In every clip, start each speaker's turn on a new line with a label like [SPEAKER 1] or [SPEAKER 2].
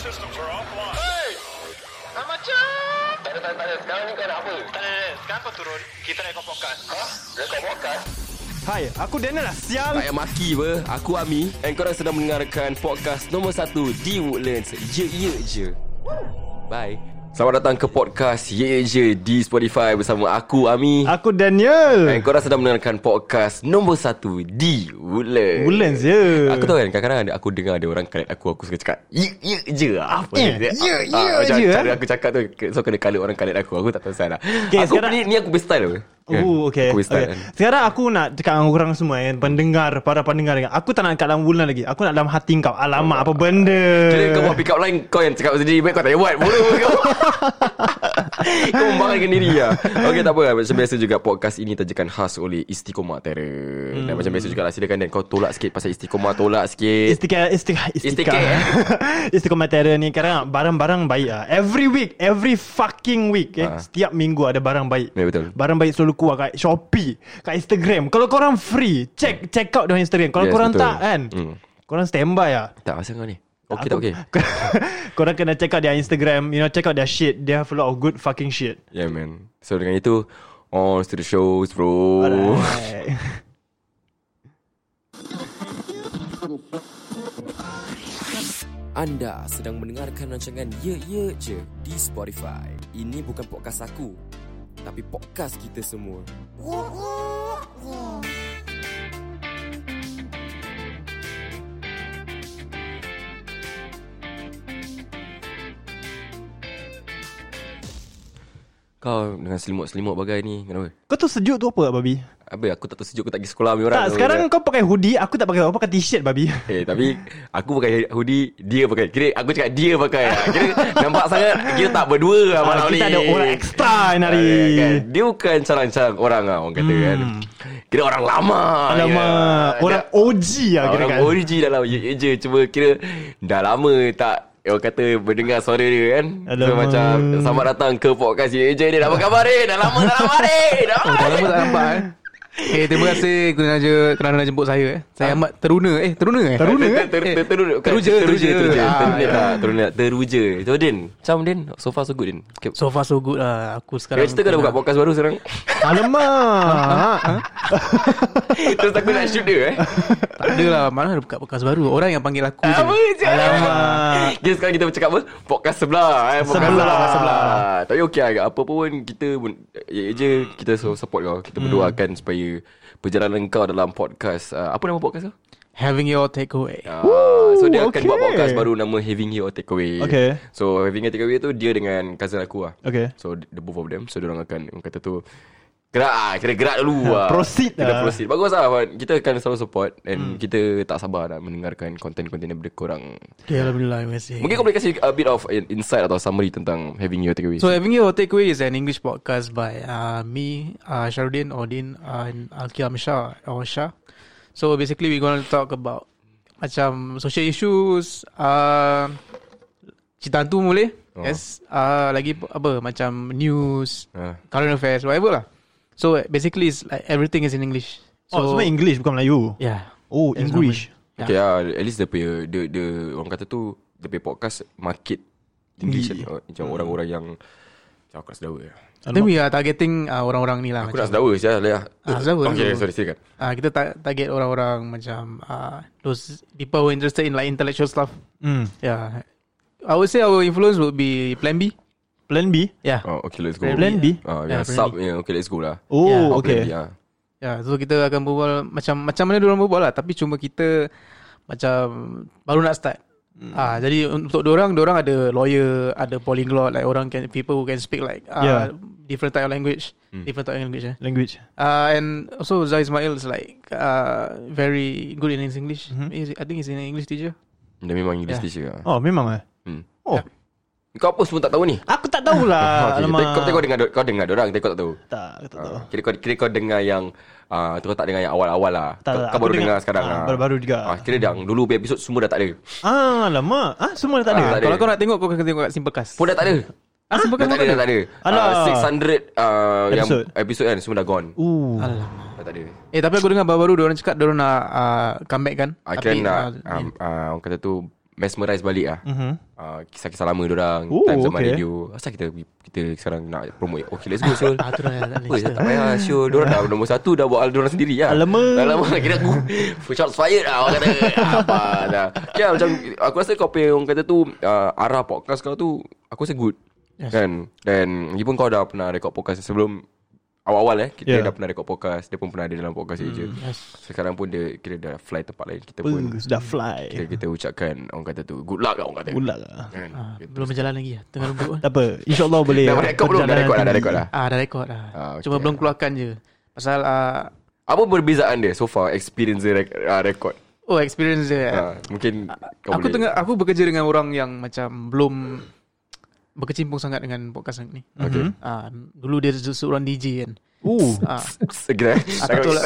[SPEAKER 1] systems are offline.
[SPEAKER 2] Hey! Ah, macam.
[SPEAKER 3] Tak ada, tak ada, tak ada. Sekarang ni kau nak apa?
[SPEAKER 2] Tak ada, tak ada. Sekarang kau turun. Kita nak ikut podcast.
[SPEAKER 3] Ha? Rekod podcast?
[SPEAKER 4] Hai, aku Daniel lah siang.
[SPEAKER 5] Tak payah maki apa Aku Ami And korang sedang mendengarkan Podcast nombor 1 Di Woodlands Ye Ye Je Bye Selamat datang ke podcast Ye Ye Je Di Spotify Bersama aku Ami
[SPEAKER 4] Aku Daniel.
[SPEAKER 5] And korang sedang mendengarkan Podcast nombor 1 Di Woodlands
[SPEAKER 4] Woodlands je.
[SPEAKER 5] Aku tahu kan Kadang-kadang ada- aku dengar Ada orang connect aku Aku suka cakap Ye Ye Je Apa
[SPEAKER 4] Eh,
[SPEAKER 5] dia
[SPEAKER 4] ye,
[SPEAKER 5] Ah,
[SPEAKER 4] ye
[SPEAKER 5] Macam
[SPEAKER 4] je,
[SPEAKER 5] cara
[SPEAKER 4] eh.
[SPEAKER 5] aku cakap tu So kena colour orang connect aku Aku tak tahu salah
[SPEAKER 4] Okay,
[SPEAKER 5] Aku
[SPEAKER 4] sekarang-
[SPEAKER 5] ni, ni aku berstyle apa Kan?
[SPEAKER 4] Oh, okay.
[SPEAKER 5] Aku
[SPEAKER 4] okay.
[SPEAKER 5] berstyle kan?
[SPEAKER 4] Sekarang aku nak cakap dengan korang semua yang pendengar, para pendengar dengan. Aku tak nak kat dalam bulan lagi. Aku nak dalam hati kau. Alamak, apa benda?
[SPEAKER 5] Kira kau buat pick up line Kau yang cakap sendiri Baik kau tak payah buat Bodoh kau Kau membangankan diri lah Okay tak apa Macam biasa juga Podcast ini terjekan khas oleh Istiqomah Terror Dan macam biasa juga lah Silakan Dan kau tolak sikit Pasal istiqomah Tolak sikit
[SPEAKER 4] Istika Istika Istika
[SPEAKER 5] Istika, eh?
[SPEAKER 4] Istiqomah Terror ni Kadang barang-barang baik lah Every week Every fucking week eh,
[SPEAKER 5] Ah.
[SPEAKER 4] Setiap minggu ada barang baik
[SPEAKER 5] Ya, betul.
[SPEAKER 4] Barang baik selalu keluar kat Shopee Kat Instagram Kalau korang free Check check out dia orang Instagram Kalau
[SPEAKER 5] Yes,
[SPEAKER 4] korang
[SPEAKER 5] betul.
[SPEAKER 4] tak kan
[SPEAKER 5] Hmm.
[SPEAKER 4] Korang standby lah
[SPEAKER 5] Tak pasal kau ni Okay tak okay
[SPEAKER 4] Korang kena check out their Instagram You know check out their shit They have a lot of good fucking shit
[SPEAKER 5] Yeah man So dengan itu On to the shows bro
[SPEAKER 4] Alright.
[SPEAKER 5] Anda sedang mendengarkan rancangan Ye Ye Je di Spotify. Ini bukan podcast aku, tapi podcast kita semua. Kau dengan selimut-selimut bagai ni Kenapa?
[SPEAKER 4] Kau tu sejuk tu apa babi?
[SPEAKER 5] Apa aku tak tahu sejuk Aku tak pergi sekolah ni orang
[SPEAKER 4] Tak sekarang kau pakai hoodie Aku tak pakai apa Pakai t-shirt babi
[SPEAKER 5] Eh tapi Aku pakai hoodie Dia pakai Kira aku cakap dia pakai lah. Kira nampak sangat Kita tak berdua lah malam
[SPEAKER 4] Ah,
[SPEAKER 5] ni
[SPEAKER 4] Kita ada orang extra ni hari
[SPEAKER 5] Ah, kan? Dia bukan calon-calon orang lah Orang kata kan Kira orang lama
[SPEAKER 4] Hmm. Alamak
[SPEAKER 5] ya.
[SPEAKER 4] Orang
[SPEAKER 5] Dah-
[SPEAKER 4] OG lah kira
[SPEAKER 5] Orang
[SPEAKER 4] kan
[SPEAKER 5] origi dalam je, ya je Cuma kira Dah lama tak Orang kata Berdengar suara dia kan So
[SPEAKER 4] Alamak.
[SPEAKER 5] macam Selamat datang ke podcast Ye Je Dia dah apa khabar eh Dah lama tak lama eh Dah
[SPEAKER 4] Oh,
[SPEAKER 5] lama
[SPEAKER 6] Dah lama tak nampak eh. Eh terima kasih kerana je kerana jemput saya eh. Saya amat teruna eh teruna eh.
[SPEAKER 4] Teruna,
[SPEAKER 5] Ter-
[SPEAKER 4] eh?
[SPEAKER 5] ter- ter- ter- Teruja
[SPEAKER 6] Teruja,
[SPEAKER 5] Teruja
[SPEAKER 6] teruja.
[SPEAKER 5] Teruja
[SPEAKER 6] Ah,
[SPEAKER 5] Teruja
[SPEAKER 6] ya.
[SPEAKER 5] lah, Teruja Teruja So Din Macam Din So far so good Din Okay.
[SPEAKER 6] So far so good lah aku
[SPEAKER 5] Kau
[SPEAKER 6] sekarang.
[SPEAKER 5] cerita kau dah buka podcast baru sekarang
[SPEAKER 4] Alamak
[SPEAKER 5] Terus aku nak shoot dia eh
[SPEAKER 6] Tak ada lah mana ada buka podcast baru. Orang yang panggil aku je.
[SPEAKER 5] Apa je
[SPEAKER 4] Alamak
[SPEAKER 5] Okay sekarang kita bercakap apa Podcast sebelah eh. Podcast
[SPEAKER 4] Sebelah.
[SPEAKER 5] sebelah, sebelah. Tapi okey lah Apa pun kita Ya je Kita so- support kau Kita berdoakan supaya Perjalanan kau dalam podcast uh, Apa nama podcast kau?
[SPEAKER 6] Having your takeaway.
[SPEAKER 5] Ah, so dia akan
[SPEAKER 4] okay.
[SPEAKER 5] buat podcast baru nama Having Here or Takeaway.
[SPEAKER 4] Okay.
[SPEAKER 5] So Having Here Takeaway tu dia dengan cousin aku lah.
[SPEAKER 4] Okay.
[SPEAKER 5] So the both of them. So dia orang akan orang kata tu gerak ah, kira gerak dulu lah.
[SPEAKER 4] proceed
[SPEAKER 5] Kira
[SPEAKER 4] lah. Hmm.
[SPEAKER 5] proceed. Bagus lah Wan. Kita akan selalu support and kita tak sabar nak mendengarkan konten-konten daripada korang.
[SPEAKER 4] Eh.
[SPEAKER 6] Okay, Alhamdulillah terima kasih.
[SPEAKER 5] Mungkin kau boleh kasih a bit of in- insight atau summary tentang Having Here Takeaway.
[SPEAKER 6] So
[SPEAKER 4] eh,
[SPEAKER 6] having your takeaway is an English podcast by uh, me, uh, Sharudin, Odin, uh, and Alkiam Shah or Shah. So basically we're going to talk about macam social issues, uh, cerita hantu boleh,
[SPEAKER 5] Oh.
[SPEAKER 6] yes, uh, lagi p- apa macam news,
[SPEAKER 5] Ah.
[SPEAKER 6] current affairs, whatever lah. So basically it's like everything is in English. So,
[SPEAKER 4] Oh semua English bukan Melayu
[SPEAKER 6] yeah.
[SPEAKER 4] Oh
[SPEAKER 6] That's
[SPEAKER 4] English
[SPEAKER 5] okay ah, at least dia punya dia, dia orang kata tu dia punya podcast market tinggi kan. Oh,
[SPEAKER 4] Hmm.
[SPEAKER 5] Macam orang-orang yang macam aku nak sedawa.
[SPEAKER 6] Then we are targeting uh, orang-orang ni lah.
[SPEAKER 5] Aku
[SPEAKER 6] macam-
[SPEAKER 5] nak sedawa saja lah.
[SPEAKER 6] Ah, sedawa,
[SPEAKER 5] Okay,
[SPEAKER 6] sedawa.
[SPEAKER 5] sorry silakan.
[SPEAKER 6] Ah kita ta- target orang-orang macam ah those people who are interested in like intellectual stuff.
[SPEAKER 4] Hmm.
[SPEAKER 6] Yeah. Ya. I would say our influence would be Plan B.
[SPEAKER 4] Plan B
[SPEAKER 6] Yeah.
[SPEAKER 5] Oh, okay, let's go.
[SPEAKER 4] Plan B
[SPEAKER 5] Ah, yeah,
[SPEAKER 6] Yeah,
[SPEAKER 5] sub, yeah, okay, let's go lah.
[SPEAKER 4] Oh
[SPEAKER 6] Yeah.
[SPEAKER 5] Oh,
[SPEAKER 4] okay
[SPEAKER 5] Plan B, ah.
[SPEAKER 6] Yeah, Ya, so kita akan berbual macam macam mana diorang berbual lah tapi cuma kita macam baru nak start.
[SPEAKER 5] Hmm.
[SPEAKER 6] Ah jadi untuk diorang diorang ada lawyer, ada polyglot like orang can people who can speak like
[SPEAKER 5] Ya.
[SPEAKER 6] ah
[SPEAKER 4] Yeah.
[SPEAKER 6] different type of language,
[SPEAKER 5] Hmm.
[SPEAKER 6] different type of language eh.
[SPEAKER 4] Language
[SPEAKER 6] Uh, and also Zai Ismail is like uh, very good in his English.
[SPEAKER 5] Hmm.
[SPEAKER 6] He's- I think he's an English teacher.
[SPEAKER 5] Dia memang English
[SPEAKER 6] Yeah.
[SPEAKER 5] teacher lah.
[SPEAKER 4] Oh memang eh
[SPEAKER 5] Hmm.
[SPEAKER 4] Oh
[SPEAKER 5] Kau apa semua tak tahu ni?
[SPEAKER 4] Aku tak tahulah
[SPEAKER 5] Okay,
[SPEAKER 4] Alamak
[SPEAKER 5] tapi Kau, tapi kau dengar dor- kau dengar orang, tapi kau tak tahu.
[SPEAKER 4] Tak aku tak tahu
[SPEAKER 5] Ah, Kira kau kira kau dengar yang ah tu kau tak dengar yang awal-awal lah.
[SPEAKER 4] Tak,
[SPEAKER 5] kau,
[SPEAKER 4] tak,
[SPEAKER 5] kau
[SPEAKER 4] aku
[SPEAKER 5] baru dengar,
[SPEAKER 4] dengar-
[SPEAKER 5] sekarang
[SPEAKER 4] ah,
[SPEAKER 5] lah.
[SPEAKER 4] baru-baru juga.
[SPEAKER 5] Ah kira yang dulu punya episod semua dah tak ada.
[SPEAKER 4] Ah lama Ah semua dah tak ada
[SPEAKER 5] Ah,
[SPEAKER 6] Ah,
[SPEAKER 5] tak ada.
[SPEAKER 6] kalau kau nak tengok kau akan tengok kat Simplecast.
[SPEAKER 5] Pun dah tak ada.
[SPEAKER 6] Ah,
[SPEAKER 5] Dah
[SPEAKER 6] Simplecast
[SPEAKER 5] tak ada, dah tak ada.
[SPEAKER 4] kan Alah.
[SPEAKER 5] Ah, 600 ah, yang
[SPEAKER 4] Episod.
[SPEAKER 5] episod kan semua dah gone.
[SPEAKER 4] Ooh
[SPEAKER 5] Dah tak ada.
[SPEAKER 6] Eh tapi aku dengar baru-baru dia orang cakap dia orang nak uh, ah, comeback kan.
[SPEAKER 5] Ah, kira
[SPEAKER 6] Tapi,
[SPEAKER 5] nak
[SPEAKER 6] ah,
[SPEAKER 5] um, ah, orang kata tu mesmerize balik lah.
[SPEAKER 4] Mhm.
[SPEAKER 5] Uh, kisah-kisah lama diorang
[SPEAKER 4] Oh,
[SPEAKER 5] Time zaman
[SPEAKER 4] okay.
[SPEAKER 5] radio Asal kita kita sekarang nak promote Okay let's go Syul
[SPEAKER 6] Ah, tu dah- dah
[SPEAKER 5] Apa
[SPEAKER 6] list
[SPEAKER 5] tak payah Syul Diorang dah nombor satu Dah buat diorang sendiri lah
[SPEAKER 4] Alamak.
[SPEAKER 5] Dah lama Kira aku Shots fired lah Orang kata Apa dah Ya macam Aku rasa kau punya Orang kata tu uh, Arah podcast kau tu Aku rasa good yes. Kan Dan Lagipun kau dah pernah Record podcast sebelum Awal-awal eh Kita
[SPEAKER 4] Yeah.
[SPEAKER 5] yeah. dah pernah record podcast Dia pun pernah ada dalam podcast hmm. je
[SPEAKER 6] yes.
[SPEAKER 5] Sekarang pun dia Kira dah fly tempat lain Kita pun
[SPEAKER 4] Bagus dah
[SPEAKER 5] Kira
[SPEAKER 4] fly.
[SPEAKER 5] kita ucapkan Orang kata tu Good luck lah orang kata
[SPEAKER 4] Ulat lah.
[SPEAKER 5] Kan?
[SPEAKER 6] Ah, belum berjalan lagi lah Tengah lembut
[SPEAKER 5] Ah,
[SPEAKER 4] Tak apa. InsyaAllah boleh.
[SPEAKER 5] Dah rekod belum? Dah
[SPEAKER 4] Ya, Perjalanan
[SPEAKER 5] rekod dah, lah. dah
[SPEAKER 4] tinggi.
[SPEAKER 5] rekod dah
[SPEAKER 6] Ah dah rekod dah
[SPEAKER 5] Ah, okay.
[SPEAKER 6] Cuma belum keluarkan je Pasal ah,
[SPEAKER 5] Apa perbezaan dia so far Experience dia rek- ah, rekod
[SPEAKER 6] Oh experience dia eh.
[SPEAKER 5] Ah, Mungkin kau boleh-
[SPEAKER 6] Aku tengah Aku bekerja dengan orang yang Macam belum Berkecimpung sangat dengan podcast ni
[SPEAKER 5] Okay
[SPEAKER 6] ah, Dulu dia se- seorang DJ kan
[SPEAKER 4] Uh.
[SPEAKER 6] ah,
[SPEAKER 5] Segera
[SPEAKER 6] Aku tolak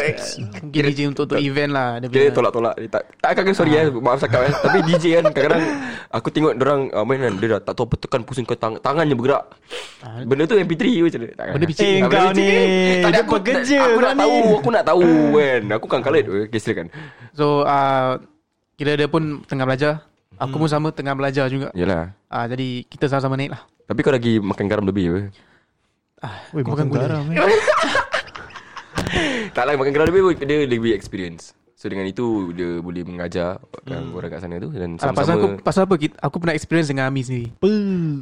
[SPEAKER 6] Mungkin DJ untuk, untuk event lah dia
[SPEAKER 5] Kira
[SPEAKER 6] punya.
[SPEAKER 5] tolak-tolak dia tak, tak akan sorry eh Maaf cakap eh Tapi DJ kan kadang-kadang Aku tengok orang uh, main kan Dia dah tak tahu apa tekan pusing ke tang- Tangan je bergerak
[SPEAKER 6] Ah.
[SPEAKER 5] Benda tu MP3 macam mana Takkan.
[SPEAKER 6] Benda picit.
[SPEAKER 4] Eh,
[SPEAKER 5] Ah, benda
[SPEAKER 4] kau
[SPEAKER 5] picit
[SPEAKER 4] ni.
[SPEAKER 5] Tak ada,
[SPEAKER 4] Dia
[SPEAKER 5] aku,
[SPEAKER 4] pekerja kau
[SPEAKER 5] aku nak
[SPEAKER 4] ni.
[SPEAKER 5] tahu Aku nak tahu kan Aku kan kalit Okay silakan
[SPEAKER 6] So ah, Kira dia pun tengah belajar
[SPEAKER 5] Hmm.
[SPEAKER 6] Aku pun sama tengah belajar juga
[SPEAKER 5] Yelah
[SPEAKER 6] ah, Jadi kita sama-sama naik lah
[SPEAKER 5] Tapi kau lagi makan garam lebih apa
[SPEAKER 4] Weh,
[SPEAKER 6] Aku
[SPEAKER 4] makan
[SPEAKER 6] makan gula.
[SPEAKER 4] garam eh.
[SPEAKER 5] Tak lah makan kerana lebih Dia lebih experience So dengan itu Dia boleh mengajar hmm. Orang kat sana tu Dan
[SPEAKER 6] ah, Pasal aku
[SPEAKER 5] sama-sama
[SPEAKER 6] Pasal apa kita, Aku pernah experience dengan Ami sendiri
[SPEAKER 4] Apa?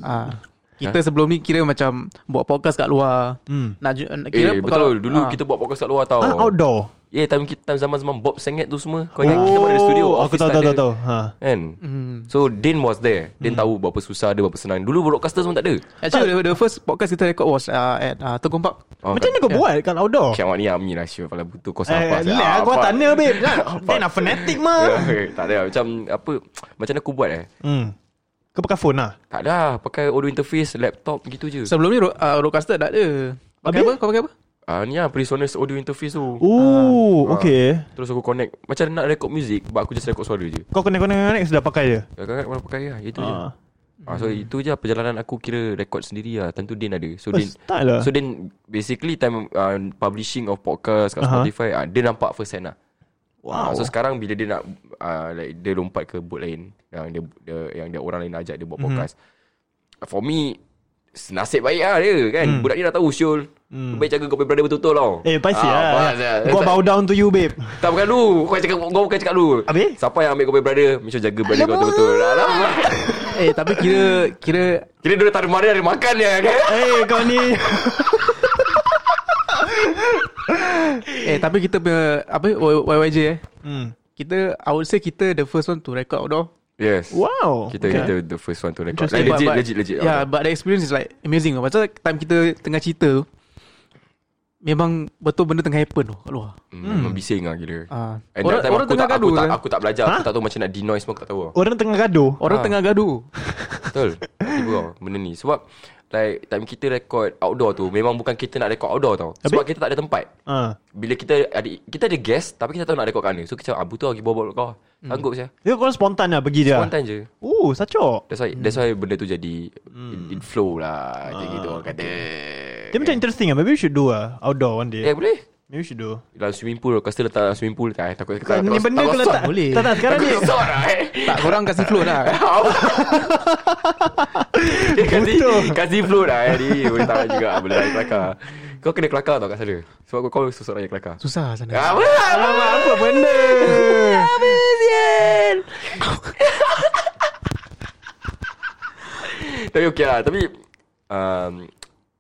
[SPEAKER 6] Ah, kita
[SPEAKER 5] Eh?
[SPEAKER 6] sebelum ni kira macam buat podcast kat luar. Hmm. Nak ju- nak-
[SPEAKER 5] Eh
[SPEAKER 6] kira Ah.
[SPEAKER 5] betul Dulu kita buat podcast kat luar tau
[SPEAKER 4] Ah, outdoor.
[SPEAKER 5] Ya yeah, time kita time zaman-zaman Bob Sengit tu semua Kau ingat Oh, kita buat dari studio
[SPEAKER 4] Oh, Aku
[SPEAKER 5] office
[SPEAKER 4] tahu
[SPEAKER 5] tak
[SPEAKER 4] tahu tahu
[SPEAKER 5] ada.
[SPEAKER 4] tahu. Hmm. Ha.
[SPEAKER 5] Kan So Din was there Din tahu berapa susah dia Berapa senang Dulu broadcaster semua tak ada
[SPEAKER 6] Actually the, the first podcast kita record was uh, at uh, Tekong Park.
[SPEAKER 5] oh,
[SPEAKER 4] Macam mana kau buat kat outdoor?
[SPEAKER 5] Macam awak ni Ami lah Syul Kalau butuh kau
[SPEAKER 4] Eh,
[SPEAKER 5] sabar Ya.
[SPEAKER 4] lah aku tanya babe. Dia nak fanatik mah.
[SPEAKER 5] Eh, Tak ada lah. Macam apa Macam mana aku buat eh
[SPEAKER 4] Hmm. Kau pakai phone lah.
[SPEAKER 5] Tak ada Pakai audio interface Laptop gitu je
[SPEAKER 6] Sebelum ni ro- uh, Roadcaster tak ada. Pakai
[SPEAKER 4] Habis?
[SPEAKER 6] apa? Kau pakai apa?
[SPEAKER 5] Ah Ni lah Presoners audio interface tu
[SPEAKER 4] Oh, okay.
[SPEAKER 5] Terus aku connect Macam nak record music But aku just record suara je
[SPEAKER 4] Kau kena kena next sudah pakai je.
[SPEAKER 5] Kakak mana pakai lah Itu je
[SPEAKER 4] Ah.
[SPEAKER 5] Ah, so itu je lah perjalanan aku kira record sendiri lah. Tentu Din ada.
[SPEAKER 4] Oh,
[SPEAKER 5] So Din
[SPEAKER 4] style lah.
[SPEAKER 5] So Din basically time uh, publishing of podcast kat
[SPEAKER 4] Aha.
[SPEAKER 5] Spotify, uh, dia nampak first hand lah.
[SPEAKER 4] Wow.
[SPEAKER 5] Ah, So sekarang bila dia nak uh, like dia lompat ke boat lain yang dia, dia yang dia orang lain ajak dia
[SPEAKER 4] Mhm.
[SPEAKER 5] buat podcast. For me Nasib baik lah dia kan mm. Budak ni dah tahu Syul mm. Baik jaga kau punya brother betul-betul tau
[SPEAKER 4] Hmm. Eh, pasti
[SPEAKER 5] Ah,
[SPEAKER 4] lah.
[SPEAKER 5] pasti lah.
[SPEAKER 4] Gua bow down to you babe.
[SPEAKER 5] tak bukan lu Kau cakap Kau bukan cakap lu
[SPEAKER 4] Habis?
[SPEAKER 5] Siapa yang ambil kau punya brother Make sure jaga brother kau betul-betul Alamak
[SPEAKER 6] Eh tapi kira kira
[SPEAKER 5] Kira dia dah taruh mari Ada makan dia kan
[SPEAKER 4] Eh, kau ni.
[SPEAKER 6] eh tapi kita punya apa Y- YYJ eh.
[SPEAKER 4] Hmm.
[SPEAKER 6] Kita I would say kita the first one to record outdoor.
[SPEAKER 5] Yes
[SPEAKER 4] Wow.
[SPEAKER 5] Kita
[SPEAKER 4] Okay.
[SPEAKER 5] kita the first one to record.
[SPEAKER 4] Interesting.
[SPEAKER 5] Like,
[SPEAKER 6] But-
[SPEAKER 5] legit,
[SPEAKER 6] but-
[SPEAKER 5] legit legit
[SPEAKER 6] Yeah, but the experience is like amazing. lah. Pasal time kita tengah cerita tu memang betul benda tengah happen tu kat luar.
[SPEAKER 5] Hmm, Membising lah gila.
[SPEAKER 6] Ah.
[SPEAKER 5] And
[SPEAKER 6] Orang-
[SPEAKER 5] that time
[SPEAKER 6] orang
[SPEAKER 5] aku
[SPEAKER 6] tengah
[SPEAKER 5] tak, aku
[SPEAKER 6] gaduh Oh.
[SPEAKER 5] tak,
[SPEAKER 6] kan?
[SPEAKER 5] aku tak belajar. Aku tak tahu macam nak denoise semua aku tak tahu. tau.
[SPEAKER 4] Orang tengah gaduh.
[SPEAKER 6] Orang
[SPEAKER 5] Ah.
[SPEAKER 6] tengah gaduh.
[SPEAKER 5] Betul. Tiba kau benda ni. Sebab like time kita record outdoor tu memang bukan kita nak record outdoor tau. Sebab kita tak ada tempat.
[SPEAKER 4] Ha.
[SPEAKER 5] Bila kita ada kita ada guest tapi kita tak tahu nak record kat mana. So kita cakap abu tu lagi bawa kau.
[SPEAKER 6] Hmm.
[SPEAKER 5] Sanggup saya.
[SPEAKER 4] Dia kau spontan lah pergi
[SPEAKER 6] Ya.
[SPEAKER 4] je.
[SPEAKER 5] One time je.
[SPEAKER 4] Oh, sacok.
[SPEAKER 5] That's why that's
[SPEAKER 4] Hmm.
[SPEAKER 5] why benda tu jadi in, in flow lah. Macam gitu orang kata.
[SPEAKER 4] Ah, Dia macam interesting lah. Maybe we should do lah. Outdoor one
[SPEAKER 5] Eh
[SPEAKER 4] day.
[SPEAKER 5] boleh.
[SPEAKER 4] Maybe we should do.
[SPEAKER 5] Dalam swimming pool Kau still letak dalam swimming pool tak, eh, Takut
[SPEAKER 4] Kau ni benda kau letak.
[SPEAKER 6] boleh.
[SPEAKER 4] Tak, tak. Sekarang ni.
[SPEAKER 5] ni
[SPEAKER 6] tak korang kasi flow lah.
[SPEAKER 5] Dia kasi
[SPEAKER 4] Betul.
[SPEAKER 5] Kasi flow dah eh, ni Boleh tak juga Boleh lari kelakar Kau kena kelakar tau kat sana Sebab kau, kau seseorang yang kelakar Ah,
[SPEAKER 6] Susah sana.
[SPEAKER 5] Apa Alamak
[SPEAKER 4] Apa benda?
[SPEAKER 5] Tapi okey lah Tapi um,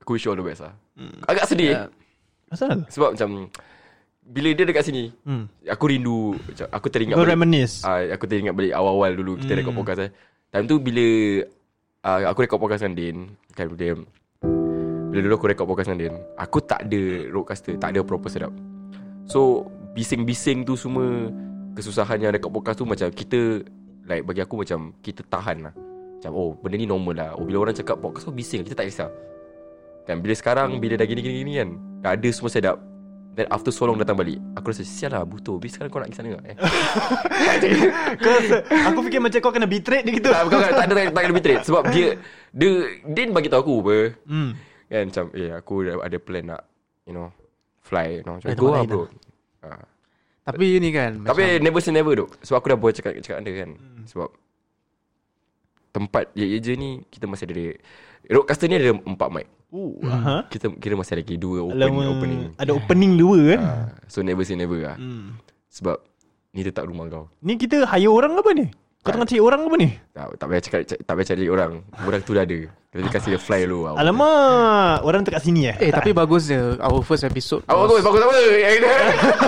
[SPEAKER 5] Aku wish you all the best lah
[SPEAKER 4] Hmm.
[SPEAKER 5] Agak sedih
[SPEAKER 4] Ya. Asal?
[SPEAKER 5] Sebab macam Bila dia dekat sini Aku rindu macam, Aku teringat
[SPEAKER 4] Hmm. Kau
[SPEAKER 5] balik-
[SPEAKER 4] reminisce.
[SPEAKER 5] Ah, aku teringat balik awal-awal dulu kita rekod podcast eh. Time tu bila ah, aku rekod podcast dengan Din, kan dia bila dulu aku rekod podcast dengan Din, aku tak ada roadcaster, tak ada proper setup. So, bising-bising tu semua kesusahan yang rekod podcast tu macam kita like bagi aku macam kita tahan lah. Macam oh benda ni normal lah. Oh bila orang cakap podcast tu bising, kita tak kisah. Dan bila sekarang bila dah gini-gini gini kan, dah ada semua setup. Then after so long datang balik Aku rasa sial lah butuh Habis sekarang kau nak pergi sana eh?
[SPEAKER 4] Kau rasa, aku fikir macam kau kena betrayed dia gitu.
[SPEAKER 5] tak, bukan, bukan, tak ada tak, tak ada betrayed sebab dia dia Din bagi tahu aku apa
[SPEAKER 4] Hmm.
[SPEAKER 5] kan macam eh aku dah ada plan nak you know fly you know macam
[SPEAKER 6] Eh,
[SPEAKER 5] go
[SPEAKER 6] tempat
[SPEAKER 5] lah
[SPEAKER 6] lain
[SPEAKER 5] bro
[SPEAKER 6] lah. Tapi ni kan
[SPEAKER 5] tapi never say never duk kan. sebab aku dah boleh cakap cakap anda kan sebab tempat Ye-Ye Je ni kita masih ada roadcaster ni ada empat mic.
[SPEAKER 4] Ooh. Uh-huh.
[SPEAKER 5] Kita kira masih lagi dua open,
[SPEAKER 4] Lama
[SPEAKER 5] opening.
[SPEAKER 4] Ada opening dua kan
[SPEAKER 5] Ah, so never say never lah. Hmm. Sebab ni tetap rumah kau.
[SPEAKER 4] Ni kita hire orang ke apa ni Kau tengah cari orang ke apa ni
[SPEAKER 5] Tak, tak payah cakap tak payah cari orang. Orang tu dah ada. Kita kasi dia fly dulu. lah.
[SPEAKER 4] Alamak Orang tu kat sini eh
[SPEAKER 6] Eh tapi bagus je Our first episode
[SPEAKER 5] Awak bagus, bagus apa?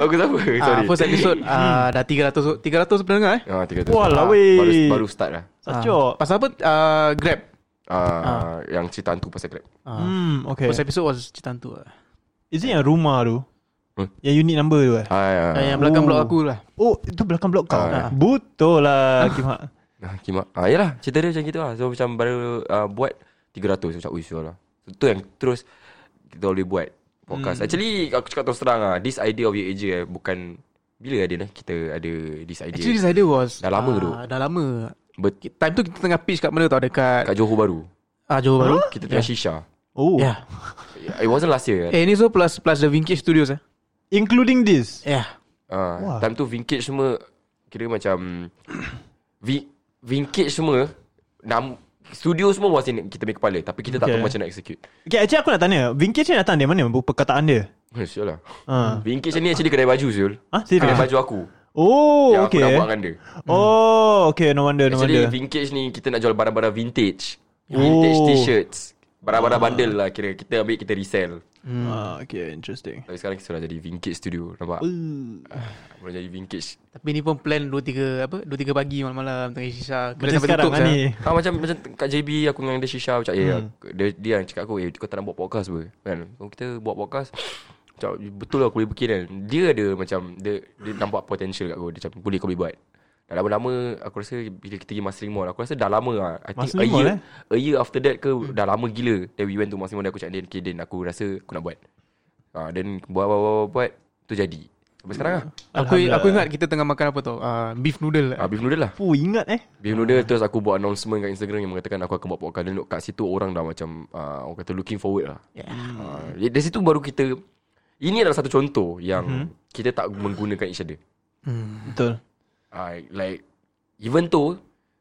[SPEAKER 5] bagus apa?
[SPEAKER 6] Ah,
[SPEAKER 5] Sorry. Hmm.
[SPEAKER 6] First episode ah, Dah 300 300 pendengar eh
[SPEAKER 5] Ah, tiga tu.
[SPEAKER 4] Walah,
[SPEAKER 5] Ah,
[SPEAKER 4] weh.
[SPEAKER 5] Baru, baru start lah.
[SPEAKER 6] Ah,
[SPEAKER 4] Sacok
[SPEAKER 6] Pasal apa ah, Grab Ah,
[SPEAKER 5] Ah, Yang cerita hantu pasal Grab.
[SPEAKER 4] Hmm okay
[SPEAKER 6] First episode was cerita hantu lah
[SPEAKER 4] Is it yang rumah tu
[SPEAKER 5] Hmm?
[SPEAKER 4] Yang unit number tu eh
[SPEAKER 5] Ah,
[SPEAKER 6] Ah,
[SPEAKER 5] ah,
[SPEAKER 6] Yang belakang
[SPEAKER 4] Oh.
[SPEAKER 6] blok aku lah
[SPEAKER 4] Oh itu belakang blok kau
[SPEAKER 5] Ah.
[SPEAKER 4] Betul lah Hakim Hak
[SPEAKER 5] ah, Kimak. Ah, yalah, cerita dia macam gitu lah. So, macam baru ah, buat 300. So, macam, ui, sure lah. So, tu yang terus kita boleh buat podcast. Actually, aku cakap terus terang lah. This idea of your age eh, bukan... Bila ada dah kita ada this idea?
[SPEAKER 6] Actually this idea was
[SPEAKER 5] Dah lama
[SPEAKER 6] ah,
[SPEAKER 5] dulu.
[SPEAKER 6] Dah lama
[SPEAKER 5] Bet-
[SPEAKER 6] Time tu kita tengah pitch kat mana tau Dekat
[SPEAKER 5] kat Johor Baru.
[SPEAKER 6] ah, Johor Baru
[SPEAKER 5] Kita tengah shisha.
[SPEAKER 4] Oh
[SPEAKER 5] Ya.
[SPEAKER 6] Yeah
[SPEAKER 5] It wasn't last year.
[SPEAKER 6] Eh ni so plus plus the Vintage Studios eh
[SPEAKER 4] Including this
[SPEAKER 6] Yeah
[SPEAKER 4] Wah.
[SPEAKER 5] Ah, time tu vintage semua kira macam vi, vintage semua nam, studio semua was in kita punya kepala tapi kita tak
[SPEAKER 4] Okay.
[SPEAKER 5] tahu macam nak execute.
[SPEAKER 4] Okay actually aku nak tanya Vintage ni datang dari mana Perkataan dia
[SPEAKER 5] Syul lah.
[SPEAKER 4] Ha
[SPEAKER 5] Vintage ni actually kedai baju Syul.
[SPEAKER 4] Ah, serious?
[SPEAKER 5] kedai baju aku.
[SPEAKER 4] Oh
[SPEAKER 5] yang
[SPEAKER 4] okay
[SPEAKER 5] aku nak buat dengan dia.
[SPEAKER 4] Oh okay no wonder no
[SPEAKER 5] Actually
[SPEAKER 4] wonder
[SPEAKER 5] vintage ni kita nak jual barang-barang vintage. Vintage
[SPEAKER 4] Oh.
[SPEAKER 5] t-shirts. Barang-barang bundle lah kira kita ambil kita resell.
[SPEAKER 4] Ah, Okay interesting
[SPEAKER 5] Tapi sekarang kita dah jadi vintage studio nampak.
[SPEAKER 4] Hmm.
[SPEAKER 5] Ah, Boleh jadi vintage.
[SPEAKER 6] Tapi ni pun plan 2-3 Apa 2-3 pagi malam-malam Tengah sisa Kedai
[SPEAKER 4] Macam
[SPEAKER 6] sampai
[SPEAKER 4] sekarang
[SPEAKER 6] tutup
[SPEAKER 4] lah
[SPEAKER 6] sia.
[SPEAKER 4] ni
[SPEAKER 5] Ah macam macam kat JB aku dengan dia Shisha macam eh aku- dia dia yang cakap aku eh kau tak nak buat podcast apa kan. Kalau kita buat podcast macam betul lah aku boleh fikir kan. Dia ada macam dia dia nampak potential kat aku dia macam boleh kau boleh buat. Dah lama-lama aku rasa bila kita pergi Marsiling Mall aku rasa dah lama lah. I think
[SPEAKER 4] Marsiling
[SPEAKER 5] a year
[SPEAKER 4] Mall,
[SPEAKER 5] a year after that ke dah lama gila then we went to Marsiling Mall then aku cakap dengan dia okay then aku rasa aku nak buat. Ah then buat buat buat, buat, buat tu jadi. Sampai sekarang lah.
[SPEAKER 6] Aku aku ingat kita tengah makan apa tau ah, Beef noodle
[SPEAKER 5] Ah, beef noodle lah.
[SPEAKER 4] Oh ingat eh
[SPEAKER 5] Beef noodle terus aku buat announcement kat Instagram yang mengatakan aku akan buat podcast dan kat situ orang dah macam uh, orang kata looking forward lah. Yeah. Uh, dari situ baru kita ini adalah satu contoh yang mm-hmm. kita tak menggunakan each other.
[SPEAKER 4] Betul
[SPEAKER 5] Uh, like even though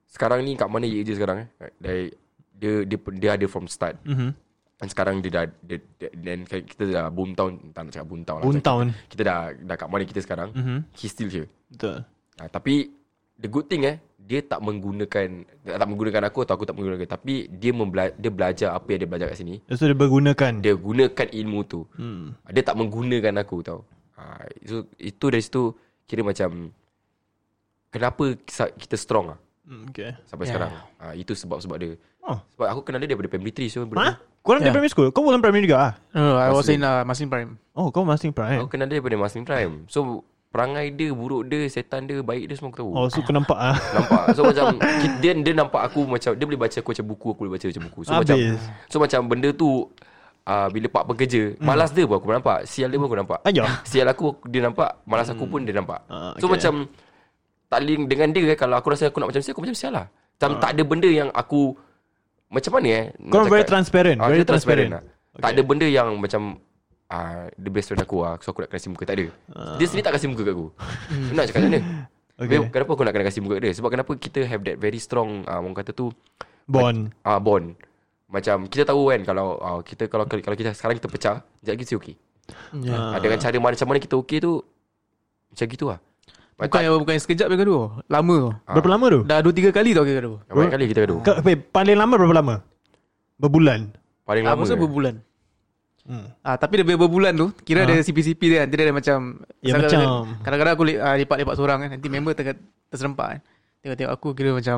[SPEAKER 5] sekarang ni kat mana ye je sekarang eh. Like, dia dia dia ada from start.
[SPEAKER 4] Mhm.
[SPEAKER 5] Dan sekarang dia dah dia, dia, dan kita dah boom town tak nak cakap boom town lah.
[SPEAKER 4] Boom
[SPEAKER 5] Macam
[SPEAKER 4] town.
[SPEAKER 5] Kita, kita dah dah kat mana kita sekarang. Mm-hmm. He still here.
[SPEAKER 4] Betul
[SPEAKER 5] Ha, tapi the good thing eh dia tak menggunakan tak menggunakan aku atau aku tak menggunakan tapi dia membela, dia belajar apa yang dia belajar kat sini.
[SPEAKER 4] So dia bergunakan
[SPEAKER 5] Dia gunakan ilmu tu. Hmm. Dia tak menggunakan aku tau. Ha, itu itu dari situ kira macam kenapa sa- kita strong ah
[SPEAKER 4] Hmm, Okay
[SPEAKER 5] sampai yeah. sekarang. Ha, itu sebab-sebab dia.
[SPEAKER 4] Oh.
[SPEAKER 5] Sebab aku kenal dia daripada family tree so
[SPEAKER 4] Ha?
[SPEAKER 5] benda.
[SPEAKER 4] Korang yeah. di
[SPEAKER 6] Yeah.
[SPEAKER 4] primary school? Kau bukan primary juga ah?
[SPEAKER 6] No, no, I was in uh, Masin Prime
[SPEAKER 4] Oh, kau masih prime.
[SPEAKER 5] Aku kenal dia daripada Muslim Prime. So perangai dia, buruk dia, setan dia, baik dia semua aku tahu.
[SPEAKER 4] Oh, so kau nampak ah.
[SPEAKER 5] Nampak So macam ki- dia, dia nampak aku macam Dia boleh baca aku macam buku Aku boleh baca macam buku So macam
[SPEAKER 4] Habis.
[SPEAKER 5] So macam benda tu uh, Bila
[SPEAKER 4] Hmm.
[SPEAKER 5] pak pekerja Malas dia pun aku nampak Sial dia pun aku nampak
[SPEAKER 4] Ayah.
[SPEAKER 5] Sial aku dia nampak Malas aku pun dia nampak
[SPEAKER 4] Ah,
[SPEAKER 5] So
[SPEAKER 4] okay.
[SPEAKER 5] macam Tak link dengan dia eh, Kalau aku rasa aku nak macam sial Aku macam sial lah Macam tak ada benda yang aku Macam mana eh nak
[SPEAKER 4] Ah. Korang
[SPEAKER 5] cakap?
[SPEAKER 4] very transparent,
[SPEAKER 5] Ah,
[SPEAKER 4] very
[SPEAKER 5] kita transparent,
[SPEAKER 4] transparent.
[SPEAKER 5] lah. Tak ada benda yang macam ah, The best friend aku lah So aku nak kasi muka Tak ada
[SPEAKER 4] Ah.
[SPEAKER 5] Dia sendiri tak kasi muka kat aku Nak cakap macam mana
[SPEAKER 4] Okay.
[SPEAKER 5] Okay. Kenapa aku nak kena kasih muka dia? Sebab kenapa kita have that very strong uh, orang kata tu
[SPEAKER 4] Bond.
[SPEAKER 5] uh, bond. Macam kita tahu kan kalau uh, kita kalau kalau kita sekarang kita pecah, sekejap lagi kita okey.
[SPEAKER 6] yeah.
[SPEAKER 5] Uh. dengan cara mana macam mana kita okey tu macam gitu lah.
[SPEAKER 6] Bukan
[SPEAKER 5] Macam
[SPEAKER 6] yang bukan yang sekejap je gaduh Lama tau
[SPEAKER 5] Ah.
[SPEAKER 4] Berapa lama tu?
[SPEAKER 6] Dah 2-3 kali tau kita gaduh
[SPEAKER 5] banyak kali kita gaduh.
[SPEAKER 4] Kau, wait, paling lama berapa lama? Berbulan.
[SPEAKER 5] Paling
[SPEAKER 6] Ah,
[SPEAKER 5] lama.
[SPEAKER 6] Masa berbulan
[SPEAKER 4] Hmm.
[SPEAKER 6] Ah, tapi dia berbulan tu Kira
[SPEAKER 4] Ah.
[SPEAKER 6] ada CP-CP dia kan Dia ada macam
[SPEAKER 4] Ya,
[SPEAKER 6] pasal
[SPEAKER 4] macam-
[SPEAKER 6] kadang- Kadang-kadang aku li- ah, lepak-lepak seorang kan Nanti member tengah terserempak kan Tengok-tengok aku kira macam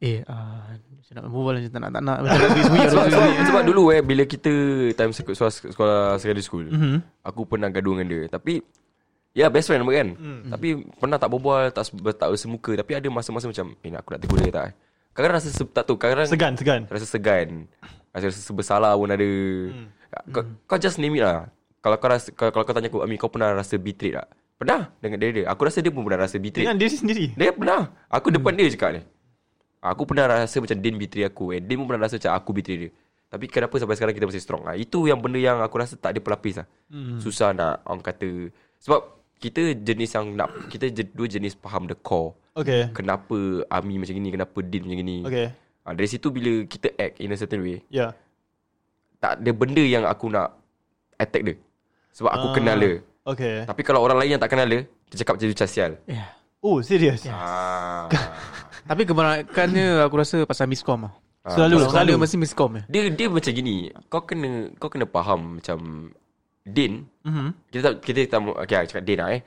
[SPEAKER 6] Eh ah, Macam nak berbual macam tak nak Tak nak Macam nak sembunyi
[SPEAKER 5] sebab, sebab, sebab dulu eh bila kita time sekolah, sekolah, sekolah secondary school, mm-hmm.
[SPEAKER 6] Mhm.
[SPEAKER 5] aku pernah gaduh dengan dia. Tapi ya best friend apa kan.
[SPEAKER 6] Hmm.
[SPEAKER 5] Mm. Tapi pernah tak berbual, tak se- tak semuka, tapi ada masa-masa macam eh nak aku nak tegur dia tak. eh? Kadang-kadang rasa se- tak tahu, kadang-kadang
[SPEAKER 4] Segan, segan.
[SPEAKER 5] Rasa segan Rasa, rasa bersalah pun ada hmm. kau, kau just name it lah Kalau kau rasa, kalau, kalau kau tanya aku Ami kau pernah rasa betrayed tak? Pernah dengan dia, dia Aku rasa dia pun pernah rasa betrayed
[SPEAKER 4] Dengan diri sendiri.
[SPEAKER 5] Dia pernah Aku depan dia cakap ni Aku pernah rasa macam Din betray aku And Din pun pernah rasa macam aku betray dia Tapi kenapa sampai sekarang Ah, kita masih strong ha, Itu yang benda yang aku rasa tak ada pelapis lah hmm. Susah nak orang kata Sebab kita jenis yang nak kita je, dua jenis faham the core.
[SPEAKER 4] Okay.
[SPEAKER 5] Hmm. Kenapa Ami macam gini, kenapa Din macam gini.
[SPEAKER 4] Okay.
[SPEAKER 5] Ha, dari situ bila kita act in a certain way,
[SPEAKER 4] Yeah.
[SPEAKER 5] tak ada benda yang aku nak attack dia. Sebab aku
[SPEAKER 4] Ah.
[SPEAKER 5] kenal dia.
[SPEAKER 4] Okay.
[SPEAKER 5] Tapi kalau orang lain yang tak kenal dia, dia cakap macam dia macam sial.
[SPEAKER 6] Yeah.
[SPEAKER 4] Oh, serius.
[SPEAKER 5] Ah.
[SPEAKER 6] Ya. Tapi kebanyakannya aku rasa pasal miskom lah.
[SPEAKER 4] Selalu,
[SPEAKER 6] Miskom dia
[SPEAKER 4] selalu.
[SPEAKER 6] mesti miskom ya.
[SPEAKER 5] dia dia macam gini. Kau kena kau kena faham macam Din,
[SPEAKER 4] Mhm.
[SPEAKER 5] kita tak kita tak mau- okay, aku cakap Din lah eh.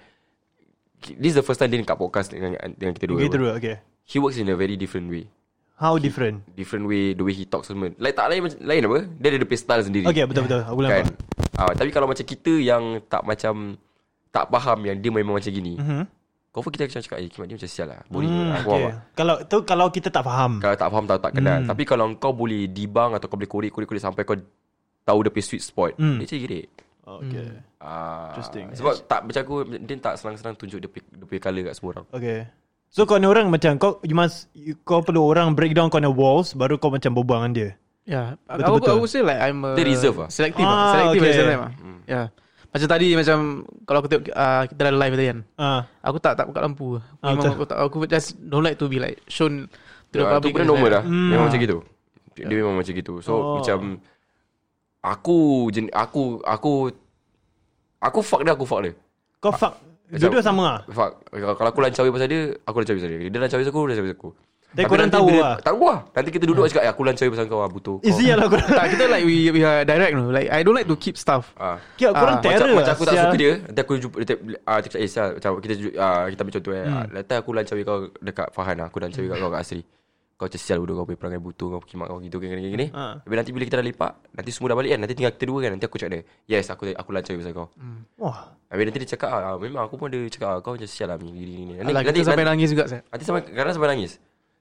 [SPEAKER 5] This is the first time Din kat podcast dengan, dengan kita dua.
[SPEAKER 4] Kita dulu, okay.
[SPEAKER 5] He works in a very different way.
[SPEAKER 4] How different?
[SPEAKER 5] Different way The way he talks semua Like tak lain macam- Lain apa Dia ada dia punya style sendiri
[SPEAKER 4] Okay, betul-betul. Aku
[SPEAKER 5] kan?
[SPEAKER 4] nampak.
[SPEAKER 5] Ah, Tapi kalau macam kita Yang tak macam Tak faham Yang dia memang macam gini
[SPEAKER 4] Mhm.
[SPEAKER 5] Confirm kita akan cakap Eh kimak dia macam sial lah Boring
[SPEAKER 4] Hmm,
[SPEAKER 5] lah Aku
[SPEAKER 4] okay.
[SPEAKER 5] faham lah.
[SPEAKER 4] Kalau tu kalau kita tak faham.
[SPEAKER 5] Kalau tak faham tak, tak kenal
[SPEAKER 4] Hmm.
[SPEAKER 5] Tapi kalau kau boleh Debang atau kau boleh korek-korek Sampai kau Tahu dia punya sweet spot
[SPEAKER 4] Hmm.
[SPEAKER 5] Dia macam gini
[SPEAKER 4] Okay.
[SPEAKER 5] ah,
[SPEAKER 4] Interesting.
[SPEAKER 5] Sebab tak macam aku Dia tak senang-senang tunjuk Dia punya, dia punya colour kat semua orang
[SPEAKER 4] Okay. So kau ni orang macam kau you must you, kau perlu orang break down kau ni walls baru kau macam berbual dengan dia.
[SPEAKER 6] Yeah.
[SPEAKER 4] Betul,
[SPEAKER 6] Betul, aku,
[SPEAKER 4] betul.
[SPEAKER 6] betul. aku say like I'm a
[SPEAKER 5] Dia reserve ah? Hmm.
[SPEAKER 6] Selective ah,
[SPEAKER 4] Ah,
[SPEAKER 6] Selective
[SPEAKER 4] okay.
[SPEAKER 6] okay. time ah. Yeah. Macam tadi macam kalau aku tengok uh, kita ada live tadi kan.
[SPEAKER 4] Ah,
[SPEAKER 6] Aku tak tak buka lampu.
[SPEAKER 4] Ah,
[SPEAKER 6] Memang
[SPEAKER 4] betul.
[SPEAKER 6] aku tak aku just don't like to be like shown to the
[SPEAKER 5] Ah, Itu
[SPEAKER 6] public. kan,
[SPEAKER 5] pun normal dah
[SPEAKER 4] Hmm. Ya.
[SPEAKER 5] Memang macam gitu Dia dia memang macam gitu So
[SPEAKER 4] Oh.
[SPEAKER 5] macam Aku jen, Aku Aku Aku fuck dia Aku fuck dia
[SPEAKER 4] kau
[SPEAKER 5] Ah,
[SPEAKER 4] fuck dua-dua sama ah.
[SPEAKER 5] Fuck Kalau kalau aku lancawi pasal dia Aku lancawi pasal dia Dia lancawi pasal aku Dia lancawi pasal aku
[SPEAKER 4] Tapi korang
[SPEAKER 5] nanti
[SPEAKER 4] tahu
[SPEAKER 5] bila-
[SPEAKER 4] lah.
[SPEAKER 5] Tahu lah Nanti kita duduk cakap eh, Aku lancawi pasal kau lah Butuh kau.
[SPEAKER 4] Easy lah kau.
[SPEAKER 6] tak kita like we we are direct no. Like I don't like to keep stuff.
[SPEAKER 5] Ah.
[SPEAKER 4] Kira korang
[SPEAKER 6] Ah,
[SPEAKER 4] terror
[SPEAKER 5] Macam, macam
[SPEAKER 4] lah,
[SPEAKER 5] aku tak
[SPEAKER 4] sial.
[SPEAKER 5] suka dia Nanti aku jumpa Dia uh, cakap Eh Sal Macam kita uh, Kita ambil contoh eh hmm. Nanti aku lancawi kau Dekat Fahan Aku lancawi kat kau kat Asri Kau macam sial bodoh Kau punya perangai butuh Kau kimak kau gitu Gini gini gini
[SPEAKER 4] Ah.
[SPEAKER 5] Tapi nanti bila kita dah lepak Nanti semua dah balik kan Nanti tinggal kita dua kan Nanti aku cakap dia Yes aku aku lancawi pasal kau hmm.
[SPEAKER 4] Wah.
[SPEAKER 5] Habis nanti dia cakap ah, Memang aku pun ada cakap ah, Kau macam sial lah ni, Gini gini gini." Nanti,
[SPEAKER 6] Alah,
[SPEAKER 5] nanti,
[SPEAKER 6] kita sampai
[SPEAKER 5] nanti,
[SPEAKER 6] nangis juga saya.
[SPEAKER 5] nanti sampai Kadang sampai nangis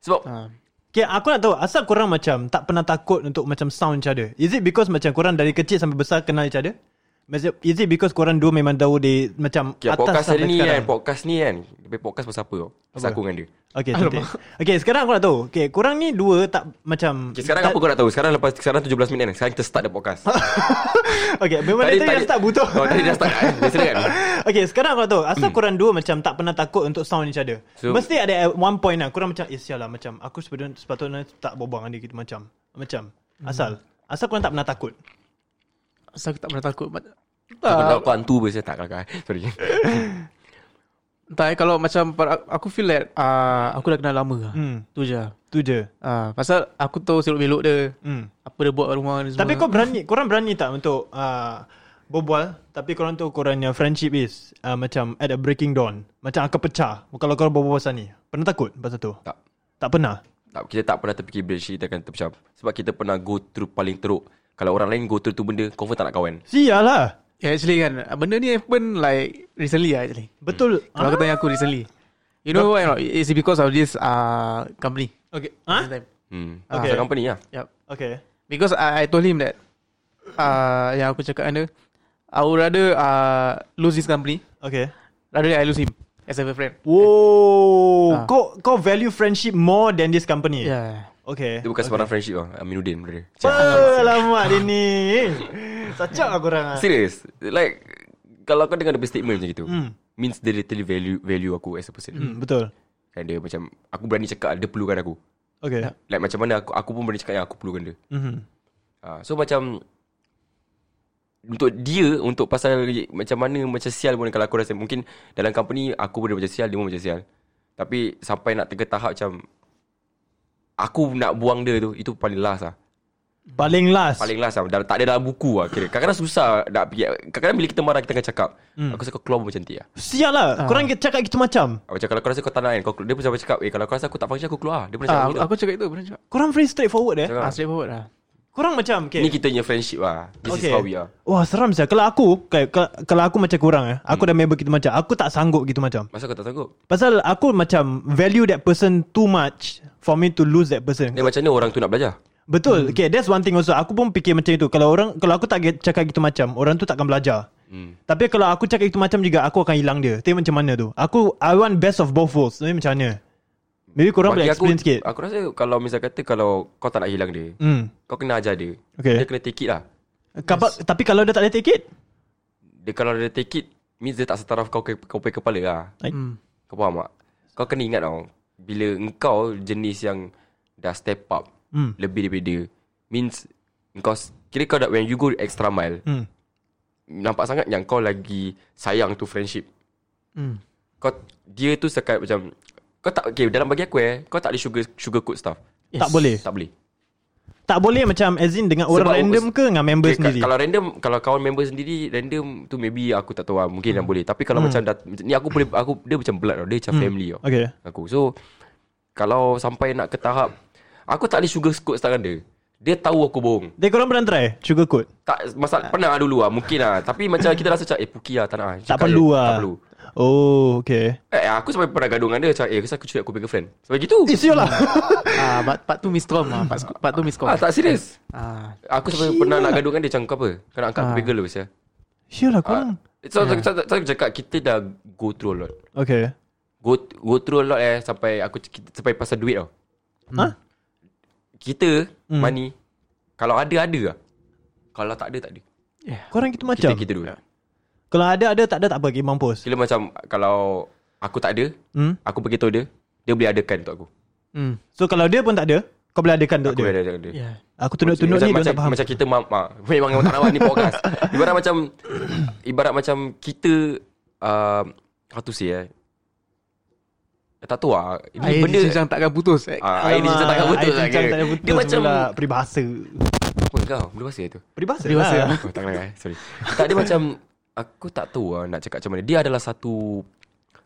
[SPEAKER 5] Sebab
[SPEAKER 4] Ah,
[SPEAKER 6] Ha.
[SPEAKER 4] Okay, aku nak tahu asal korang macam tak pernah takut untuk macam sound each other. Is it because macam korang dari kecil sampai besar kenal each other? Macam is it because korang dua memang tahu di macam
[SPEAKER 5] Okay,
[SPEAKER 4] atas
[SPEAKER 5] podcast
[SPEAKER 4] sampai
[SPEAKER 5] hari ni kan
[SPEAKER 4] sekarang?
[SPEAKER 5] Podcast ni kan Dia punya podcast pasal apa tau Pasal aku dengan dia
[SPEAKER 4] Okay, cantik. Okay, sekarang aku nak tahu. Okay, korang ni dua tak macam
[SPEAKER 5] okay, Sekarang apa kau nak tahu Sekarang lepas Sekarang 17 minit kan Sekarang kita start the podcast
[SPEAKER 4] Okay, memang tadi, tadi, dah start butuh. Ah.
[SPEAKER 5] oh, Tadi dah start eh? Dia silakan
[SPEAKER 4] okay, sekarang aku nak tahu. Asal korang dua macam tak pernah takut untuk sound each other?
[SPEAKER 5] So-
[SPEAKER 4] Mesti ada at one point lah. Korang macam, eh sial lah. Macam, aku sepatutnya, sepatutnya tak berbual dengan dia gitu. Macam, macam.
[SPEAKER 5] Hmm.
[SPEAKER 4] Asal. Asal korang tak pernah takut?
[SPEAKER 6] Asal aku tak pernah takut. But,
[SPEAKER 5] Aku
[SPEAKER 6] tak,
[SPEAKER 5] tahu kau hantu pun Saya tak kakak Sorry
[SPEAKER 6] tak, eh, kalau macam para- aku feel like uh, aku dah kenal lama.
[SPEAKER 4] Hmm.
[SPEAKER 6] Hmm. Tu je.
[SPEAKER 4] Tu je.
[SPEAKER 6] Ah, pasal aku tahu selok belok dia.
[SPEAKER 4] Hmm.
[SPEAKER 6] Apa dia buat kat rumah ni semua.
[SPEAKER 4] Tapi kau berani, korang berani tak untuk uh, berbual? Tapi korang tu korangnya friendship is uh, macam at a breaking dawn. Macam akan pecah. Kalau korang berbual pasal ni. Pernah takut pasal tu?
[SPEAKER 5] Tak
[SPEAKER 4] Tak pernah?
[SPEAKER 5] tak, Kita tak pernah terfikir Bila kita akan terpecah Sebab kita pernah go through Paling teruk Kalau orang lain go through tu benda Confirm tak nak kawan
[SPEAKER 4] Sial lah.
[SPEAKER 6] Yeah, actually kan, benda ni happen like recently lah actually.
[SPEAKER 4] Betul.
[SPEAKER 6] Kalau aku tanya aku recently. You know why or not? It's because of this uh, company.
[SPEAKER 4] Okay. Ha?
[SPEAKER 6] This time.
[SPEAKER 5] hmm.
[SPEAKER 4] Okay.
[SPEAKER 5] okay. Pasal company lah
[SPEAKER 6] Yup.
[SPEAKER 4] Okay.
[SPEAKER 6] Because I, I told him that uh, yang aku cakap dengan dia, I would rather uh, lose this company
[SPEAKER 4] Okay.
[SPEAKER 6] rather than I lose him as a friend.
[SPEAKER 4] Wow,
[SPEAKER 6] Ah.
[SPEAKER 4] kau kau value friendship more than this company.
[SPEAKER 6] Yeah.
[SPEAKER 4] Okay.
[SPEAKER 5] Itu bukan sebarang friendship lah Aminuddin brother.
[SPEAKER 4] Oh, lama dia ni. Sacak aku orang ah.
[SPEAKER 5] Serius Like Kalau kau dengar Dia punya statement macam gitu Means dia literally value Value aku as a person
[SPEAKER 4] Hmm, betul.
[SPEAKER 5] Kan dia macam Aku berani cakap Dia perlukan aku
[SPEAKER 4] Okay.
[SPEAKER 5] Like macam mana aku, aku pun berani cakap Yang aku perlukan dia
[SPEAKER 4] Mhm.
[SPEAKER 5] ha, So macam Untuk dia Untuk pasal Macam mana Macam sial pun Kalau aku rasa Mungkin dalam company Aku pun dia macam sial Dia pun macam sial Tapi Sampai nak ke tahap macam Aku nak buang dia tu Itu paling last lah
[SPEAKER 4] Paling last.
[SPEAKER 5] Paling last lah dah, Tak ada dalam buku lah kira. Kadang-kadang susah nak pergi Kadang-kadang bila kita marah Kita akan cakap
[SPEAKER 6] Hmm.
[SPEAKER 5] Aku rasa kau keluar pun cantik lah
[SPEAKER 4] Sial lah. Korang cakap gitu macam.
[SPEAKER 5] Ah, Macam kalau kau rasa kau tak nak kan kau, Dia pun sampai cakap Eh kalau kau rasa aku tak function Aku keluar lah." Dia pun cakap
[SPEAKER 6] Ah, aku,
[SPEAKER 5] macam
[SPEAKER 6] aku cakap itu, benar cakap.
[SPEAKER 4] Korang very straightforward eh.
[SPEAKER 5] Cakap.
[SPEAKER 6] Ah, straightforward lah.
[SPEAKER 4] Korang macam
[SPEAKER 5] Ni
[SPEAKER 4] okay.
[SPEAKER 5] kita punya friendship lah This okay. is how we are
[SPEAKER 4] Wah seram sial Kalau aku kayak- kalau- Kalau aku macam kurang eh Aku
[SPEAKER 5] Hmm.
[SPEAKER 4] dah member gitu macam Aku tak sanggup gitu macam
[SPEAKER 5] Masa kau tak sanggup
[SPEAKER 4] Pasal aku macam Value that person too much For me to lose that person
[SPEAKER 5] Dia macam mana orang tu nak belajar
[SPEAKER 4] Betul. Hmm. Okay, that's one thing also. Aku pun fikir macam itu. Kalau orang kalau aku tak ge- cakap gitu macam, orang tu takkan belajar. Hmm. Tapi kalau aku cakap gitu macam juga, aku akan hilang dia. Tengok macam mana tu. Aku I want best of both worlds. Tapi macam mana? Maybe korang boleh
[SPEAKER 5] Bagi aku,
[SPEAKER 4] explain sikit.
[SPEAKER 5] Aku rasa kalau misal kata Kalau kau tak nak hilang dia
[SPEAKER 4] Hmm.
[SPEAKER 5] Kau kena ajar dia
[SPEAKER 4] Okay.
[SPEAKER 5] Dia kena take it lah
[SPEAKER 4] Kapak, Tapi kalau dia tak ada take it?
[SPEAKER 5] dia, Kalau dia take it Means dia tak setaraf kau ke, kau punya kepala lah
[SPEAKER 4] Ai.
[SPEAKER 5] hmm. Kau faham tak? Kau kena ingat tau Bila engkau jenis yang Dah step up
[SPEAKER 4] Hmm.
[SPEAKER 5] Lebih daripada dia Means Kau s- Kira kau dah When you go extra mile
[SPEAKER 4] Hmm.
[SPEAKER 5] Nampak sangat yang kau lagi Sayang tu friendship
[SPEAKER 6] Hmm.
[SPEAKER 5] Kau Dia tu sekat macam Kau tak Okay dalam bagi aku eh Kau tak boleh sugar, sugar coat stuff
[SPEAKER 4] Tak boleh.
[SPEAKER 5] Tak boleh
[SPEAKER 4] Tak boleh macam as in dengan orang
[SPEAKER 5] Sebab-
[SPEAKER 4] random ke dengan member
[SPEAKER 5] Okay, ka-
[SPEAKER 4] sendiri.
[SPEAKER 5] Kalau random Kalau kawan member sendiri Random tu maybe Aku tak tahu lah Mungkin hmm. boleh Tapi kalau hmm. macam dah, Ni aku boleh aku Dia macam blood tau Dia macam hmm. family tau
[SPEAKER 4] Okay.
[SPEAKER 5] Aku so Kalau sampai nak ke tahap Aku tak boleh sugar coat setakat dia Dia tahu aku bohong
[SPEAKER 4] Dia korang pernah try sugar coat?
[SPEAKER 5] tak
[SPEAKER 4] Ah.
[SPEAKER 5] masalah pernah lah dulu lah mungkin lah tapi macam kita rasa macam eh puki lah tak nak lah.
[SPEAKER 4] Tak
[SPEAKER 5] Cakap
[SPEAKER 4] perlu
[SPEAKER 5] je,
[SPEAKER 4] lah.
[SPEAKER 5] tak perlu
[SPEAKER 4] Oh, okay.
[SPEAKER 5] eh, aku sampai pernah gaduh dengan dia macam eh kenapa aku curi aku punya girlfriend sampai gitu
[SPEAKER 4] Eh, siul lah.
[SPEAKER 6] Ah, part, part tu miss com ah. Part, sc- part tu miss com.
[SPEAKER 5] ah, tak serius
[SPEAKER 6] Ah.
[SPEAKER 4] Eh,
[SPEAKER 5] aku sampai pernah nak gaduh dengan dia macam kau apa kau nak angkat
[SPEAKER 4] Ah.
[SPEAKER 5] aku punya girl apa sia
[SPEAKER 4] siul lah
[SPEAKER 5] Ah,
[SPEAKER 4] korang.
[SPEAKER 5] so, so, so, so, so, aku cakap kita dah go through a lot
[SPEAKER 4] Okay.
[SPEAKER 5] go go through a lot eh sampai aku kita, sampai pasal duit tau.
[SPEAKER 4] Ha?
[SPEAKER 5] Hmm. Kita hmm. money kalau ada ada lah. Kalau tak ada tak ada.
[SPEAKER 4] Korang gitu
[SPEAKER 5] Kita
[SPEAKER 4] macam? Ya.
[SPEAKER 5] kita dulu.
[SPEAKER 4] Kalau ada, ada. Tak ada, tak apa. Okay, mampus.
[SPEAKER 5] Kira macam kalau aku tak ada,
[SPEAKER 4] Hmm.
[SPEAKER 5] aku beritahu dia, dia boleh adakan untuk aku.
[SPEAKER 6] Hmm.
[SPEAKER 4] So, kalau dia pun tak ada, kau boleh adakan untuk
[SPEAKER 5] Aku boleh
[SPEAKER 4] dia.
[SPEAKER 5] adakan dia.
[SPEAKER 6] Yeah.
[SPEAKER 4] Aku tunduk-tunduk
[SPEAKER 5] macam,
[SPEAKER 4] ni, dia
[SPEAKER 5] macam,
[SPEAKER 4] tak faham.
[SPEAKER 5] macam kita mam, ah, memang memang tak rawat ni podcast. Ibarat macam ibarat macam kita uh, how to say eh. Tak tahu lah. Ini
[SPEAKER 6] Air
[SPEAKER 5] benda
[SPEAKER 6] benda cincang takkan putus. Eh.
[SPEAKER 5] Ah, air
[SPEAKER 4] Alamak,
[SPEAKER 5] ni cincang takkan betul
[SPEAKER 4] air
[SPEAKER 5] lah.
[SPEAKER 4] cincang
[SPEAKER 5] kira.
[SPEAKER 4] tak betul
[SPEAKER 5] Dia macam
[SPEAKER 4] pula. peribahasa.
[SPEAKER 5] apa kau? Belum bahasa tu.
[SPEAKER 4] Peribahasa,
[SPEAKER 6] Peribahasa
[SPEAKER 4] lah.
[SPEAKER 6] lah.
[SPEAKER 5] Oh, tak kenal eh. Sorry. Tak dia macam aku tak tahu lah nak cakap macam mana. Dia adalah satu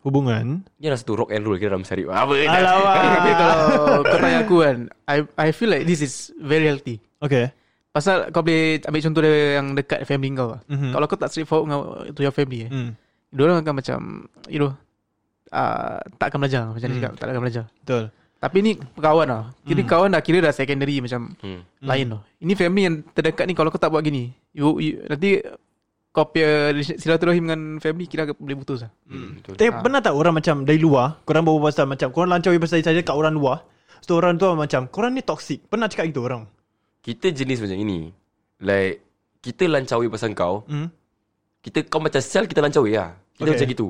[SPEAKER 4] Hubungan.
[SPEAKER 5] dia adalah satu rock and roll kira dalam syarik. Apa ni?
[SPEAKER 6] Okay,
[SPEAKER 4] Alamak.
[SPEAKER 6] Ah, kalau kau tanya aku kan, I I feel like this is very healthy.
[SPEAKER 4] okay.
[SPEAKER 6] Pasal kau boleh ambil contoh dia yang dekat family kau lah.
[SPEAKER 4] Mhm.
[SPEAKER 6] Mm-hmm. Kalau kau tak straightforward dengan to your family eh. Mm.
[SPEAKER 4] Hmm.
[SPEAKER 6] Diorang akan macam, you know, uh, tak akan belajar. Macam mm. cakap, tak akan belajar.
[SPEAKER 4] Betul.
[SPEAKER 6] Tapi ni kawan lah. Kira mm. kawan dah kira dah secondary macam
[SPEAKER 5] Hmm.
[SPEAKER 6] lain lah. Ini family yang terdekat ni kalau kau tak buat gini. You, you, nanti kau punya relation- silaturahim dengan family kira agak boleh putus lah.
[SPEAKER 5] Hmm, betul.
[SPEAKER 4] Tapi ha. pernah tak orang macam dari luar, korang bawa pasal macam, korang lancar pasal saja kat orang luar. So orang tu macam, korang ni toxic. Pernah cakap gitu orang?
[SPEAKER 5] Kita jenis macam ini. Like kita lancawi pasal kau,
[SPEAKER 4] Hmm.
[SPEAKER 5] kita kau macam sel kita lancawi lah.
[SPEAKER 4] Okay.
[SPEAKER 5] Kita okay. macam gitu.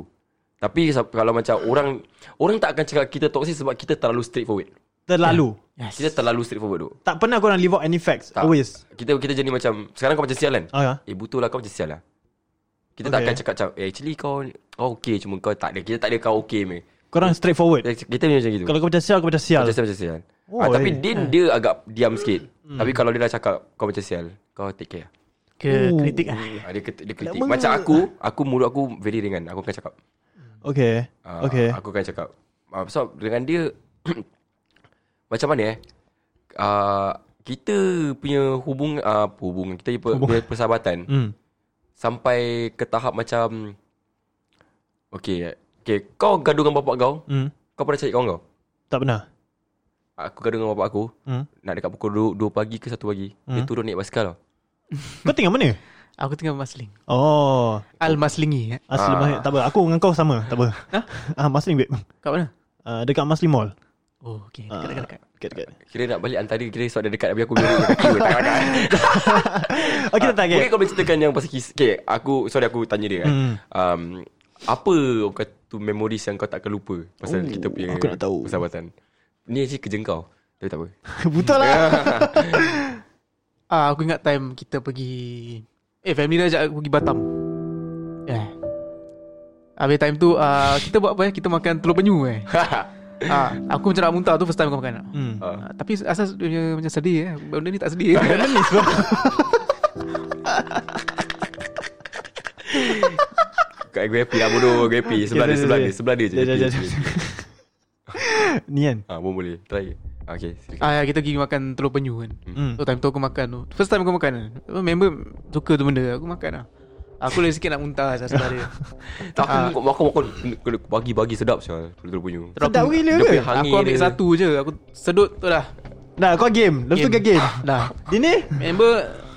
[SPEAKER 5] Tapi sa- kalau macam orang orang tak akan cakap kita toxic sebab kita terlalu straightforward.
[SPEAKER 4] Terlalu.
[SPEAKER 6] Yes.
[SPEAKER 5] Kita terlalu straightforward tu.
[SPEAKER 4] Tak pernah korang leave out any facts.
[SPEAKER 5] Tak.
[SPEAKER 4] Always.
[SPEAKER 5] Kita kita jadi macam sekarang kau macam sial kan?
[SPEAKER 4] Ah, ya.
[SPEAKER 5] Eh betul lah kau macam sial lah
[SPEAKER 4] Okay.
[SPEAKER 5] Kita okay. tak akan cakap macam eh, Actually kau Kau okay Cuma kau tak ada Kita tak ada kau okay meh.
[SPEAKER 4] Korang straightforward.
[SPEAKER 5] Kita ni macam gitu
[SPEAKER 4] Kalau kau macam sial, kau macam sial.
[SPEAKER 5] Macam sial macam sial
[SPEAKER 4] Oh,
[SPEAKER 5] ah, Tapi
[SPEAKER 4] eh.
[SPEAKER 5] Din dia agak diam sikit
[SPEAKER 4] Hmm.
[SPEAKER 5] Tapi kalau dia dah cakap Kau macam sial Kau take care
[SPEAKER 6] Ke,
[SPEAKER 4] Ooh.
[SPEAKER 6] kritik lah.
[SPEAKER 5] ah, dia, ket- dia kritik
[SPEAKER 4] mengah.
[SPEAKER 5] Macam aku Aku mulut aku Very ringan Aku akan cakap
[SPEAKER 4] Okay.
[SPEAKER 5] Ah,
[SPEAKER 4] okay.
[SPEAKER 5] Aku akan cakap Ah, So dengan dia Macam mana eh Ah, Kita punya hubung ah, Hubungan Kita punya punya persahabatan
[SPEAKER 4] Hmm.
[SPEAKER 5] sampai ke tahap macam Okay Okay Kau gaduh dengan bapak kau
[SPEAKER 4] Hmm.
[SPEAKER 5] Kau pernah cari kawan kau
[SPEAKER 4] Tak pernah.
[SPEAKER 5] Aku gaduh dengan bapak aku
[SPEAKER 4] Hmm.
[SPEAKER 5] Nak dekat pukul 2, 2 pagi ke 1 pagi hmm. Dia turun naik basikal tau
[SPEAKER 4] Kau tinggal mana?
[SPEAKER 6] Aku tengah masling.
[SPEAKER 4] Oh.
[SPEAKER 6] Al maslingi. eh.
[SPEAKER 4] Asli
[SPEAKER 5] Ah.
[SPEAKER 4] Maslim. Tak apa. Aku dengan kau sama. Tak apa. ah, Maslim babe.
[SPEAKER 6] Kat mana?
[SPEAKER 4] Uh, dekat Maslim Mall.
[SPEAKER 6] Oh, okay.
[SPEAKER 4] Ah,
[SPEAKER 6] Dekat-dekat.
[SPEAKER 4] Dekat, dekat.
[SPEAKER 5] Kira nak balik antara Kira sebab dia dekat Habis aku biar kaki pun. Tak, tak, tak.
[SPEAKER 4] Okay, tak, tak.
[SPEAKER 5] Mungkin
[SPEAKER 4] Okay.
[SPEAKER 5] kau boleh ceritakan yang pasal kisah Okay aku Sorry aku tanya dia kan
[SPEAKER 4] Hmm.
[SPEAKER 5] um, Apa orang kata memories yang kau tak akan lupa
[SPEAKER 4] Oh,
[SPEAKER 5] Pasal kita punya
[SPEAKER 4] aku nak tahu.
[SPEAKER 5] Persahabatan Ni actually kerja kau Tapi tak apa
[SPEAKER 4] Betul lah.
[SPEAKER 6] Ah, aku ingat time kita pergi Eh family dah ajak aku pergi Batam Yeah Habis time tu ah, Kita buat apa eh Kita makan telur penyu eh ah, Aku macam nak muntah tu First time aku makan
[SPEAKER 4] Hmm.
[SPEAKER 6] ah, Tapi asas dia punya macam sedih eh Benda ni tak sedih Benda ni sebab
[SPEAKER 5] Kat Aku happy lah bodoh Aku happy Sebelah
[SPEAKER 4] Okay,
[SPEAKER 5] dia Sebelah
[SPEAKER 4] okay,
[SPEAKER 5] dia
[SPEAKER 4] okay.
[SPEAKER 5] Sebelah dia je
[SPEAKER 4] Jap, jap,
[SPEAKER 5] happy,
[SPEAKER 4] jap,
[SPEAKER 5] happy.
[SPEAKER 4] Ni kan.
[SPEAKER 5] Ah, pun boleh. Try. Ah, okay, silakan.
[SPEAKER 6] ah, Kita pergi makan telur penyu kan
[SPEAKER 4] Hmm.
[SPEAKER 6] So time tu aku makan tu First time aku makan eh. Member suka tu benda Aku makan lah Aku lagi sikit nak muntah asas dia
[SPEAKER 5] Tak, Ah. aku makan makan kena bagi-bagi sedap sial. Telur punya.
[SPEAKER 4] Sedap gila
[SPEAKER 5] Dia
[SPEAKER 4] ke?
[SPEAKER 5] punya hangi
[SPEAKER 6] Aku ambil
[SPEAKER 5] dia.
[SPEAKER 6] satu je Aku sedut tu lah
[SPEAKER 4] Dah, kau game. Lepas tu kau game.
[SPEAKER 6] Dah
[SPEAKER 4] Dia ni
[SPEAKER 6] Member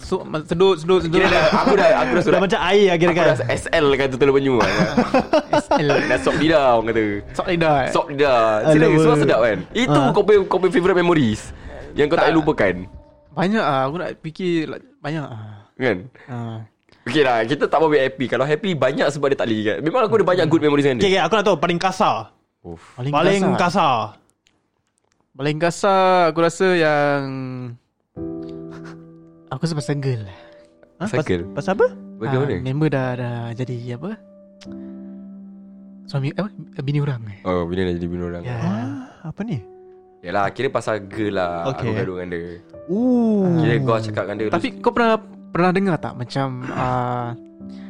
[SPEAKER 6] so, Sedut sedut sedut
[SPEAKER 5] Kira dah, aku dah aku dah
[SPEAKER 4] dah
[SPEAKER 5] surat.
[SPEAKER 4] macam air lah
[SPEAKER 5] Aku dah
[SPEAKER 4] kira-kira.
[SPEAKER 5] SL kata telur penyu kan.
[SPEAKER 6] SL
[SPEAKER 5] Dah sok lidah orang kata.
[SPEAKER 6] Sok lidah eh.
[SPEAKER 5] Sok lidah. Sedap
[SPEAKER 4] Aduh.
[SPEAKER 5] semua sedap kan. Itu
[SPEAKER 4] Ah.
[SPEAKER 5] kau punya kau punya favorite memories yang kau tak,
[SPEAKER 6] Tak.
[SPEAKER 5] boleh lupakan.
[SPEAKER 6] Banyak ah Aku nak fikir like, Banyak ah
[SPEAKER 5] Kan?
[SPEAKER 6] Ah.
[SPEAKER 5] Okay lah Kita tak boleh happy Kalau happy banyak sebab dia tak boleh kan Memang aku ada banyak good memories dengan dia
[SPEAKER 4] Okay, okay, aku nak tahu paling kasar.
[SPEAKER 5] Uff.
[SPEAKER 6] Paling,
[SPEAKER 4] Paling
[SPEAKER 6] kasar.
[SPEAKER 4] kasar.
[SPEAKER 6] Paling kasar aku rasa yang Aku rasa pasal girl
[SPEAKER 4] Ha?
[SPEAKER 5] Cycle.
[SPEAKER 4] Pas, pasal apa?
[SPEAKER 5] Bagaimana?
[SPEAKER 6] Ah, Member dah, dah jadi apa Suami apa Bini orang eh.
[SPEAKER 5] Oh bila nak jadi bini orang
[SPEAKER 6] Ya
[SPEAKER 4] Ah, apa ni?
[SPEAKER 5] Yalah kira pasal girl lah
[SPEAKER 4] Okay.
[SPEAKER 5] Aku gaduh dengan dia
[SPEAKER 4] Ooh.
[SPEAKER 5] Kira kau cakap dengan dia
[SPEAKER 6] Tapi kau pernah Pernah dengar tak Macam uh,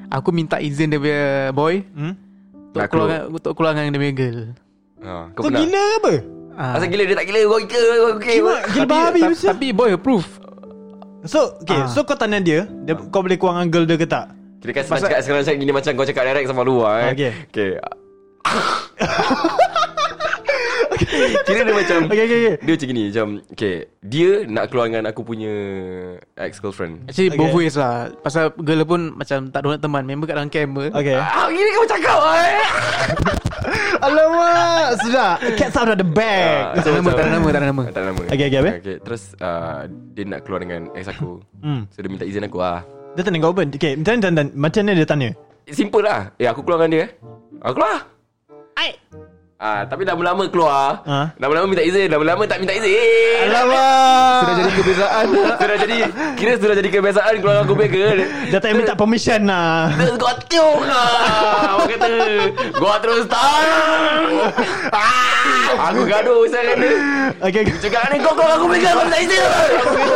[SPEAKER 6] Aku minta izin dia punya boy
[SPEAKER 4] Hmm?
[SPEAKER 6] Untuk
[SPEAKER 5] Nak
[SPEAKER 6] keluar dengan, Untuk keluar dengan dia punya girl
[SPEAKER 5] ha, Kau
[SPEAKER 4] Kau
[SPEAKER 5] pernah
[SPEAKER 4] gila ke apa?
[SPEAKER 6] Ah,
[SPEAKER 5] Pasal gila dia tak gila Kau gila Kau gila
[SPEAKER 4] Gila, gila
[SPEAKER 6] tapi,
[SPEAKER 4] babi
[SPEAKER 6] ta-
[SPEAKER 4] macam.
[SPEAKER 6] tapi boy approve
[SPEAKER 4] So, okay,
[SPEAKER 6] Ah.
[SPEAKER 4] so kau tanya dia, dia
[SPEAKER 5] Ah.
[SPEAKER 4] kau boleh kuang dengan girl dia ke tak?
[SPEAKER 5] Kira kan senang cakap sekarang macam gini Macam kau cakap direct sama luar eh.
[SPEAKER 4] Okay.
[SPEAKER 5] okay. Kira dia macam
[SPEAKER 4] Okay, okay, okay.
[SPEAKER 5] Dia macam gini Macam Okay Dia nak keluar dengan aku punya Ex-girlfriend
[SPEAKER 6] Actually
[SPEAKER 4] Okay.
[SPEAKER 6] okay. both ways lah Pasal girl pun Macam tak ada orang teman Member kat dalam kamera
[SPEAKER 4] Okay.
[SPEAKER 5] Ah, gini kau cakap eh.
[SPEAKER 4] Alamak, sedap. Cats out of the bag.
[SPEAKER 6] Tak ada nama, tak ada nama, tak ada nama.
[SPEAKER 5] Ah, Tak ada nama
[SPEAKER 4] Okay, okay, habis?
[SPEAKER 5] okay Terus uh, Dia nak keluar dengan ex aku
[SPEAKER 4] Hmm.
[SPEAKER 5] So dia minta izin aku lah
[SPEAKER 4] Dia tanya kau open. Okay, macam mana, macam mana- macam mana dia tanya?
[SPEAKER 5] Simple lah Eh aku keluar dengan dia eh Aku keluar Ah, tapi lama-lama keluar
[SPEAKER 4] Ah.
[SPEAKER 5] Lama-lama minta izin Lama-lama tak minta
[SPEAKER 6] Ah,
[SPEAKER 5] izin
[SPEAKER 4] Alamak.
[SPEAKER 6] Sudah jadi kebiasaan
[SPEAKER 5] Sudah jadi Kira sudah jadi kebiasaan Keluar dengan aku punya girl
[SPEAKER 4] Dia tak minta permission lah.
[SPEAKER 5] Terus kau tiup lah Orang kata Gua terus tahan ah, Aku gaduh Saya kena
[SPEAKER 4] Okay, okay.
[SPEAKER 5] Cakap ni kau keluar aku punya girl Kau minta izin Aku gitu.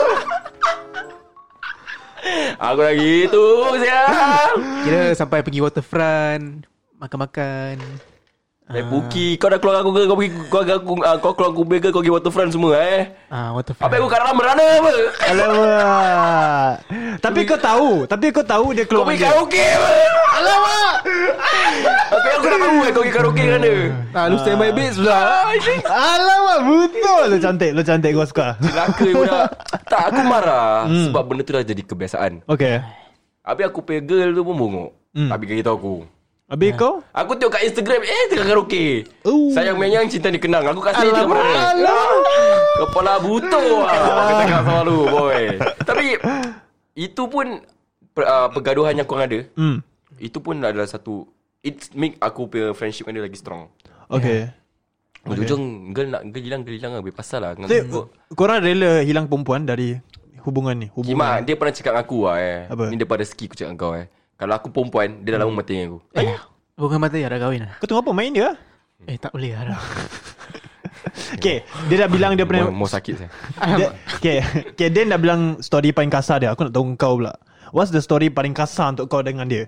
[SPEAKER 5] Aku dah gitu sial
[SPEAKER 6] Kira sampai pergi waterfront Makan-makan
[SPEAKER 5] Eh Puki Kau dah keluar dengan aku ke Kau pergi Kau, aku, ah, kau keluar dengan aku punya girl Kau pergi waterfront semua eh
[SPEAKER 6] Ah, waterfront
[SPEAKER 5] Apa aku kat dalam merana apa
[SPEAKER 4] Alamak. tapi kau tahu, tapi kau tahu dia
[SPEAKER 5] Kau
[SPEAKER 4] keluar
[SPEAKER 5] pergi
[SPEAKER 4] dengan dia.
[SPEAKER 5] karaoke apa Alamak Tapi aku dah tahu eh Kau pergi karaoke dengan dia
[SPEAKER 6] Ah, lu stand by bit sudah.
[SPEAKER 4] Alamak, betul. Lo cantik, lo cantik gua suka.
[SPEAKER 5] Celaka budak Tak aku marah
[SPEAKER 4] Hmm.
[SPEAKER 5] Sebab benda tu dah jadi kebiasaan
[SPEAKER 4] Okay.
[SPEAKER 5] Habis aku pay girl tu pun bongok hmm. Tak bagi tahu aku
[SPEAKER 4] Habis kau?
[SPEAKER 5] Aku tengok kat Instagram Eh tengah karaoke
[SPEAKER 4] Oh.
[SPEAKER 5] Sayang menyang cinta dikenang Aku kat sini tengah
[SPEAKER 4] Alamak,
[SPEAKER 5] marah Kepala buto lah Aku cakap sama lu boy Tapi Itu pun per, uh, Pergaduhan yang korang ada
[SPEAKER 4] Hmm.
[SPEAKER 5] Itu pun adalah satu It make aku punya friendship dengan dia lagi strong
[SPEAKER 4] Okay.
[SPEAKER 5] Ujung-ujung girl nak girl hilang girl hilang lah pasal lah dengan
[SPEAKER 4] So,
[SPEAKER 5] aku.
[SPEAKER 4] korang rela hilang perempuan dari hubungan ni?
[SPEAKER 5] Kimak
[SPEAKER 4] Hubungan.
[SPEAKER 5] dia pernah cakap dengan aku lah eh.
[SPEAKER 4] Apa? Hmm.
[SPEAKER 5] Ni daripada ski aku cakap dengan kau eh. Kalau aku perempuan dia dah lama mati dengan aku.
[SPEAKER 6] Eh, bukan mata ya dah kahwin lah.
[SPEAKER 4] Kau tengok apa main dia?
[SPEAKER 5] Hmm.
[SPEAKER 6] Eh, tak boleh lah.
[SPEAKER 4] Okay, dia dah bilang dia pernah...
[SPEAKER 5] Mau, mau sakit saya.
[SPEAKER 4] Dia, okay, okay, Dan dah bilang story paling kasar dia. Aku nak tahu kau pula. What's the story paling kasar untuk kau dengan dia?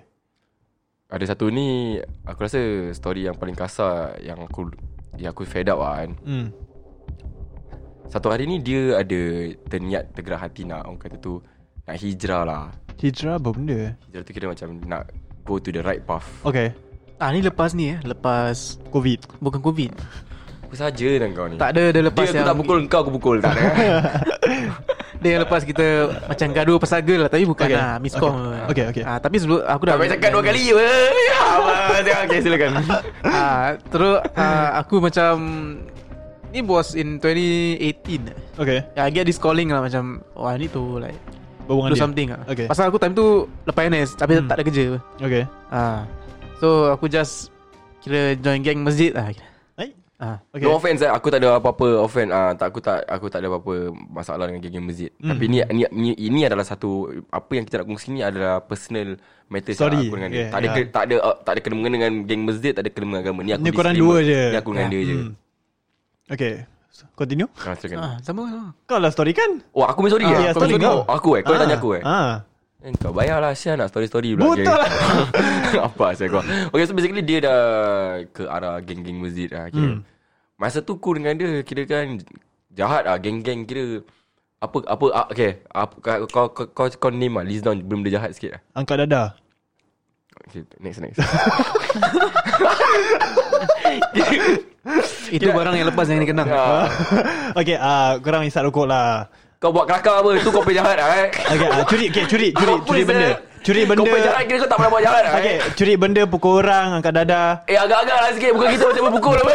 [SPEAKER 5] Ada satu ni aku rasa story yang paling kasar yang aku yang aku fed up lah kan.
[SPEAKER 4] Hmm.
[SPEAKER 5] Satu hari ni dia ada terniat tergerak hati nak orang kata tu nak hijrah lah.
[SPEAKER 4] Hijrah apa benda?
[SPEAKER 5] Hijrah tu kira macam nak go to the right path.
[SPEAKER 4] Okay,
[SPEAKER 6] ah, ni lepas ni eh. Lepas
[SPEAKER 4] COVID.
[SPEAKER 6] bukan COVID.
[SPEAKER 5] Aku saja dengan kau ni.
[SPEAKER 6] Tak ada dia lepas
[SPEAKER 5] Hmm. dia aku
[SPEAKER 6] yang
[SPEAKER 5] tak pukul kau aku pukul tak ada.
[SPEAKER 6] Dia yang lepas kita macam gaduh pasal girl lah tapi bukan
[SPEAKER 4] Okay.
[SPEAKER 6] lah miscom.
[SPEAKER 4] Okay, okay.
[SPEAKER 6] Ah, tapi sebelum aku dah
[SPEAKER 5] Tak payah cakap dua kali apa. Ya, apa. Okay silakan.
[SPEAKER 6] Ah, terus ah, aku macam ni was in 2018.
[SPEAKER 4] Okay,
[SPEAKER 6] Yeah, I get this calling lah macam oh I need to like
[SPEAKER 4] berhubungan
[SPEAKER 6] do
[SPEAKER 4] dia.
[SPEAKER 6] something lah.
[SPEAKER 4] Okay.
[SPEAKER 6] Pasal aku time tu lepas NS tapi tak ada kerja.
[SPEAKER 4] Okay.
[SPEAKER 6] Ah. So aku just kira join gang masjid lah.
[SPEAKER 4] Hai.
[SPEAKER 6] Ah.
[SPEAKER 4] Okay.
[SPEAKER 5] Okay. No offense eh. Aku tak ada apa-apa offense. Ah, tak aku tak aku tak ada apa-apa masalah dengan geng-geng masjid.
[SPEAKER 4] Hmm.
[SPEAKER 5] Mm. Tapi ni, ni ni ini adalah satu apa yang kita nak kongsi ni adalah personal matters
[SPEAKER 4] Sorry.
[SPEAKER 5] yang aku dengan dia.
[SPEAKER 4] Okay,
[SPEAKER 5] tak ada
[SPEAKER 4] yeah.
[SPEAKER 5] yeah. tak ada uh, tak ada kena mengena dengan geng masjid, tak ada kena mengena agama. Ni aku
[SPEAKER 4] Ni korang
[SPEAKER 5] disclaimer.
[SPEAKER 4] dua je.
[SPEAKER 5] Ni aku dengan dia je.
[SPEAKER 4] Hmm. Okay. Continue.
[SPEAKER 5] Kau silakan.
[SPEAKER 6] Ah, sama lah.
[SPEAKER 4] Kau lah story kan?
[SPEAKER 5] Oh, aku punya story
[SPEAKER 4] Ah,
[SPEAKER 5] eh.
[SPEAKER 4] yeah,
[SPEAKER 5] Kau punya
[SPEAKER 4] story
[SPEAKER 5] story.
[SPEAKER 4] kau.
[SPEAKER 5] Oh, aku eh. Kau tanya aku eh.
[SPEAKER 4] Ah.
[SPEAKER 5] Eh, Kau bayar lah Syah nak story-story pula
[SPEAKER 4] Betul lah.
[SPEAKER 5] Apa saya kau Okay so basically dia dah Ke arah geng-geng masjid lah kira. Hmm. Masa tu ku dengan dia Kira kan Jahat lah geng-geng kira Apa apa ah, Okay apa, kau, kau, kau, kau name lah List down benda jahat sikit lah
[SPEAKER 4] Angkat dada.
[SPEAKER 5] Okay next next
[SPEAKER 6] Itu barang yang lepas yang dikenang.
[SPEAKER 5] Ah,
[SPEAKER 4] okay, ah uh, korang isap rokok lah.
[SPEAKER 5] Kau buat kelakar apa Tu kau punya jahat lah eh
[SPEAKER 4] Okay, ah, curi, okay, curi, curi,
[SPEAKER 5] Apa
[SPEAKER 4] curi
[SPEAKER 5] saya-
[SPEAKER 4] benda. Curi
[SPEAKER 5] Kau punya
[SPEAKER 4] benda.
[SPEAKER 5] jahat kira kau tak pernah buat jahat lah
[SPEAKER 4] Okay,
[SPEAKER 5] eh
[SPEAKER 4] curi benda pukul orang, angkat dada.
[SPEAKER 5] Eh agak-agak lah sikit Bukan kita macam berpukul apa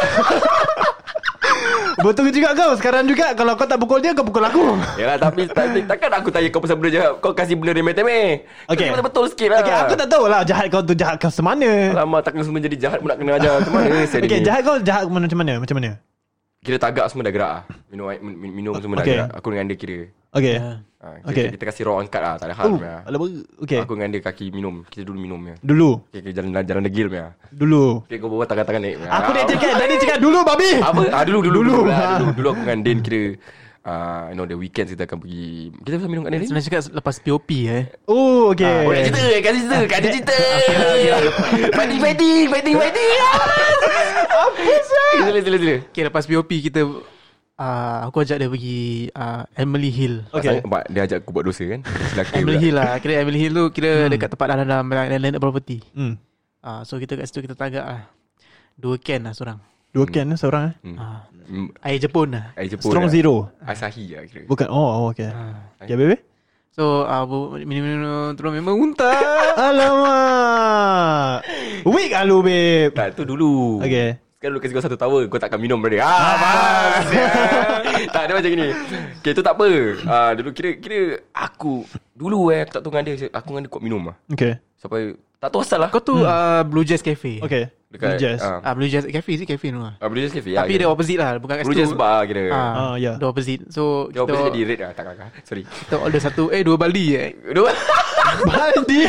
[SPEAKER 4] Betul juga kau Sekarang juga Kalau kau tak pukul dia Kau pukul aku
[SPEAKER 5] Yalah tapi, tapi takkan aku tanya kau pasal benda jahat Kau kasih benda remeh-temeh
[SPEAKER 4] Okay.
[SPEAKER 5] Kau betul sikit lah
[SPEAKER 4] Okay aku tak tahu lah Jahat kau tu jahat kau semana
[SPEAKER 5] Lama takkan semua jadi jahat pun nak kena ajar Macam mana saya
[SPEAKER 4] Okay
[SPEAKER 5] ni
[SPEAKER 4] jahat kau jahat macam mana Macam mana
[SPEAKER 5] Kira tagak semua dah gerak lah Minum, air- min- minum semua
[SPEAKER 4] Okay.
[SPEAKER 5] dah gerak Aku dengan dia kira
[SPEAKER 4] Okay
[SPEAKER 5] ha, kita,
[SPEAKER 4] Okay.
[SPEAKER 5] okay. kita kasih raw angkat lah Tak ada hal
[SPEAKER 4] Oh,
[SPEAKER 5] punya.
[SPEAKER 4] alamak, Okay
[SPEAKER 5] Aku dengan dia kaki minum Kita dulu minum ya.
[SPEAKER 4] Dulu
[SPEAKER 5] Okay, okay, jalan jalan degil punya.
[SPEAKER 4] Dulu
[SPEAKER 5] Okay, kau bawa tangan-tangan naik. punya.
[SPEAKER 4] Aku dah
[SPEAKER 5] Ah,
[SPEAKER 4] cakap Tadi cakap dulu babi
[SPEAKER 5] Apa? Ah, dulu dulu dulu, dulu,
[SPEAKER 4] ha.
[SPEAKER 5] lah, dulu, dulu aku dengan Din kira uh, you know the weekend kita akan pergi. Kita pasal minum kat Din.
[SPEAKER 6] Senang cakap lepas POP eh
[SPEAKER 4] Oh
[SPEAKER 5] Oh, nak
[SPEAKER 4] okay
[SPEAKER 5] cerita, kan cerita, kan ada cerita. Fighting, fighting, fighting, fighting. Apa sah? Sila, sila, sila.
[SPEAKER 6] Okay lepas POP kita uh, Aku ajak dia pergi uh, Emily Hill
[SPEAKER 4] Okay
[SPEAKER 5] Pasal, dia ajak aku buat dosa kan. Selaka
[SPEAKER 6] Emily
[SPEAKER 5] pula.
[SPEAKER 6] Hill lah Kira Emily Hill tu Kira dekat tempat dalam dalam Landed property
[SPEAKER 4] Hmm.
[SPEAKER 6] uh, So kita kat situ kita tagak lah Dua can lah seorang Ah,
[SPEAKER 4] Dua can eh, seorang eh
[SPEAKER 5] Mm,
[SPEAKER 6] Air Jepun lah
[SPEAKER 5] Air Jepun
[SPEAKER 4] Strong
[SPEAKER 5] lah.
[SPEAKER 4] zero
[SPEAKER 5] Asahi lah kira.
[SPEAKER 4] Bukan Oh oh, okay Okay baby
[SPEAKER 6] So uh, bu- minum-minum Terus memang unta
[SPEAKER 4] Alamak Weak ah lu babe
[SPEAKER 5] Tak, tu dulu.
[SPEAKER 4] Okay
[SPEAKER 5] Sekarang lu kasi kau satu tower Kau takkan minum pada dia Ah, faham Tak, dia macam gini Okay, tu tak apa ah, Dulu kira Kira aku Dulu eh Aku tak tahu dengan dia Aku dengan dia kuat minum lah
[SPEAKER 4] Okay
[SPEAKER 5] Sampai Tak tahu asal lah
[SPEAKER 6] Kau tu uh, Blue Jazz Cafe
[SPEAKER 4] Okay Dekat Jazz
[SPEAKER 5] ah,
[SPEAKER 6] Ah, Blue Jazz Cafe sih Cafe tu lah
[SPEAKER 5] ah, Blue Jazz Cafe
[SPEAKER 6] Tapi dia opposite lah Bukan kat
[SPEAKER 5] Blue
[SPEAKER 6] situ.
[SPEAKER 5] Jazz Bar kira
[SPEAKER 4] Ah,
[SPEAKER 6] Ah,
[SPEAKER 4] ya.
[SPEAKER 6] Dia opposite So
[SPEAKER 5] Dia
[SPEAKER 6] kita,
[SPEAKER 5] opposite jadi red lah Tak kakak Sorry
[SPEAKER 6] kita order satu Eh dua baldi eh
[SPEAKER 5] Dua
[SPEAKER 4] Baldi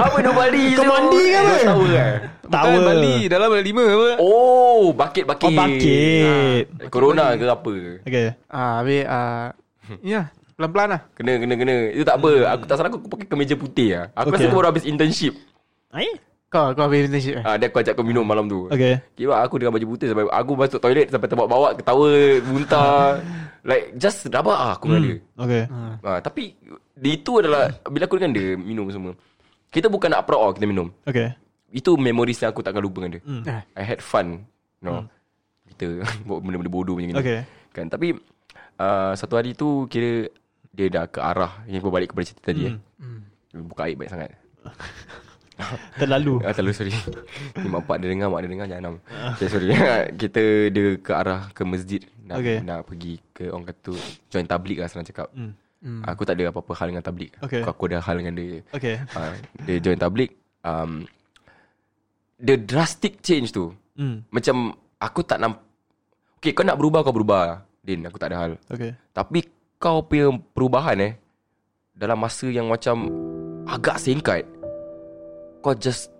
[SPEAKER 5] Apa dua bali
[SPEAKER 4] Kau mandi ke apa?
[SPEAKER 5] Dua tower eh
[SPEAKER 4] Tower.
[SPEAKER 6] Bukan baldi Dalam ada lima apa
[SPEAKER 5] Oh Ah. Bucket-bucket
[SPEAKER 4] Oh bakit
[SPEAKER 5] Corona ke apa
[SPEAKER 4] Okay
[SPEAKER 6] Ah, Habis ah, Ya Pelan-pelan lah
[SPEAKER 5] Kena kena kena Itu tak apa Aku tak salah aku, aku pakai kemeja putih lah Aku
[SPEAKER 4] Hmm. Okay.
[SPEAKER 5] rasa aku baru habis internship
[SPEAKER 4] Hai
[SPEAKER 6] Kau kau habis internship eh
[SPEAKER 5] Ah, dia aku ajak kau minum malam tu.
[SPEAKER 4] Okay
[SPEAKER 5] Kira aku dengan baju putih sampai aku masuk toilet sampai terbawa-bawa ketawa, muntah. like just rabak ah aku dengan dia.
[SPEAKER 4] Okay
[SPEAKER 5] Ah, tapi dia itu adalah bila aku dengan dia minum semua. Kita bukan nak proud ah kita minum.
[SPEAKER 4] Okay
[SPEAKER 5] Itu memories yang aku takkan lupa dengan dia.
[SPEAKER 4] Hmm.
[SPEAKER 6] Ah,
[SPEAKER 5] I had fun. No. Kita buat benda-benda bodoh macam ni.
[SPEAKER 4] Okay.
[SPEAKER 5] Kan tapi uh, satu hari tu kira dia dah ke arah yang berbalik kepada cerita tadi eh.
[SPEAKER 4] Hmm.
[SPEAKER 5] Buka air baik sangat.
[SPEAKER 4] Terlalu
[SPEAKER 5] Ah, terlalu sorry Ni mak pak dia dengar Mak dia dengar jangan
[SPEAKER 4] Ah.
[SPEAKER 5] Okay sorry Kita dia ke arah Ke masjid Nak,
[SPEAKER 4] Okay.
[SPEAKER 5] nak pergi ke Orang kata tu, Join tablik lah Senang cakap
[SPEAKER 6] hmm.
[SPEAKER 5] Aku tak ada apa-apa hal dengan tablik
[SPEAKER 4] Hmm. Okay.
[SPEAKER 5] aku, aku ada hal dengan dia
[SPEAKER 4] Okay
[SPEAKER 5] Ah, Dia join tablik um, The drastic change tu
[SPEAKER 4] Hmm
[SPEAKER 5] Macam Aku tak namp Okay kau nak berubah Kau berubah Din aku tak ada hal
[SPEAKER 4] Okay
[SPEAKER 5] Tapi kau punya perubahan eh Dalam masa yang macam Agak singkat Kau just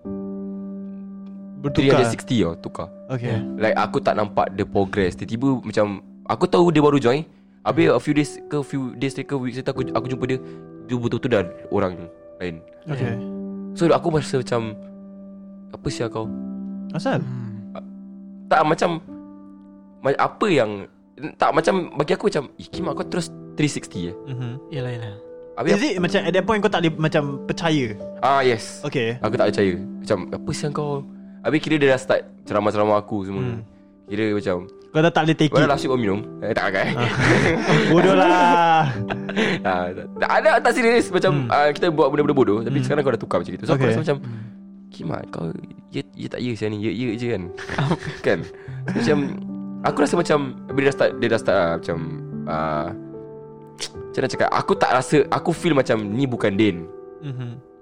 [SPEAKER 4] Bertukar
[SPEAKER 5] 360 tau Tukar
[SPEAKER 4] Okay
[SPEAKER 5] Like aku tak nampak The progress Tiba-tiba macam Aku tahu dia baru join Habis a few days Ke few days ke weeks later aku, aku jumpa dia Dia betul-betul dah Orang lain
[SPEAKER 4] Okay
[SPEAKER 5] So aku rasa macam Apa sih kau
[SPEAKER 4] Asal
[SPEAKER 5] Tak macam ma- Apa yang Tak macam Bagi aku macam Eh Kimak kau terus 360 eh
[SPEAKER 4] Mhm.
[SPEAKER 6] Yelah yelah
[SPEAKER 5] Habis
[SPEAKER 4] Is it macam At that point kau tak boleh Macam percaya
[SPEAKER 5] Ah yes
[SPEAKER 4] Okay
[SPEAKER 5] Aku tak percaya Macam apa sih kau Habis kira dia dah start Ceramah-ceramah aku semua Kira macam
[SPEAKER 4] Kau dah tak boleh take
[SPEAKER 5] Mana
[SPEAKER 4] it
[SPEAKER 5] last week kau minum eh, Tak kan
[SPEAKER 4] Bodoh lah
[SPEAKER 5] ah, tak, tak, ada, tak serius Macam ah, kita buat benda-benda bodoh Tapi sekarang kau dah tukar macam itu So
[SPEAKER 4] Hmm.
[SPEAKER 5] aku
[SPEAKER 4] Okay.
[SPEAKER 5] rasa macam Kimak kau Ya, ya tak ya saya ni Ya ya je kan Kan Macam Aku rasa macam Bila dah start Dia dah start ah, Macam ah, Macam nak cakap Aku tak rasa Aku feel macam Ni bukan Din
[SPEAKER 4] Mhm.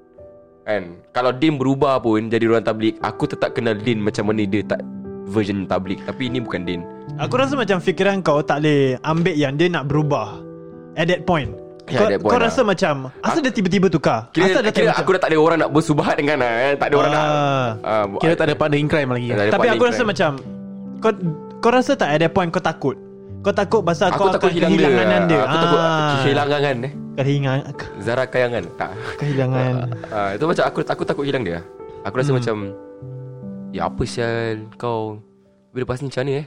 [SPEAKER 5] Kan Kalau Din berubah pun Jadi orang tablik Aku tetap kenal Din Macam mana dia tak Version tablik Tapi ini bukan Din
[SPEAKER 4] Aku rasa macam fikiran kau tak boleh ambil yang dia nak berubah at that point.
[SPEAKER 5] Ya,
[SPEAKER 4] kau,
[SPEAKER 5] at that point
[SPEAKER 4] kau
[SPEAKER 5] lah.
[SPEAKER 4] rasa macam asal dia tiba-tiba tukar?
[SPEAKER 5] Kira,
[SPEAKER 4] asal dia
[SPEAKER 5] kira
[SPEAKER 4] tak
[SPEAKER 5] aku dah tak ada orang nak bersubahat dengan lah, eh. Tak ada orang nak
[SPEAKER 4] Ah.
[SPEAKER 5] ah,
[SPEAKER 6] Kira tak ada partner in crime lagi
[SPEAKER 5] tak ada kan?
[SPEAKER 4] Tapi
[SPEAKER 5] partner
[SPEAKER 4] aku rasa
[SPEAKER 5] crime.
[SPEAKER 4] macam kau kau rasa tak at that point kau takut? Kau takut pasal
[SPEAKER 5] Aku
[SPEAKER 4] kau
[SPEAKER 5] takut
[SPEAKER 4] akan
[SPEAKER 5] hilang dia
[SPEAKER 4] kehilangan Ah. anda.
[SPEAKER 5] Aku takut kehilangan eh.
[SPEAKER 4] kehilangan
[SPEAKER 5] Zara kayangan Tak
[SPEAKER 4] kehilangan.
[SPEAKER 5] Ah, Itu macam aku aku takut hilang dia Aku
[SPEAKER 4] Hmm.
[SPEAKER 5] rasa macam Ya apa sial Kau Bila lepas ni macam mana eh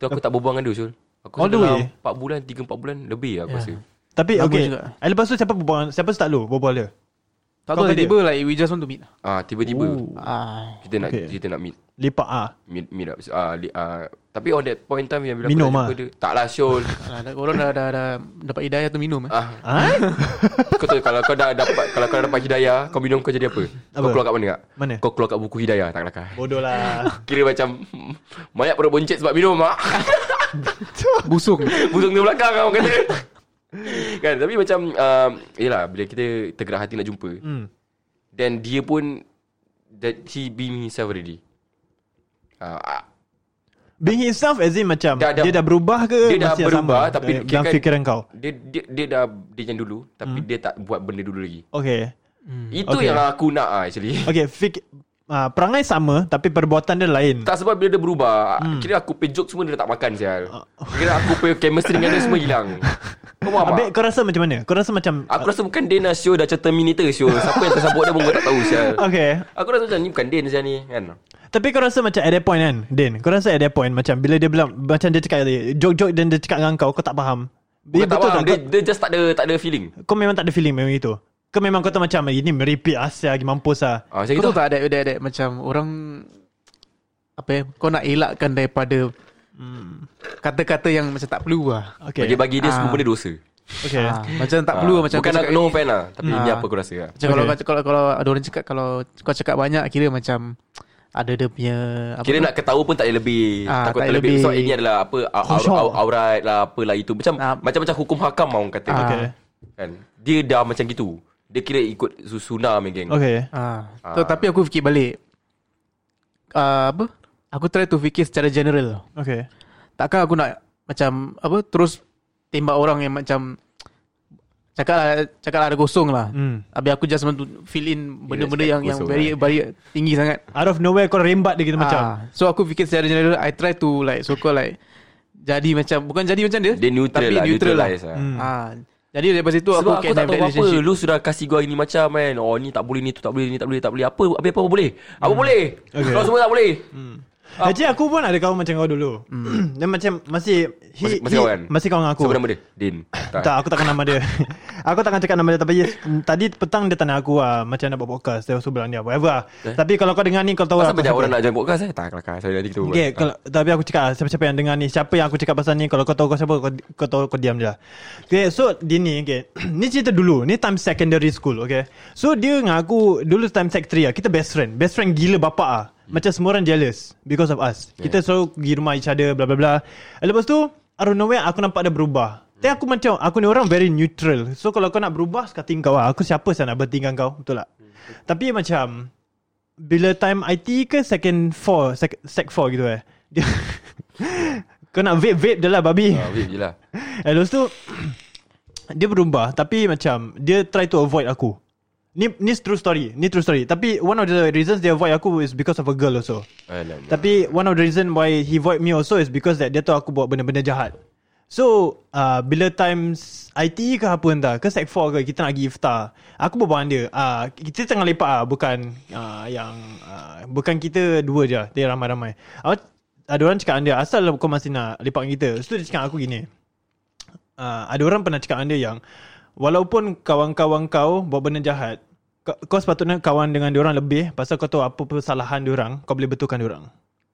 [SPEAKER 5] Tu aku tak berbual dengan dia Syul Aku
[SPEAKER 4] All the
[SPEAKER 5] dalam
[SPEAKER 4] way?
[SPEAKER 5] 4 bulan 3-4 bulan Lebih lah aku
[SPEAKER 6] Ya.
[SPEAKER 5] rasa
[SPEAKER 4] Tapi
[SPEAKER 6] Bagus
[SPEAKER 4] okay
[SPEAKER 6] juga.
[SPEAKER 4] Eh, Lepas tu siapa berbual Siapa start dulu berbual dia
[SPEAKER 6] Tak
[SPEAKER 4] Kau
[SPEAKER 6] tahu
[SPEAKER 4] kena.
[SPEAKER 6] tiba like we just want to meet
[SPEAKER 5] Ah Tiba-tiba
[SPEAKER 6] Ah,
[SPEAKER 5] Kita nak
[SPEAKER 4] Okay.
[SPEAKER 5] kita nak meet
[SPEAKER 4] Lepak ah
[SPEAKER 5] meet, meet up uh, li, uh, tapi on that point time yang bila
[SPEAKER 4] Minum
[SPEAKER 5] aku dah
[SPEAKER 4] ah.
[SPEAKER 5] jumpa dia taklah Syul
[SPEAKER 6] ah, dah- Korang dah, dah, dah dapat hidayah tu minum eh
[SPEAKER 5] ah
[SPEAKER 4] Ha?
[SPEAKER 5] kau tahu kalau kau dah dapat kalau kau dah dapat hidayah kau minum kau jadi apa?
[SPEAKER 4] Apa? Eh.
[SPEAKER 5] Kau keluar kat mana? Kak?
[SPEAKER 4] Mana?
[SPEAKER 5] Kau keluar kat buku hidayah tak kelakar.
[SPEAKER 4] Bodoh lah
[SPEAKER 5] Kira macam hmm, mayat perut boncet sebab minum mak.
[SPEAKER 6] Busung
[SPEAKER 5] Busung di belakang kau kata Kan tapi macam um, Yelah bila kita tergerak hati nak jumpa
[SPEAKER 4] Hmm.
[SPEAKER 5] Then dia pun That he being himself already uh, ah,
[SPEAKER 4] Being himself as in macam
[SPEAKER 5] Dah-
[SPEAKER 4] dah,
[SPEAKER 5] dah-
[SPEAKER 4] dah, Dia dah berubah ke
[SPEAKER 5] Dia dah
[SPEAKER 4] masih
[SPEAKER 5] berubah
[SPEAKER 4] sama?
[SPEAKER 5] Tapi kan-
[SPEAKER 4] Dalam- Dalam fikiran kau
[SPEAKER 5] dia, dia, dia dah Dia yang dulu Tapi dia tak buat benda dulu lagi
[SPEAKER 4] Okay
[SPEAKER 5] Itu
[SPEAKER 4] Okay.
[SPEAKER 5] yang aku nak ah, actually
[SPEAKER 4] Okay fik, uh, Perangai sama Tapi perbuatan dia lain
[SPEAKER 5] Tak sebab bila dia berubah hmm. Kira aku punya joke semua dia dah tak makan sial Kira aku punya chemistry dengan dia semua hilang Kau faham
[SPEAKER 4] Habis
[SPEAKER 5] tak?
[SPEAKER 4] kau rasa macam mana? Kau rasa macam
[SPEAKER 5] Aku rasa bukan Dana show Dah macam Terminator show Siapa yang tersabut dia pun kau tak tahu sial
[SPEAKER 4] Okay
[SPEAKER 5] Aku rasa macam ni bukan Din sial ni kan
[SPEAKER 4] Tapi kau rasa macam at that point kan Din Kau rasa at that point Macam bila dia bilang Macam dia cakap tadi Joke-joke dan dia cakap dengan kau Kau tak faham
[SPEAKER 5] Dia tak faham dia,
[SPEAKER 4] Kau,
[SPEAKER 5] dia just tak ada tak ada feeling
[SPEAKER 4] kau memang tak ada feeling memang itu Kau memang kau tu macam "Ah, Ini meripik Asia lagi mampus lah
[SPEAKER 5] ah, Macam
[SPEAKER 6] Kau
[SPEAKER 5] itu
[SPEAKER 6] tahu tak ada, ada, ada Macam orang Apa ya Kau nak elakkan daripada Kata-kata yang macam tak perlu lah
[SPEAKER 4] Okay
[SPEAKER 5] Dia bagi dia semua
[SPEAKER 6] Ah.
[SPEAKER 5] benda dosa
[SPEAKER 4] Okay
[SPEAKER 6] Ah, Macam tak perlu
[SPEAKER 5] Ah,
[SPEAKER 6] macam
[SPEAKER 5] Bukan
[SPEAKER 6] kau
[SPEAKER 5] nak
[SPEAKER 6] cakap
[SPEAKER 5] no
[SPEAKER 6] ini.
[SPEAKER 5] fan lah Tapi ini
[SPEAKER 6] Ah.
[SPEAKER 5] apa aku rasa lah
[SPEAKER 6] Macam kalau,
[SPEAKER 4] Okay.
[SPEAKER 6] kalau, kalau ada orang cakap Kalau kau cakap banyak Kira macam Ada dia punya apa
[SPEAKER 5] Kira
[SPEAKER 6] tu?
[SPEAKER 5] nak ketawa pun tak boleh lebih
[SPEAKER 6] Ah,
[SPEAKER 5] Takut
[SPEAKER 6] tak
[SPEAKER 5] tak
[SPEAKER 6] boleh
[SPEAKER 5] lebih
[SPEAKER 6] lebih.
[SPEAKER 5] So ini adalah apa au- au-
[SPEAKER 4] Kosong.
[SPEAKER 5] au- Aurat lah Apalah itu Macam
[SPEAKER 6] Ah.
[SPEAKER 5] macam-macam hukum hakam lah orang kata
[SPEAKER 6] Ah.
[SPEAKER 4] Okay
[SPEAKER 5] kan? Dia dah macam gitu Dia kira ikut susuna main geng
[SPEAKER 4] Okay
[SPEAKER 6] Ah,
[SPEAKER 5] Ah.
[SPEAKER 6] tu, tapi aku fikir balik. Ah, apa? Aku try to fikir secara general.
[SPEAKER 4] Okay
[SPEAKER 6] Takkan aku nak macam apa terus tembak orang yang macam cakap lah, cakap lah ada kosong lah.
[SPEAKER 4] Hmm.
[SPEAKER 6] Habis aku just want to fill in benda-benda
[SPEAKER 5] cakap
[SPEAKER 6] yang yang
[SPEAKER 5] kosong
[SPEAKER 6] very
[SPEAKER 5] lah.
[SPEAKER 6] very tinggi sangat.
[SPEAKER 4] Out of nowhere kau rembat dia gitu macam
[SPEAKER 6] Ah, so aku fikir secara general I try to like so called like jadi macam bukan jadi macam dia,
[SPEAKER 5] Dia neutral
[SPEAKER 6] tapi
[SPEAKER 5] lah
[SPEAKER 6] neutral lah.
[SPEAKER 5] neutralize lah.
[SPEAKER 4] Hmm.
[SPEAKER 6] Ah, jadi daripada situ
[SPEAKER 5] Sebab
[SPEAKER 6] aku,
[SPEAKER 5] aku,
[SPEAKER 6] can
[SPEAKER 5] tak
[SPEAKER 6] have
[SPEAKER 5] tahu
[SPEAKER 6] that
[SPEAKER 5] apa
[SPEAKER 6] relationship.
[SPEAKER 5] Lu sudah kasih gua ini macam kan Oh ni tak boleh ni tu tak boleh Ni tak boleh tak boleh Apa apa, apa boleh Apa
[SPEAKER 6] Hmm.
[SPEAKER 5] boleh
[SPEAKER 4] Okay.
[SPEAKER 5] Kau semua tak boleh
[SPEAKER 4] Actually aku pun ada kawan macam kau dulu Dia macam Masih
[SPEAKER 5] Hmm. Masih-
[SPEAKER 4] he,
[SPEAKER 5] masih
[SPEAKER 4] he-
[SPEAKER 5] kawan?
[SPEAKER 4] Masih kawan dengan aku
[SPEAKER 5] Siapa nama dia Din
[SPEAKER 4] Tak, aku takkan nama dia. aku takkan cakap nama dia tapi yes, mm, tadi petang dia tanya aku lah macam nak buat podcast. Dia suruh bilang dia whatever lah. Tapi kalau kau dengar ni kau tahu
[SPEAKER 5] Eh?
[SPEAKER 4] lah,
[SPEAKER 5] Pasal
[SPEAKER 4] aku
[SPEAKER 5] banyak
[SPEAKER 4] siapa.
[SPEAKER 5] orang nak join podcast eh Tak kelakar Sorry nanti kita buat
[SPEAKER 4] Okay, kalau, tapi aku cakap lah, siapa-siapa yang dengar ni Siapa yang aku cakap pasal ni Kalau kau tahu kau siapa Kau, kau tahu kau diam je lah Okay so dia ni okay. Ni cerita dulu Ni time secondary school okay So dia dengan aku Dulu time sec 3 lah Kita best friend Best friend gila bapak lah Macam semua orang jealous Because of us Kita selalu pergi rumah each other bla bla bla Lepas tu Out of nowhere aku nampak dia berubah Tapi aku macam Aku ni orang very neutral So kalau kau nak berubah Sekati kau lah Aku siapa saya nak bertingkan kau Betul tak Tapi macam bila time IT ke second 4 sec, sec 4 gitu eh dia kau nak vape vape je lah babi
[SPEAKER 5] Ah, Wait je lah
[SPEAKER 4] Eh, Lepas tu Dia berubah Tapi macam Dia try to avoid aku Ni ni true story Ni true story Tapi one of the reasons Dia avoid aku Is because of a girl also
[SPEAKER 5] Alamak.
[SPEAKER 4] Tapi one of the reason Why he avoid me also Is because that Dia tahu aku buat benda-benda jahat So uh, Bila times IT ke apa entah Ke sec 4 ke Kita nak pergi iftar Aku berbual dengan dia uh, Kita tengah lepak lah Bukan uh, Yang uh, Bukan kita dua je Dia ramai-ramai Aku ada orang cakap dengan dia Asal lah kau masih nak lepak dengan kita Lepas tu dia cakap dengan aku gini uh, ada orang pernah cakap dengan dia yang walaupun kawan-kawan kau buat benda jahat, kau, kau sepatutnya kawan dengan dia orang lebih pasal kau tahu apa kesalahan dia orang, kau boleh betulkan dia orang.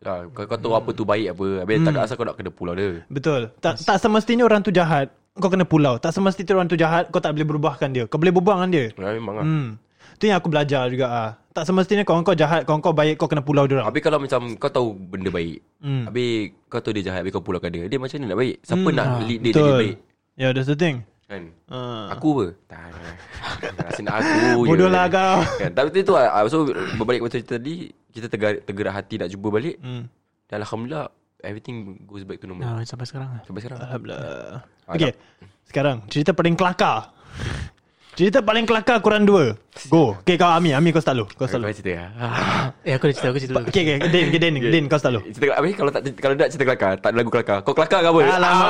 [SPEAKER 5] lah, kau, kau tahu apa tu baik apa Habis tak
[SPEAKER 4] Hmm.
[SPEAKER 5] asal kau nak kena pulau dia
[SPEAKER 4] Betul. Tak tak semestinya orang tu jahat, kau kena pulau. Tak semestinya orang tu jahat, kau tak boleh berubahkan dia. Kau boleh berbual dengan dia.
[SPEAKER 5] Ya memang lah
[SPEAKER 4] Hmm. Tu yang aku belajar juga ah. Tak semestinya kawan kau jahat, kawan kau baik, kau kena pulau dia orang.
[SPEAKER 5] Habis kalau macam kau tahu benda baik
[SPEAKER 4] Hmm.
[SPEAKER 5] Habis kau tahu dia jahat Habis kau pulaukan dia Dia macam mana nak baik Siapa nak lead dia jadi baik
[SPEAKER 4] Ah, Betul. Yeah, that's the thing.
[SPEAKER 5] Kan
[SPEAKER 4] Uh,
[SPEAKER 5] Aku apa? Tak Rasa nak aku je.
[SPEAKER 4] Bodoh lah kau.
[SPEAKER 5] kan? Tapi tu lah ah, So berbalik macam cerita tadi Kita tergerak, tergerak hati nak jumpa balik
[SPEAKER 4] hmm.
[SPEAKER 5] Dan Alhamdulillah Everything goes back to normal
[SPEAKER 6] Ah, sampai sekarang lah.
[SPEAKER 5] Sampai sekarang
[SPEAKER 4] Alhamdulillah. Okay. Sekarang cerita paling kelakar. cerita paling kelakar korang dua. Go. Okay kau Ami, Ami kau start dulu. Kau
[SPEAKER 5] Kau
[SPEAKER 4] start dulu.
[SPEAKER 5] nak cerita lah
[SPEAKER 6] Eh aku dah cerita aku cerita dulu.
[SPEAKER 4] Okay, okay. Din, okay, Din, Din, kau start dulu.
[SPEAKER 5] Cerita kelakar Habis kalau tak kalau tak cerita kelakar Tak ada lagu kelakar Kau kelakar ke apa? Ah,
[SPEAKER 4] Alamak.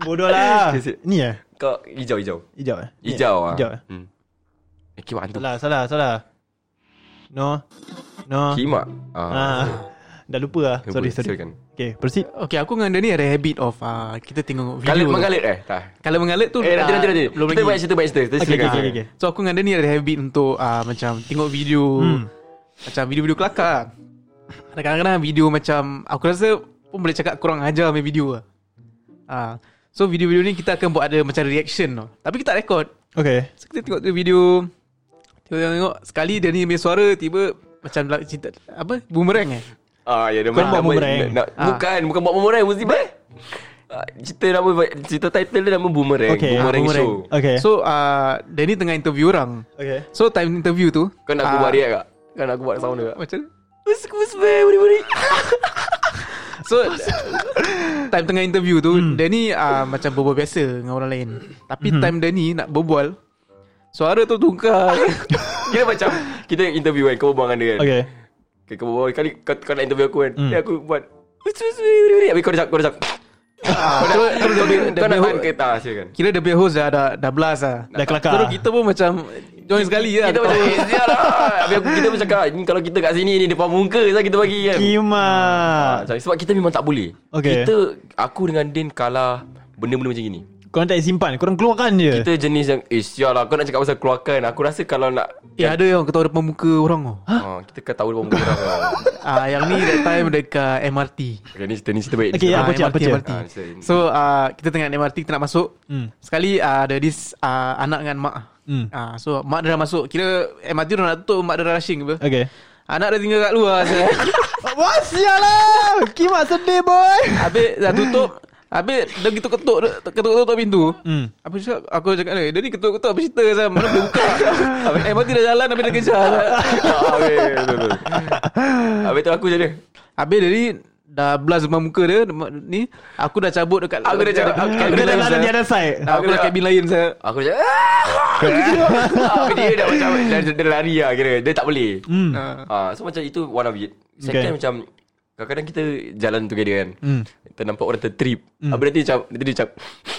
[SPEAKER 4] Bodoh lah.
[SPEAKER 5] Okay, sit.
[SPEAKER 4] Ni eh?
[SPEAKER 5] Kau hijau-hijau
[SPEAKER 4] Hijau eh? Ni eh?
[SPEAKER 5] Hijau lah
[SPEAKER 4] Hijau eh? Lah.
[SPEAKER 5] hmm. Eh kimak hantu
[SPEAKER 4] Salah, salah, salah. No. No.
[SPEAKER 5] Kimak
[SPEAKER 4] Ah. Dah lupa lah.
[SPEAKER 5] Lupa,
[SPEAKER 4] Sorry, sorry.
[SPEAKER 5] silakan.
[SPEAKER 4] Okay, proceed.
[SPEAKER 6] Okay aku dengan dia ni ada habit of ah, Kita tengok video
[SPEAKER 5] Kalit
[SPEAKER 6] tu.
[SPEAKER 5] mengalit eh? Tak
[SPEAKER 6] Kalau mengalit tu
[SPEAKER 5] Eh nanti
[SPEAKER 6] ah,
[SPEAKER 5] nanti nanti
[SPEAKER 6] Belum
[SPEAKER 5] Kita
[SPEAKER 6] lagi
[SPEAKER 5] banyak cerita banyak cerita Kita
[SPEAKER 4] Okay,
[SPEAKER 5] silakan
[SPEAKER 4] okay,
[SPEAKER 5] silakan.
[SPEAKER 4] okay, okay.
[SPEAKER 6] So aku dengan dia ni ada habit untuk uh, Macam tengok video
[SPEAKER 4] Hmm.
[SPEAKER 6] Macam video-video kelakar Ada kadang-kadang video macam Aku rasa pun boleh cakap kurang ajar main video lah uh, So video-video ni kita akan buat ada macam reaction tau Tapi kita tak record
[SPEAKER 4] Okay.
[SPEAKER 6] So kita tengok tu video Tengok-tengok Sekali dia ni punya suara tiba Macam la- cerita, apa Boomerang eh
[SPEAKER 5] Ah, ya dia
[SPEAKER 4] Bukan
[SPEAKER 5] nak-
[SPEAKER 4] buat boomerang.
[SPEAKER 5] nak-
[SPEAKER 6] Ah.
[SPEAKER 5] Bukan, bukan buat boomerang musibah. Ah, Cerita nama cerita title dia nama boomerang,
[SPEAKER 4] Okay, ah,
[SPEAKER 5] boomerang,
[SPEAKER 6] boomerang.
[SPEAKER 5] show.
[SPEAKER 4] Okay. So,
[SPEAKER 6] So uh, Danny tengah interview orang
[SPEAKER 4] okay.
[SPEAKER 6] So time interview tu
[SPEAKER 5] Kau nak aku
[SPEAKER 6] ah,
[SPEAKER 5] buat react tak? Kau nak aku buat sound dia tak?
[SPEAKER 6] Macam
[SPEAKER 5] Musibah, buri-buri.
[SPEAKER 6] So Time tengah interview tu hmm. Danny uh, Macam berbual biasa Dengan orang lain Tapi
[SPEAKER 4] Hmm.
[SPEAKER 6] time Danny Nak berbual Suara tu tukar
[SPEAKER 5] Kira macam kita interview kan, kau berbual dengan dia kan.
[SPEAKER 4] Okay.
[SPEAKER 5] Okay, kau berbual kali kau, kau nak interview aku kan.
[SPEAKER 4] Hmm.
[SPEAKER 5] Then aku buat Habis kau dah cakap Kau dah cakap
[SPEAKER 6] Ah, so, so,
[SPEAKER 5] Kau
[SPEAKER 6] dia,
[SPEAKER 5] nak
[SPEAKER 6] dia,
[SPEAKER 5] tahan
[SPEAKER 6] dia,
[SPEAKER 5] kereta hasil kan
[SPEAKER 6] Kira dia punya host dah Dah, dah blast lah
[SPEAKER 4] Dah kelakar.
[SPEAKER 6] Terus kita pun macam Join sekali lah
[SPEAKER 5] Kita macam
[SPEAKER 6] Tahu.
[SPEAKER 5] eh, sial lah Habis aku kita pun cakap ni Kalau kita kat sini ni Depan muka lah kita bagi kan
[SPEAKER 4] Kima.
[SPEAKER 5] Ah, sorry, Sebab kita memang tak boleh
[SPEAKER 4] Okay.
[SPEAKER 5] Kita Aku dengan Din kalah Benda-benda macam gini
[SPEAKER 4] Korang tak simpan. Korang keluarkan je.
[SPEAKER 5] Kita jenis yang Eh sial lah Kau nak cakap pasal keluarkan Aku rasa kalau nak
[SPEAKER 4] Ya,
[SPEAKER 6] Eh ada yang ketawa depan muka orang tu
[SPEAKER 5] ha? Kita kata tahu depan muka orang lah.
[SPEAKER 6] Ah, Yang ni that time Dekat MRT
[SPEAKER 5] Okay ni cerita ni cerita baik ni
[SPEAKER 4] Okay,
[SPEAKER 5] cerita
[SPEAKER 4] Ya, apa
[SPEAKER 6] Ah,
[SPEAKER 4] je, apa
[SPEAKER 6] MRT,
[SPEAKER 4] je?
[SPEAKER 6] MRT.
[SPEAKER 5] Ah, sorry.
[SPEAKER 6] So uh, kita tengah naik MRT Kita nak masuk
[SPEAKER 4] Hmm.
[SPEAKER 6] Sekali uh, ada this uh, Anak dengan mak
[SPEAKER 4] Hmm.
[SPEAKER 6] uh, So mak dia dah masuk Kira MRT dah nak tutup Mak dia dah rushing ke apa
[SPEAKER 4] Okay.
[SPEAKER 6] Anak dia tinggal kat luar saya.
[SPEAKER 4] Wah, sial lah. Kima sedih, boy.
[SPEAKER 6] Habis dah tutup Habis dia gitu ketuk Ketuk-ketuk pintu
[SPEAKER 4] Hmm.
[SPEAKER 6] Apa cakap Aku cakap "Eh, dia Dia ni ketuk-ketuk Apa cerita saya Mana boleh buka Eh mati dah jalan Habis dia kejar
[SPEAKER 5] Ah, okay, betul, betul. Habis tu aku jadi
[SPEAKER 6] Habis dia ni Dah blast depan muka dia dem- Ni Aku dah cabut dekat
[SPEAKER 5] Aku dah cabut- aku-
[SPEAKER 4] Aku
[SPEAKER 6] Aku
[SPEAKER 4] dah
[SPEAKER 6] dah
[SPEAKER 4] lalu di other side.
[SPEAKER 6] Aku dah kabin lain saya
[SPEAKER 5] Aku macam "Ah!" Tapi dia dah macam Dia, dia lari lah kira Dia tak boleh
[SPEAKER 4] Hmm.
[SPEAKER 6] Ah.
[SPEAKER 5] Ah, so macam itu one of it.
[SPEAKER 4] Okay.
[SPEAKER 5] Second okay. macam kadang-kadang kita jalan together kan.
[SPEAKER 4] Hmm.
[SPEAKER 5] Kita nampak orang tertrip. Mm. Habis nanti macam nanti dia macam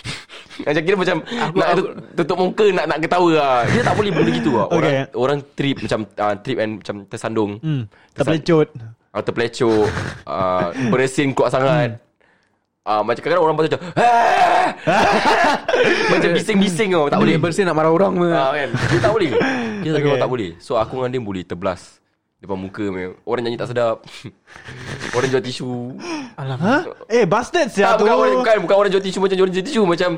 [SPEAKER 5] macam kira macam aku, nak aku, tutup muka nak nak ketawa lah. Dia tak boleh benda gitu lah. Orang
[SPEAKER 4] Okay.
[SPEAKER 5] orang trip macam uh, trip and macam tersandung.
[SPEAKER 4] Hmm. Tak
[SPEAKER 5] Tersan-
[SPEAKER 4] boleh cut.
[SPEAKER 5] Uh, terpelecok uh, Beresin kuat sangat uh, Macam kadang-kadang orang pasal macam "Ah!" Macam bising-bising tau Tak
[SPEAKER 6] Boleh
[SPEAKER 5] boleh
[SPEAKER 6] bersih nak marah orang
[SPEAKER 5] Hmm. Ah,
[SPEAKER 6] uh,
[SPEAKER 5] kan? Dia tak boleh Dia
[SPEAKER 4] Okay.
[SPEAKER 5] okay. tak boleh So aku dengan dia boleh terbelas Depan muka me. Orang nyanyi tak sedap Orang jual tisu
[SPEAKER 6] Alamak
[SPEAKER 4] Hah? Eh, bastard
[SPEAKER 5] tak,
[SPEAKER 4] sial tu.
[SPEAKER 5] bukan, orang, bukan, bukan orang jual tisu Macam orang jual tisu Macam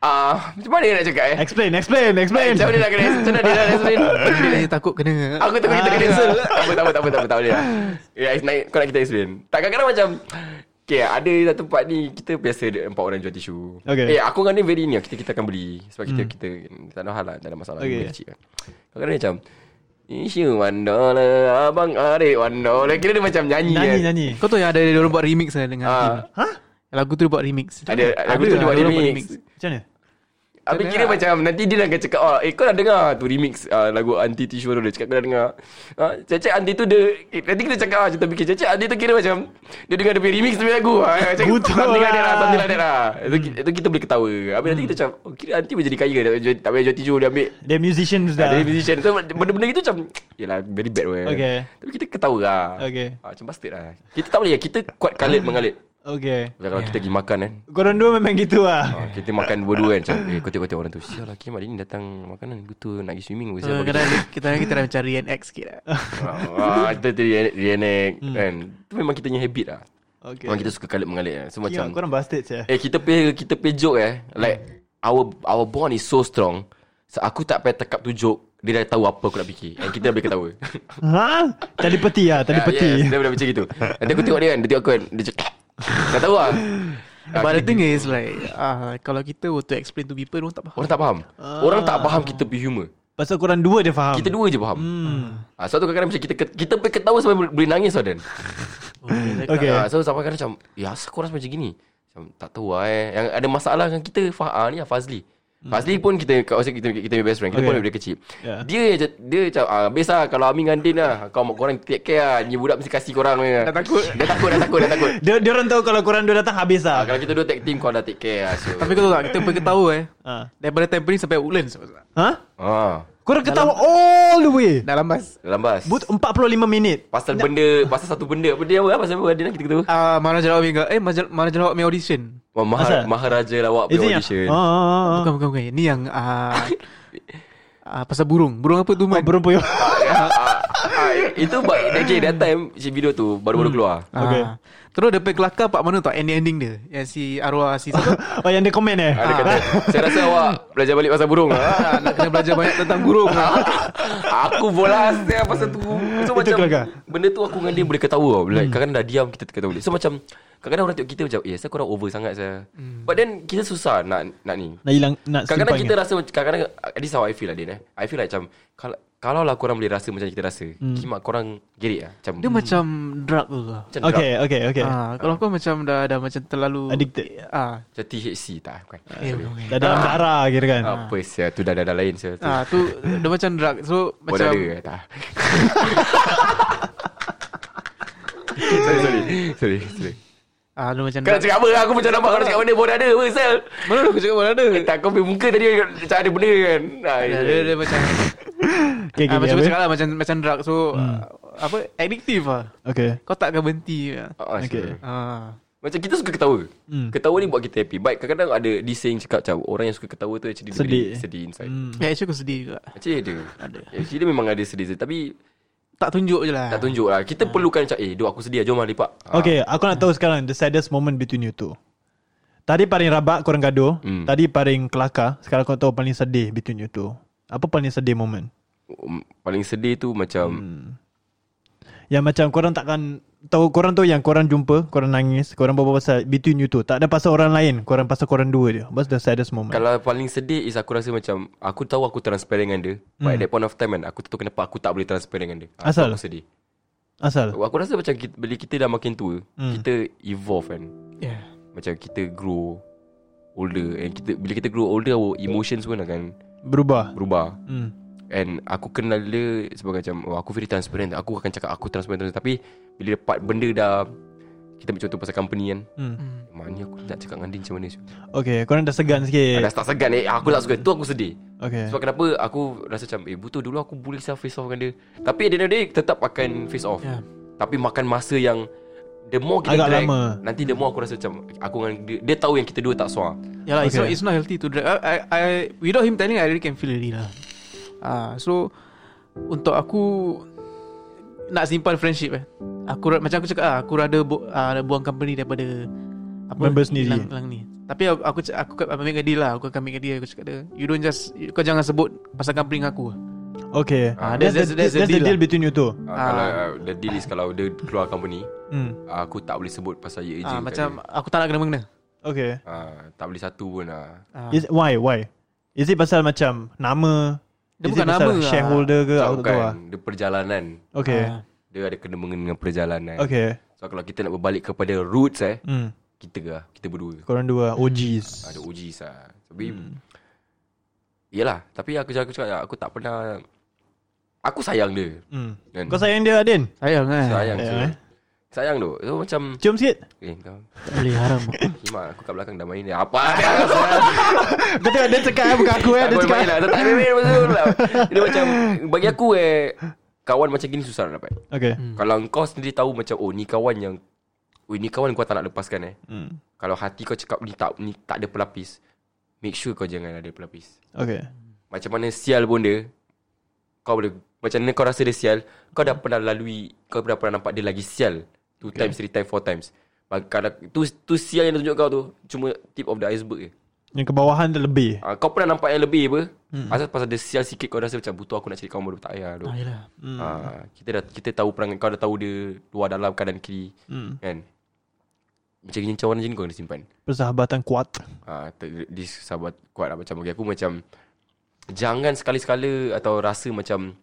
[SPEAKER 5] ah Macam mana nak cakap eh
[SPEAKER 4] Explain, explain, explain.
[SPEAKER 5] Macam mana nak kena Macam mana dia nak explain
[SPEAKER 6] Dia takut kena
[SPEAKER 5] Aku takut kita kena cancel Tak apa tak apa tak apa tak apa tak boleh lah Ya naik kau nak kita explain Tak kadang-kadang macam Okay ada satu tempat ni Kita biasa ada empat orang jual tisu
[SPEAKER 4] Okay.
[SPEAKER 5] Eh aku dengan dia very ni lah, Kita kita akan beli Sebab kita kita Tak ada hal lah Tak ada masalah
[SPEAKER 4] Okay.
[SPEAKER 5] Benda kecil kan Kadang-kadang dia macam Issue one dollar Abang adik one dollar Kira dia macam nyanyi
[SPEAKER 4] Nyanyi,
[SPEAKER 5] kan
[SPEAKER 4] nyanyi.
[SPEAKER 6] Kau tahu yang ada Dia orang buat remix lah dengan
[SPEAKER 5] Ah.
[SPEAKER 6] Hakim. Lagu tu dia buat remix
[SPEAKER 5] Ada lagu tu dia buat
[SPEAKER 6] ada lah, orang
[SPEAKER 5] remix
[SPEAKER 4] Macam mana?
[SPEAKER 5] Habis
[SPEAKER 6] Kena
[SPEAKER 5] kira
[SPEAKER 6] lah.
[SPEAKER 5] macam Nanti dia akan cakap oh, Eh kau dah dengar tu remix uh, Lagu anti tisu tu Dia cakap kau dah dengar uh, Cacik anti tu dia eh, Nanti kita cakap ah, Kita fikir Cacik anti tu kira macam Dia dengar dia punya remix Dia punya lagu ah, macam,
[SPEAKER 4] Betul
[SPEAKER 5] something like that
[SPEAKER 4] lah.
[SPEAKER 5] lah Something like that lah itu, ki- itu kita boleh ketawa Habis nanti kita macam oh, Kira anti menjadi kaya Tak, payah jual- tak payah jual tisu Dia ambil
[SPEAKER 4] Dia musician
[SPEAKER 5] Dah.
[SPEAKER 4] sudah.
[SPEAKER 5] Dari musician So benda-benda gitu macam Yelah very bad weh.
[SPEAKER 4] Ya. Okay.
[SPEAKER 5] Tapi kita ketawa lah
[SPEAKER 4] Okay.
[SPEAKER 5] Ah, Macam bastard lah Kita tak boleh Kita kuat kalit mengalit
[SPEAKER 4] Okay.
[SPEAKER 5] Kalau kita pergi makan kan
[SPEAKER 4] Korang dua memang gitu lah.
[SPEAKER 5] Ah, kita makan berdua kan Macam eh kau tengok orang tu Sial lah Kim hari ni datang Makanan betul Nak pergi swimming pun Sial
[SPEAKER 6] Kadang-kadang kita, kita dah macam reenact sikit lah
[SPEAKER 4] Hmm,
[SPEAKER 5] ah, Kita tu re- reenact kan Itu memang kita punya habit lah
[SPEAKER 4] Okay.
[SPEAKER 5] Memang kita suka kalit-mengalit kan So
[SPEAKER 4] Kira,
[SPEAKER 5] macam
[SPEAKER 4] korang ya. bastard sial.
[SPEAKER 5] Eh kita pay Kita pay joke eh Like Our our bond is so strong so, Aku tak payah tekap tu joke Dia dah tahu apa aku nak fikir And kita dah boleh ketawa
[SPEAKER 4] Ha? Tali peti lah, tali
[SPEAKER 5] Ah,
[SPEAKER 4] peti.
[SPEAKER 5] yes, Dia dah macam gitu Nanti aku tengok dia kan Dia tengok aku kan Dia cakap Dah tahu lah Ah,
[SPEAKER 6] But the thing is like uh, Kalau kita were to explain to people Orang tak faham
[SPEAKER 5] Orang tak faham
[SPEAKER 4] Ah.
[SPEAKER 5] Orang tak faham kita punya humor
[SPEAKER 4] Pasal korang dua dia faham.
[SPEAKER 5] Kita dua je faham hmm. ha, So tu kadang-kadang macam kita, kita boleh ketawa sampai boleh boleh nangis tau Dan
[SPEAKER 4] Okay.
[SPEAKER 5] ha, So sampai kadang macam Eh asal korang macam gini macam, Tak tahu lah eh Yang ada masalah dengan kita Fah, ah, ni lah Fazli Fazli pun kita kat masa kita kita punya best friend. Kita
[SPEAKER 4] Hmm. Okay.
[SPEAKER 5] pun dari kecil.
[SPEAKER 4] Yeah.
[SPEAKER 5] Dia je- dia macam ah habis lah kalau Amin dengan Din lah. Kau mak korang take care lah. Ni budak mesti kasih korang ni. Dah takut. Dah takut dah takut dah takut.
[SPEAKER 4] Dia, dia orang tahu kalau korang dua datang habis
[SPEAKER 5] ah,
[SPEAKER 4] lah.
[SPEAKER 5] kalau kita dua tag team kau dah take care lah. So.
[SPEAKER 6] Tapi kau tahu tak Kita pergi ketawa eh
[SPEAKER 4] Ah.
[SPEAKER 6] Daripada Tampines sampai Woodlands
[SPEAKER 4] Ha?
[SPEAKER 5] ah,
[SPEAKER 4] Korang ketawa all the way.
[SPEAKER 6] Dalam bas
[SPEAKER 5] dalam bas.
[SPEAKER 4] But 45 minit.
[SPEAKER 5] pasal benda, pasal satu benda. Benda apa? Pasal apa? Din lah kita
[SPEAKER 4] Ah.
[SPEAKER 5] ketawa.
[SPEAKER 6] uh, Maharaja Lawak Mega Eh Maharaja Maharaja Lawak Mega Audition
[SPEAKER 5] Wah,
[SPEAKER 4] Asal?
[SPEAKER 5] Mahar, Maharaja lawak
[SPEAKER 4] Itu
[SPEAKER 5] punya
[SPEAKER 4] yang.
[SPEAKER 5] audition.
[SPEAKER 4] Ah, ah, ah, ah.
[SPEAKER 6] Bukan bukan bukan Ni yang uh, uh, Pasal burung Burung apa tu
[SPEAKER 4] Oh,
[SPEAKER 6] man?
[SPEAKER 4] burung puyuh.
[SPEAKER 5] Ah, ah, ah, Itu ba- Okay that time si Video tu Baru-baru keluar
[SPEAKER 4] Okay.
[SPEAKER 6] Hmm. Ah. Terus dia punya kelakar part mana tau Ending-ending dia Yang si arwah si siapa
[SPEAKER 4] Oh yang dia komen eh
[SPEAKER 5] Ada kata Saya rasa awak Belajar balik pasal burung lah
[SPEAKER 6] Ah, Nak kena belajar banyak tentang burung lah.
[SPEAKER 5] Aku bola saya pasal tu
[SPEAKER 4] Itu
[SPEAKER 5] So macam
[SPEAKER 4] kelakar.
[SPEAKER 5] Benda tu aku dengan dia boleh ketawa
[SPEAKER 6] Hmm.
[SPEAKER 5] tau. Like, Kadang-kadang dah diam kita ketawa boleh So macam Kadang-kadang orang tengok kita macam Eh saya korang over sangat saya
[SPEAKER 6] Hmm.
[SPEAKER 5] But then kita susah nak nak ni
[SPEAKER 4] Nak hilang Nak
[SPEAKER 5] Kadang-kadang
[SPEAKER 4] simpan
[SPEAKER 5] kita
[SPEAKER 4] ke?
[SPEAKER 5] rasa macam- Kadang-kadang At least how I feel lah Din eh I feel like macam Kalau kalau lah korang boleh rasa macam kita rasa Kimak korang gerik lah Macam
[SPEAKER 6] Hmm. Dia macam drug tu lah
[SPEAKER 5] macam drug.
[SPEAKER 4] Okay okay Hmm. okay
[SPEAKER 6] Ah, Kalau kau macam dah dah macam terlalu
[SPEAKER 4] Addicted.
[SPEAKER 6] Ah,
[SPEAKER 5] Macam THC tak bukan
[SPEAKER 6] eh, bukan.
[SPEAKER 4] Dah dalam darah kira kan
[SPEAKER 5] Ah, Apa sia Tu dah dah dah lain sia tu.
[SPEAKER 6] Ah, tu dia macam drug. So
[SPEAKER 5] Macam
[SPEAKER 6] macam
[SPEAKER 5] ada ke? tak Sorry sorry Sorry sorry
[SPEAKER 6] ah dia macam
[SPEAKER 5] Kau nak
[SPEAKER 6] drug.
[SPEAKER 5] cakap apa Aku macam nampak Kau nak cakap benda Bodoh ada apa Sel
[SPEAKER 6] Mana aku cakap mana ada?
[SPEAKER 5] Eh, Tak kau punya muka tadi Macam ada benda kan Ah,
[SPEAKER 6] Dia,
[SPEAKER 5] ya.
[SPEAKER 6] dia, dia macam
[SPEAKER 4] Okay okay
[SPEAKER 6] ah, macam
[SPEAKER 4] okay,
[SPEAKER 6] cakap lah macam macam drug. So ah, apa addictive ah.
[SPEAKER 4] Okay
[SPEAKER 6] Kau tak akan berhenti. ah.
[SPEAKER 5] Ah, ah,
[SPEAKER 4] Okay.
[SPEAKER 5] sorry.
[SPEAKER 6] Ah.
[SPEAKER 5] Macam kita suka ketawa Ketawa ni buat kita happy Baik kadang-kadang ada This saying cakap macam Orang yang suka ketawa tu Actually dia
[SPEAKER 4] Sedih.
[SPEAKER 5] really sedih inside
[SPEAKER 6] Ya, actually aku sedih juga.
[SPEAKER 5] Actually ada Actually dia memang ada sedih Tapi
[SPEAKER 6] Tak tunjuk je lah.
[SPEAKER 5] tak tunjuk lah Kita perlukan macam Eh duk aku sedih lah, Jom lah lepak Ah,
[SPEAKER 4] Okay aku nak tahu sekarang The saddest moment between you two Tadi paling rabak korang gaduh
[SPEAKER 5] Hmm.
[SPEAKER 4] Tadi paling kelakar Sekarang kau tahu paling sedih between you two Apa paling sedih moment Hmm.
[SPEAKER 5] um, Paling sedih tu macam
[SPEAKER 4] Yang macam korang takkan Tahu korang tu yang korang jumpa Korang nangis Korang berbual pasal Between you two Tak ada pasal orang lain Korang pasal korang dua je That's the saddest moment
[SPEAKER 5] Kalau paling sedih Is aku rasa macam Aku tahu aku transparent dengan dia But at that point of time kan Aku tak tahu kenapa Aku tak boleh transparent dengan dia Ah, tu
[SPEAKER 4] Asal?
[SPEAKER 5] Aku sedih
[SPEAKER 4] Asal
[SPEAKER 5] Aku rasa macam kita, Bila kita dah makin tua Kita evolve kan
[SPEAKER 6] Ya.
[SPEAKER 5] Macam kita grow Older And kita Bila kita grow older Our emotions pun akan
[SPEAKER 4] Berubah
[SPEAKER 5] Berubah
[SPEAKER 4] hmm.
[SPEAKER 5] And aku kenal dia Sebagai macam oh, Aku very transparent Aku akan cakap Aku transparent transparent. Tapi Bila part benda dah Kita ambil contoh pasal company kan
[SPEAKER 4] Hmm.
[SPEAKER 5] Maknanya aku nak cakap dengan dia macam mana Syul?
[SPEAKER 4] Okay korang dah segan
[SPEAKER 5] Dah
[SPEAKER 4] sikit
[SPEAKER 5] start segan eh Aku tak suka Tu aku sedih
[SPEAKER 4] Okay
[SPEAKER 5] Sebab kenapa Aku rasa macam Eh butuh dulu aku boleh sah face off dengan dia Tapi at the end of the day Tetap akan face off
[SPEAKER 6] Ya.
[SPEAKER 5] Tapi makan masa yang The more kita
[SPEAKER 4] Agak
[SPEAKER 5] drag
[SPEAKER 4] lama.
[SPEAKER 5] Nanti the more aku rasa macam Aku dengan dia Dia tahu yang kita dua tak suar
[SPEAKER 6] Yeah lah, it's
[SPEAKER 4] Okay.
[SPEAKER 6] not it's not healthy to drag. I, I, I without him telling, I really can feel already lah. Ah, so untuk aku nak simpan friendship eh. Aku ra- macam aku cakap ah, aku rada bu, ah, buang company daripada apa
[SPEAKER 4] Member sendiri.
[SPEAKER 6] hilang- hilang ni. Tapi aku aku, c- aku, aku ambil dengan dia lah. Aku akan ambil dengan dia. Aku cakap dia, you don't just kau jangan sebut pasal company dengan aku.
[SPEAKER 4] Okay
[SPEAKER 6] Ah,
[SPEAKER 4] that's, that's,
[SPEAKER 6] that's-
[SPEAKER 4] that's,
[SPEAKER 6] that's
[SPEAKER 4] the
[SPEAKER 6] the deal
[SPEAKER 4] deal between you two
[SPEAKER 5] uh, Kalau uh, The deal is Kalau dia keluar company
[SPEAKER 4] hmm.
[SPEAKER 5] uh, Aku tak boleh sebut Pasal ye je
[SPEAKER 6] Ah, macam aku tak nak kena mengena.
[SPEAKER 4] Okay
[SPEAKER 5] uh, Tak boleh satu pun uh.
[SPEAKER 6] Ah.
[SPEAKER 4] Is why why? Is it pasal macam nama?
[SPEAKER 6] Dia
[SPEAKER 4] Is
[SPEAKER 6] bukan
[SPEAKER 4] it pasal
[SPEAKER 6] nama lah.
[SPEAKER 4] shareholder ke aku
[SPEAKER 5] Macam
[SPEAKER 4] tak tahu lah.
[SPEAKER 5] bukan Dia perjalanan
[SPEAKER 4] Okay.
[SPEAKER 6] Ah.
[SPEAKER 5] Dia ada kena mengena dengan perjalanan
[SPEAKER 4] Okay.
[SPEAKER 5] So kalau kita nak berbalik kepada roots eh
[SPEAKER 4] Hmm.
[SPEAKER 5] Kita lah Kita berdua
[SPEAKER 4] Korang
[SPEAKER 5] Hmm.
[SPEAKER 4] dua OGs.
[SPEAKER 5] Ada uji sah. Tapi hmm. Yelah Tapi aku aku cakap Aku tak pernah Aku sayang dia
[SPEAKER 4] Hmm.
[SPEAKER 5] kan?
[SPEAKER 4] Kau sayang dia Adin?
[SPEAKER 6] Sayang eh.
[SPEAKER 5] Sayang
[SPEAKER 4] Eh,
[SPEAKER 5] so,
[SPEAKER 4] eh.
[SPEAKER 5] Sayang tu So macam
[SPEAKER 4] Cium sikit.
[SPEAKER 5] Eh kau
[SPEAKER 6] Tak boleh haram.
[SPEAKER 5] Himak aku kat belakang dah main ni Apa ada
[SPEAKER 4] Kau tengok dia cakap eh, bukan aku eh. Dia
[SPEAKER 5] Aku
[SPEAKER 4] cakap.
[SPEAKER 5] main lah Tak main main betul lah Dia macam Bagi aku eh Kawan macam gini susah nak dapat
[SPEAKER 4] Okay.
[SPEAKER 6] Hmm.
[SPEAKER 5] Kalau kau sendiri tahu macam Oh ni kawan yang Oh ni kawan kau tak nak lepaskan eh
[SPEAKER 4] Hmm.
[SPEAKER 5] Kalau hati kau cakap ni tak ni tak ada pelapis Make sure kau jangan ada pelapis
[SPEAKER 4] Okay.
[SPEAKER 5] Macam mana sial pun dia Kau boleh Macam mana kau rasa dia sial Kau dah pernah lalui Kau dah pernah nampak dia lagi sial Two times, three times, four times Ba- Kadang, tu, tu sial yang dia tunjuk kau tu Cuma tip of the iceberg je
[SPEAKER 4] Yang kebawahan tu lebih.
[SPEAKER 5] ha, Kau pernah nampak yang lebih apa hmm. Asal pasal dia sial sikit Kau rasa macam butuh aku nak cari kawan baru Tak payah tu
[SPEAKER 6] Ah, yelah.
[SPEAKER 5] ha, Kita dah kita tahu perangai Kau dah tahu dia Luar dalam keadaan kiri
[SPEAKER 4] Hmm.
[SPEAKER 5] Kan Macam macam orang jin kau kena simpan
[SPEAKER 4] Persahabatan kuat.
[SPEAKER 5] Ah, ter- This sahabat kuat lah Macam bagi aku macam Jangan sekali-sekala Atau rasa macam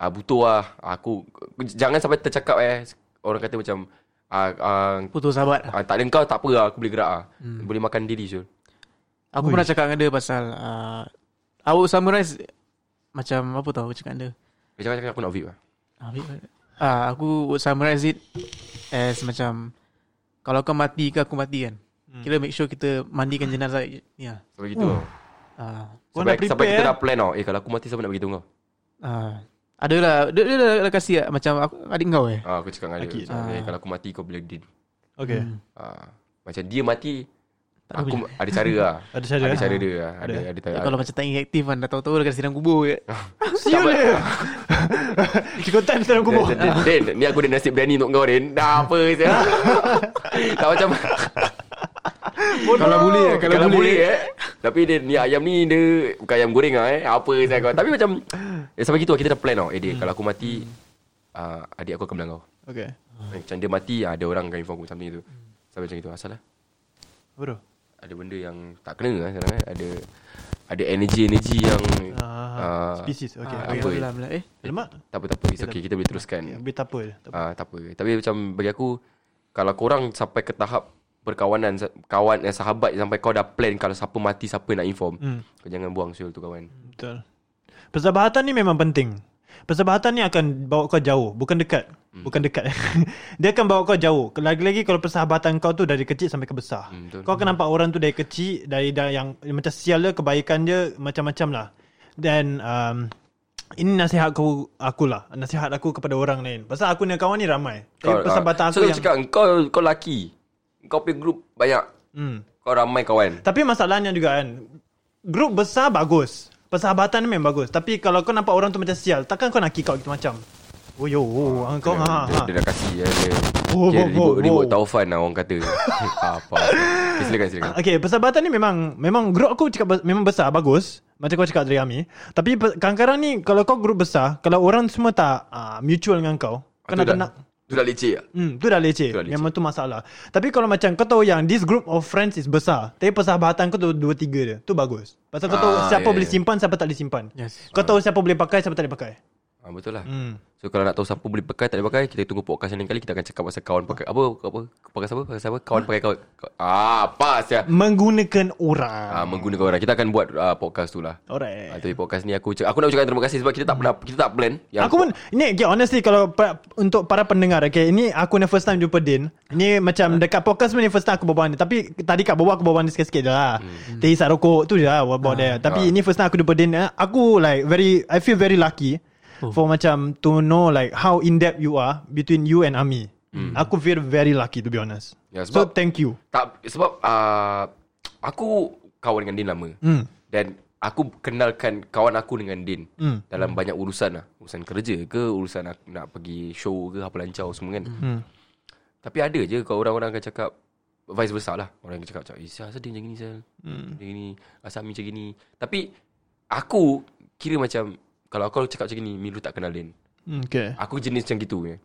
[SPEAKER 5] ah, Butuh lah Aku Jangan sampai tercakap eh Orang kata macam ah, ah,
[SPEAKER 6] Putus sahabat.
[SPEAKER 5] ah, Tak ada kau tak apa lah Aku boleh gerak lah hmm. Boleh makan diri Syul
[SPEAKER 6] Aku pernah cakap dengan dia pasal uh, I would summarize Macam apa tau aku cakap dengan dia
[SPEAKER 5] Dia cakap, cakap aku nak vape lah
[SPEAKER 6] uh, Aku would summarize it As macam Kalau kau mati ke aku mati kan Kira make sure kita mandikan jenazah Ya
[SPEAKER 5] Sampai gitu oh.
[SPEAKER 6] uh,
[SPEAKER 4] Hmm. Kau
[SPEAKER 5] sampai,
[SPEAKER 4] nak
[SPEAKER 5] sampai kita
[SPEAKER 4] prepare,
[SPEAKER 5] dah plan tau Eh kalau aku mati siapa nak beritahu kau
[SPEAKER 6] uh, Adalah Dia, dia dah, dah kasih lah, Macam aku, adik kau eh
[SPEAKER 5] ah, Aku cakap dengan dia
[SPEAKER 4] Akid.
[SPEAKER 6] Hmm.
[SPEAKER 5] macam, eh, Kalau aku mati kau boleh din
[SPEAKER 4] Okay.
[SPEAKER 5] ah, Macam dia mati
[SPEAKER 6] Tak ada
[SPEAKER 5] Aku
[SPEAKER 6] bunyi.
[SPEAKER 5] ada cara lah
[SPEAKER 4] Ada cara,
[SPEAKER 5] Ada
[SPEAKER 4] eh?
[SPEAKER 5] cara dia lah Ada, ada,
[SPEAKER 6] Eh,
[SPEAKER 5] ada,
[SPEAKER 6] Kalau macam tak inaktif kan Dah tahu-tahu dekat sidang kubur je
[SPEAKER 4] Siul dia
[SPEAKER 5] lah.
[SPEAKER 4] Cukup time dalam kubur
[SPEAKER 5] Din, Din, Din, ni aku ada nasib berani untuk kau Din Dah apa je Tak macam
[SPEAKER 6] Kalau boleh eh,
[SPEAKER 5] Kalau, boleh, eh Tapi dia, ni ayam ni dia Bukan ayam goreng lah eh Apa je kau Tapi macam eh, Sampai gitu lah, kita dah plan tau Eh dia kalau aku mati ah, Adik aku akan bilang kau
[SPEAKER 4] Okay
[SPEAKER 5] Macam dia mati ah, Ada orang akan inform aku something tu Sampai macam itu Asal lah
[SPEAKER 4] Bro
[SPEAKER 5] Ada benda yang tak kena lah sekarang eh Ada ada energy-energy yang
[SPEAKER 4] Ah,
[SPEAKER 5] ah,
[SPEAKER 4] Species Okay
[SPEAKER 5] ah,
[SPEAKER 4] okay.
[SPEAKER 5] apa?
[SPEAKER 6] Apalah pula eh
[SPEAKER 4] Lemak
[SPEAKER 5] Tak apa tak apa It's okay kita boleh teruskan
[SPEAKER 4] Ambil tak apa je, tak apa.
[SPEAKER 5] Ah, tak apa. Tapi macam bagi aku kalau korang sampai ke tahap perkawanan sa- kawan eh, sahabat sampai kau dah plan kalau siapa mati siapa nak inform.
[SPEAKER 4] Hmm.
[SPEAKER 5] Kau jangan buang siul tu kawan.
[SPEAKER 4] Betul Persahabatan ni memang penting Persahabatan ni akan bawa kau jauh Bukan dekat
[SPEAKER 5] Hmm.
[SPEAKER 4] Bukan dekat Dia akan bawa kau jauh Lagi-lagi kalau persahabatan kau tu Dari kecil sampai ke besar
[SPEAKER 5] Hmm, betul.
[SPEAKER 4] Kau akan nampak orang tu dari kecil Dari, dari yang Macam sial dia Kebaikan dia Macam-macam lah Dan um, Ini nasihat aku Akulah Nasihat aku kepada orang lain Pasal aku ni kawan ni ramai Tapi persahabatan
[SPEAKER 5] ah,
[SPEAKER 4] aku
[SPEAKER 5] so,
[SPEAKER 4] yang
[SPEAKER 5] cakap kau kau laki. Kau punya group banyak.
[SPEAKER 4] hmm.
[SPEAKER 5] Kau ramai kawan.
[SPEAKER 4] Tapi masalahnya juga kan Grup besar bagus Persahabatan memang bagus Tapi kalau kau nampak orang tu macam sial Takkan kau nak kick out gitu macam Oh yo oh, ah, Kau
[SPEAKER 5] dia,
[SPEAKER 4] ha,
[SPEAKER 5] dia,
[SPEAKER 4] ha.
[SPEAKER 5] dia, dah kasi dia, dia,
[SPEAKER 4] Oh, oh,
[SPEAKER 5] dia ya. ribut,
[SPEAKER 4] oh,
[SPEAKER 5] ribut
[SPEAKER 4] oh.
[SPEAKER 5] taufan lah orang kata. Apa? Okay, silakan silakan.
[SPEAKER 4] Okay persahabatan ni memang Memang grup aku cakap be- Memang besar bagus Macam kau cakap dari Ami Tapi pe- kadang-kadang ni Kalau kau grup besar Kalau orang semua tak uh, Mutual dengan kau Kau
[SPEAKER 5] Ah, Tu
[SPEAKER 4] nak
[SPEAKER 5] dah-
[SPEAKER 4] nak
[SPEAKER 5] Tu dah leceh. ah?
[SPEAKER 4] Hmm, tu dah leceh.
[SPEAKER 5] Tu dah leceh.
[SPEAKER 4] Memang tu masalah. Tapi kalau macam kau tahu yang this group of friends is besar, tapi persahabatan kau tu dua tiga dia. Tu bagus. Pasal kau tahu
[SPEAKER 5] Ah,
[SPEAKER 4] siapa
[SPEAKER 5] yeah,
[SPEAKER 4] boleh
[SPEAKER 5] yeah.
[SPEAKER 4] simpan, siapa tak boleh simpan.
[SPEAKER 6] Yes
[SPEAKER 4] Kau tahu siapa boleh pakai, siapa tak boleh pakai.
[SPEAKER 5] Ah, betul lah.
[SPEAKER 4] Hmm.
[SPEAKER 5] So kalau nak tahu siapa boleh pakai tak boleh pakai kita tunggu podcast lain kali kita akan cakap pasal kawan pakai apa apa pakai siapa pakai siapa kawan pakai kawan. Ka- Ah apa sia.
[SPEAKER 4] Menggunakan orang.
[SPEAKER 5] Ah menggunakan orang. Kita akan buat ah, podcast tu lah. Ah,
[SPEAKER 4] Alright.
[SPEAKER 5] tapi podcast ni aku cakap, aku nak ucapkan terima kasih sebab kita tak pernah kita tak plan. Ya, Yang
[SPEAKER 4] Aku pun Ni okay, honestly Kalau pa, Untuk para pendengar okay, Ini aku ni first time jumpa Din Ni
[SPEAKER 5] Hmm.
[SPEAKER 4] macam Dekat podcast pun ni first time aku berbual ni Tapi tadi kat bawah Aku berbual ni sikit-sikit je lah hmm. Dia hisap rokok tu je lah About
[SPEAKER 5] Ah,
[SPEAKER 4] there Tapi ini first time aku jumpa Din Eh, Aku like Very I feel very lucky For macam To know like How in depth you are Between you and Ami Aku feel very lucky To be honest
[SPEAKER 5] Ya,
[SPEAKER 4] So
[SPEAKER 5] Hmm. sebab-
[SPEAKER 4] thank you
[SPEAKER 5] tak sebab ah, aku kawan dengan Din lama.
[SPEAKER 4] Hmm.
[SPEAKER 5] Dan aku kenalkan kawan aku dengan Din
[SPEAKER 4] Hmm.
[SPEAKER 5] dalam banyak urusan lah. Urusan kerja ke, urusan nak, nak pergi show ke, apa lancar semua kan.
[SPEAKER 4] Hmm.
[SPEAKER 5] Tapi ada je kalau orang-orang akan cakap vice versa lah. Orang akan cakap, eh, Syah, asal dia macam gini, Syah? Hmm. Dia gini, asal Ami macam gini. Tapi, aku kira macam, kalau kau cakap macam gini, Milu tak kenal Din.
[SPEAKER 4] Hmm, Okay
[SPEAKER 5] Aku jenis macam gitu je.